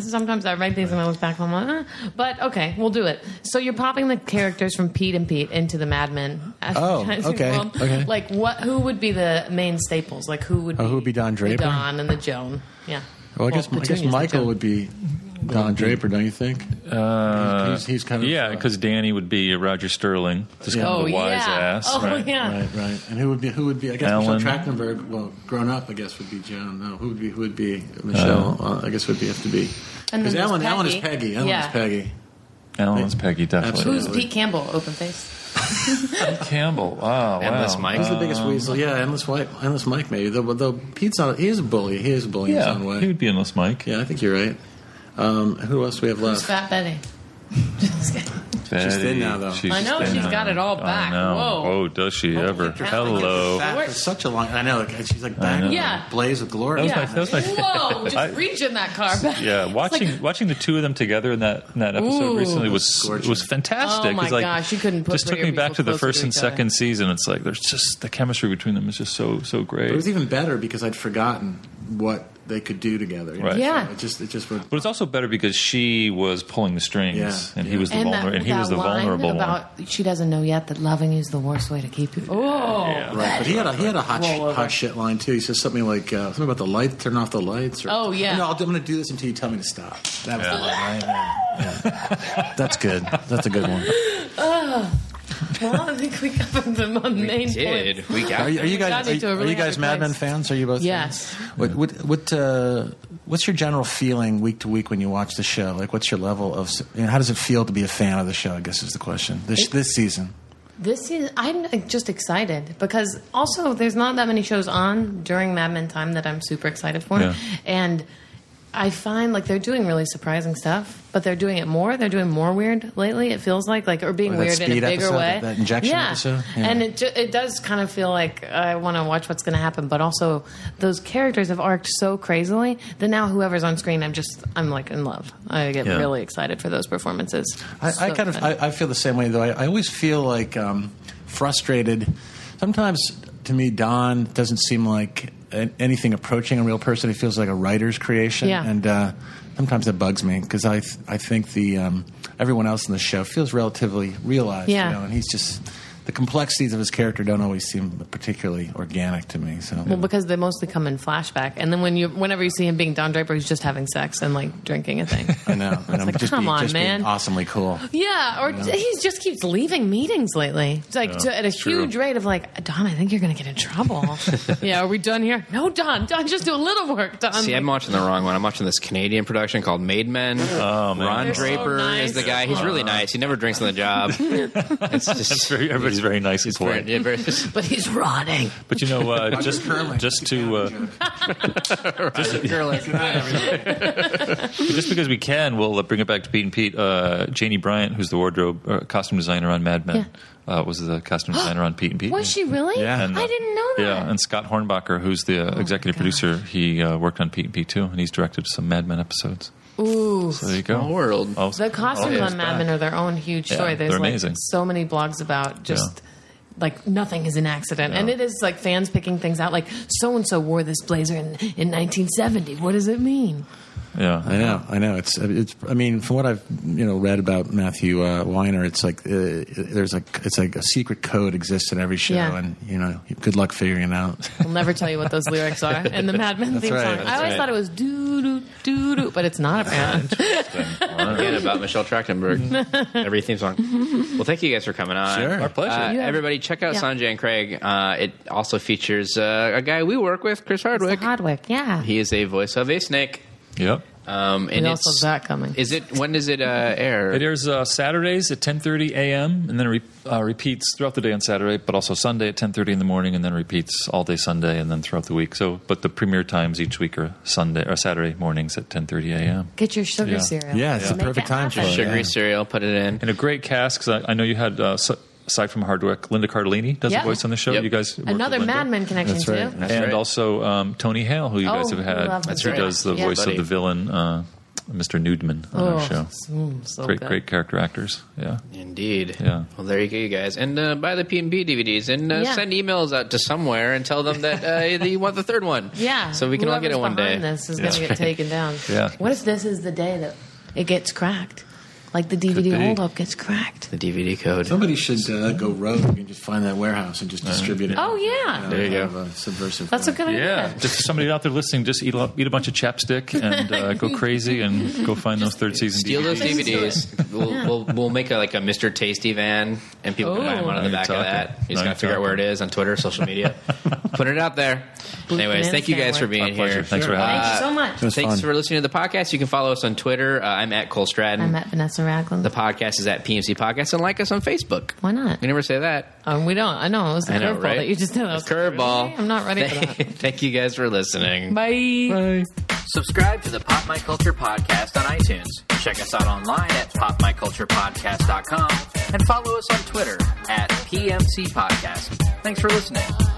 S3: Sometimes I write these and I look back and I'm like, "Ah." but okay, we'll do it. So you're popping the characters from Pete and Pete into the Mad Men.
S5: Oh,
S3: advertising
S5: okay, okay.
S3: Like what? Who would be the main staples? Like who would?
S5: Oh, who would be Don Draper?
S3: The Don and the Joan. Yeah.
S5: Well, I guess, I guess Michael would be Don Draper, don't you think?
S4: Uh,
S5: He's- he's kind of-
S4: yeah, because Danny would be Roger Sterling, just
S5: Yeah.
S4: kind
S3: Oh
S4: of a wise
S3: yeah.
S4: ass.
S3: Oh
S4: right.
S3: yeah.
S5: Right, right. And who would be? Who would be? I guess
S4: Alan.
S5: Michelle Trachtenberg. Well, grown up, I guess would be Joan. No, who would be? Who would be Michelle? uh, I guess would be have to be.
S3: And then
S5: Because Ellen,
S3: there's
S5: Ellen is
S3: Peggy.
S5: Peggy. Ellen
S3: Yeah.
S5: is Peggy.
S4: Alan's Peggy, definitely.
S3: Who's Pete Campbell? Open face.
S4: Campbell. Wow,
S2: Endless
S4: wow.
S2: Mike.
S5: He's the
S4: Um,
S5: biggest weasel. Yeah, endless Mike. Endless Mike. Maybe though. Though Pete's not. He is a bully. He is a bully in
S4: Yeah,
S5: his own
S4: he
S5: way.
S4: would be Endless Mike.
S5: Yeah, I think you're right. Um, who else do we have
S3: Who's
S5: left?
S3: Fat Betty? Just kidding.
S4: Betty,
S5: thin now, though.
S3: I know,
S4: thin
S3: she's got it all
S4: I
S3: back.
S4: know.
S3: Whoa.
S4: Oh, does she ever?
S3: picture.
S4: Hello.
S5: Fat for such a long. I know. like, She's like back.
S4: know.
S5: in a
S3: Yeah.
S5: Blaze of glory.
S4: was my- that was my-
S3: Whoa! Just
S4: I-
S3: reach in that car back.
S4: Yeah, watching watching the two of them together in that in that episode
S3: Ooh.
S4: recently was
S5: Gorgeous.
S4: was fantastic.
S3: Oh my
S4: It's like,
S3: gosh, you couldn't put
S4: just took
S3: prettier
S4: me back
S3: people
S4: to the
S3: closer
S4: first
S3: to
S4: and
S3: each other.
S4: second season. It's like there's just the chemistry between them is just so so great.
S5: It was even better because I'd forgotten what they could do together. you know,
S4: Right.
S3: Yeah.
S5: so It just. It just. Would,
S4: but it's also better because she was pulling the strings
S5: Yeah.
S4: and he was the
S3: And, that,
S4: vulnerable and he was
S3: that
S4: the
S3: line
S4: vulnerable one.
S3: about she doesn't know yet that loving you is the worst way to keep you. Oh,
S5: Right, but he had a, he had a hot, sh-
S3: Roll over.
S5: hot shit line too. He says something like uh, something about the lights, turn off the lights. Or,
S3: Oh, yeah.
S5: No, I'll, do- I'm going to do this until you tell me to stop. That was the line. Right? Yeah. That's good. That's a good one.
S3: well, I think we covered the m- main
S2: Did
S3: points.
S2: we got?
S5: Are you, are you
S3: got
S5: guys are,
S3: into a
S5: you- are
S3: really
S5: you guys
S3: happy
S5: Mad Men
S3: place.
S5: fans? Are you both?
S3: Yes.
S5: fans? What what what uh, what's your general feeling week to week when you watch the show? Like, what's your level of? s- You know, how does it feel to be a fan of the show? I guess is the question. This this season.
S3: This is I'm uh, just excited because also there's not that many shows on during Mad Men time that I'm super excited for,
S4: Yeah.
S3: and I find like they're doing really surprising stuff, but they're doing it more. They're doing more weird lately. It feels like like or being
S5: Or that
S3: weird in a
S5: speed
S3: bigger
S5: episode,
S3: way.
S5: that- that injection
S3: yeah.
S5: episode? Yeah.
S3: and it ju- it does kind of feel like I want to watch what's going to happen, but also those characters have arced so crazily that now whoever's on screen, I'm just I'm like in love. I get
S4: Yeah.
S3: really excited for those performances.
S5: I, I
S3: So
S5: kind of
S3: good.
S5: I, I feel the same way though. I, I always feel like um, frustrated. Sometimes to me, Don doesn't seem like an, anything approaching a real person. It feels like a writer's creation,
S3: Yeah.
S5: and uh, sometimes that bugs me because I th- I think the um, everyone else in the show feels relatively realized.
S3: Yeah.
S5: you know, and he's just. The complexities of his character don't always seem particularly organic to me. So
S3: Well, because they mostly come in flashback, and then when you, whenever you see him being Don Draper, he's just having sex and like drinking a thing.
S5: I know, and I'm
S3: like,
S5: just,
S3: come
S5: being,
S3: on,
S5: just
S3: man.
S5: being awesomely cool.
S3: yeah, or he just keeps leaving meetings lately, It's like to, at a
S4: true.
S3: huge rate of like, Don, I think you're going to get in trouble. yeah, are we done here? No, Don, Don, just do a little work, Don.
S2: See, I'm watching the wrong one. I'm watching this Canadian production called Made Men. Oh,
S4: man.
S2: Ron
S3: They're so
S2: Draper
S3: nice.
S2: is the guy. He's really nice. He never drinks on the job. it's just
S4: Very- everybody's very nice and polite.
S2: Yeah, very-
S3: but he's rotting.
S4: But you know, uh, just just to uh, But just because we can, we'll uh, bring it back to Pete and Pete. Uh, Janie Bryant, who's the wardrobe uh, costume designer on Mad Men, uh, was the costume designer on Pete and Pete.
S3: Was she really?
S5: Yeah.
S4: And, uh,
S3: I didn't know that. Oh
S4: Yeah, and Scott Hornbacher, who's the uh, executive
S3: gosh.
S4: producer, he uh, worked on Pete and Pete too, and he's directed some Mad Men episodes.
S3: Ooh.
S4: So there you go.
S2: Small world.
S4: Oh,
S3: The costumes
S4: oh,
S3: on Mad Men are their own huge
S4: Yeah,
S3: story. There's
S4: they're
S3: like
S4: amazing.
S3: so many blogs about just like nothing is an accident, and
S4: Yeah.
S3: it is like fans picking things out. Like so and so wore this blazer in, in 1970. What does it mean?
S4: Yeah.
S5: I know, I know. It's, it's. I mean, from what I've you know read about Matthew uh, Weiner, it's like uh, there's like it's like a secret code exists in every show,
S3: Yeah.
S5: and you know, good luck figuring it out.
S3: I'll never tell you what those lyrics are in the Mad Men theme
S5: right,
S3: song.
S5: that's
S3: I always
S2: right.
S3: thought it was doo doo doo doo, but it's not apparently.
S2: Again, about Michelle Trachtenberg. Every theme song. Well, thank you guys for coming on.
S5: Sure. Our
S4: pleasure.
S2: Uh,
S3: You have-
S2: everybody, check out
S3: Yeah.
S2: Sanjay and Craig. Uh, it also features uh, a guy we work with, Chris Hardwick.
S3: Hardwick, yeah.
S2: He is a voice of a snake.
S4: Yep.
S2: Um, and
S3: we
S2: it's,
S3: also have that coming.
S2: Is it when does it uh, air?
S4: It airs uh, Saturdays at 10:30 a.m. and then it re- uh, repeats throughout the day on Saturday, but also Sunday at 10:30 in the morning, and then repeats all day Sunday, and then throughout the week. So, but the premiere times each week are Sunday or Saturday mornings at 10:30 a.m.
S3: Get your sugar
S4: Yeah.
S3: cereal.
S5: yeah, it's the
S3: Make
S5: perfect
S3: it
S5: time for
S3: happen.
S5: it.
S2: Sugary
S5: yeah.
S2: cereal. Put it in.
S4: And a great cast because I, I know you had uh, s- aside from Hardwick, Linda Cardellini does
S3: Yeah.
S4: a voice on the show.
S2: Yep.
S4: You guys worked
S3: Another
S4: with Linda.
S3: Mad Men connection
S5: That's
S3: too.
S5: right.
S4: and
S2: right.
S4: also um, Tony Hale, who you
S3: Oh,
S4: guys have had,
S3: love That's
S4: who
S3: right.
S4: does the
S3: Yeah.
S4: voice
S2: Buddy.
S4: of the villain, uh, Mr. Newdman, on
S3: Oh,
S4: our show.
S3: mm, so
S4: great,
S3: good.
S4: great character actors. Yeah.
S2: Indeed.
S4: Yeah.
S2: Well, there you go, you guys. And uh, buy the P and B DVDs and uh,
S3: Yeah.
S2: send emails out to somewhere and tell them that uh, that you want the third one.
S3: Yeah.
S2: So we can all get it
S3: Whoever's
S2: one day.
S3: behind This is
S4: Yeah.
S3: going to get taken down.
S4: Yeah.
S3: What if this is the day that it gets cracked? Like the DVD
S4: be.
S3: holdup gets cracked.
S2: The DVD code.
S5: Somebody should uh, go rogue and just find that warehouse and just distribute it.
S3: Oh, yeah.
S5: know,
S2: There you
S5: out
S2: go.
S5: of a subversive.
S3: That's a
S5: way.
S3: good idea.
S4: Just somebody out there listening, just eat a, eat a bunch of chapstick and uh, go crazy and go find those third season
S2: Steal those
S4: DVDs.
S2: DVDs. We'll, we'll we'll make a, like a Mr. Tasty van, and people can buy them
S3: Ooh.
S2: out of the
S4: Now
S2: back
S4: you're
S2: of that.
S4: talking.
S2: You just
S4: Now
S2: gotta
S4: you're
S2: figure out where it is on Twitter, social media. Put it out there.
S3: Blue
S2: Anyways,
S3: banana
S2: thank you guys for
S3: sandwich.
S2: being
S4: My
S2: here. Uh,
S4: pleasure. Thanks for having
S3: Thank
S4: us.
S3: you so much.
S5: It was
S2: Thanks
S5: fun.
S2: for listening to the podcast. You can follow us on Twitter. Uh, I'm at Cole Stratton.
S3: I'm at Vanessa Ragland.
S2: the podcast is at PMC Podcast, and like us on Facebook.
S3: Why not?
S2: We never say that.
S3: Um, we don't. I know. It was a
S2: I know,
S3: curveball
S2: right?
S3: that you just did. I was
S2: A curveball.
S3: Like, really? I'm not ready for that.
S2: Thank you guys for listening.
S3: Bye.
S2: Subscribe to the Pop My Culture Podcast on iTunes. Check us out online at popmyculturepodcast.com and follow us on Twitter at PMC Podcast. Thanks for listening.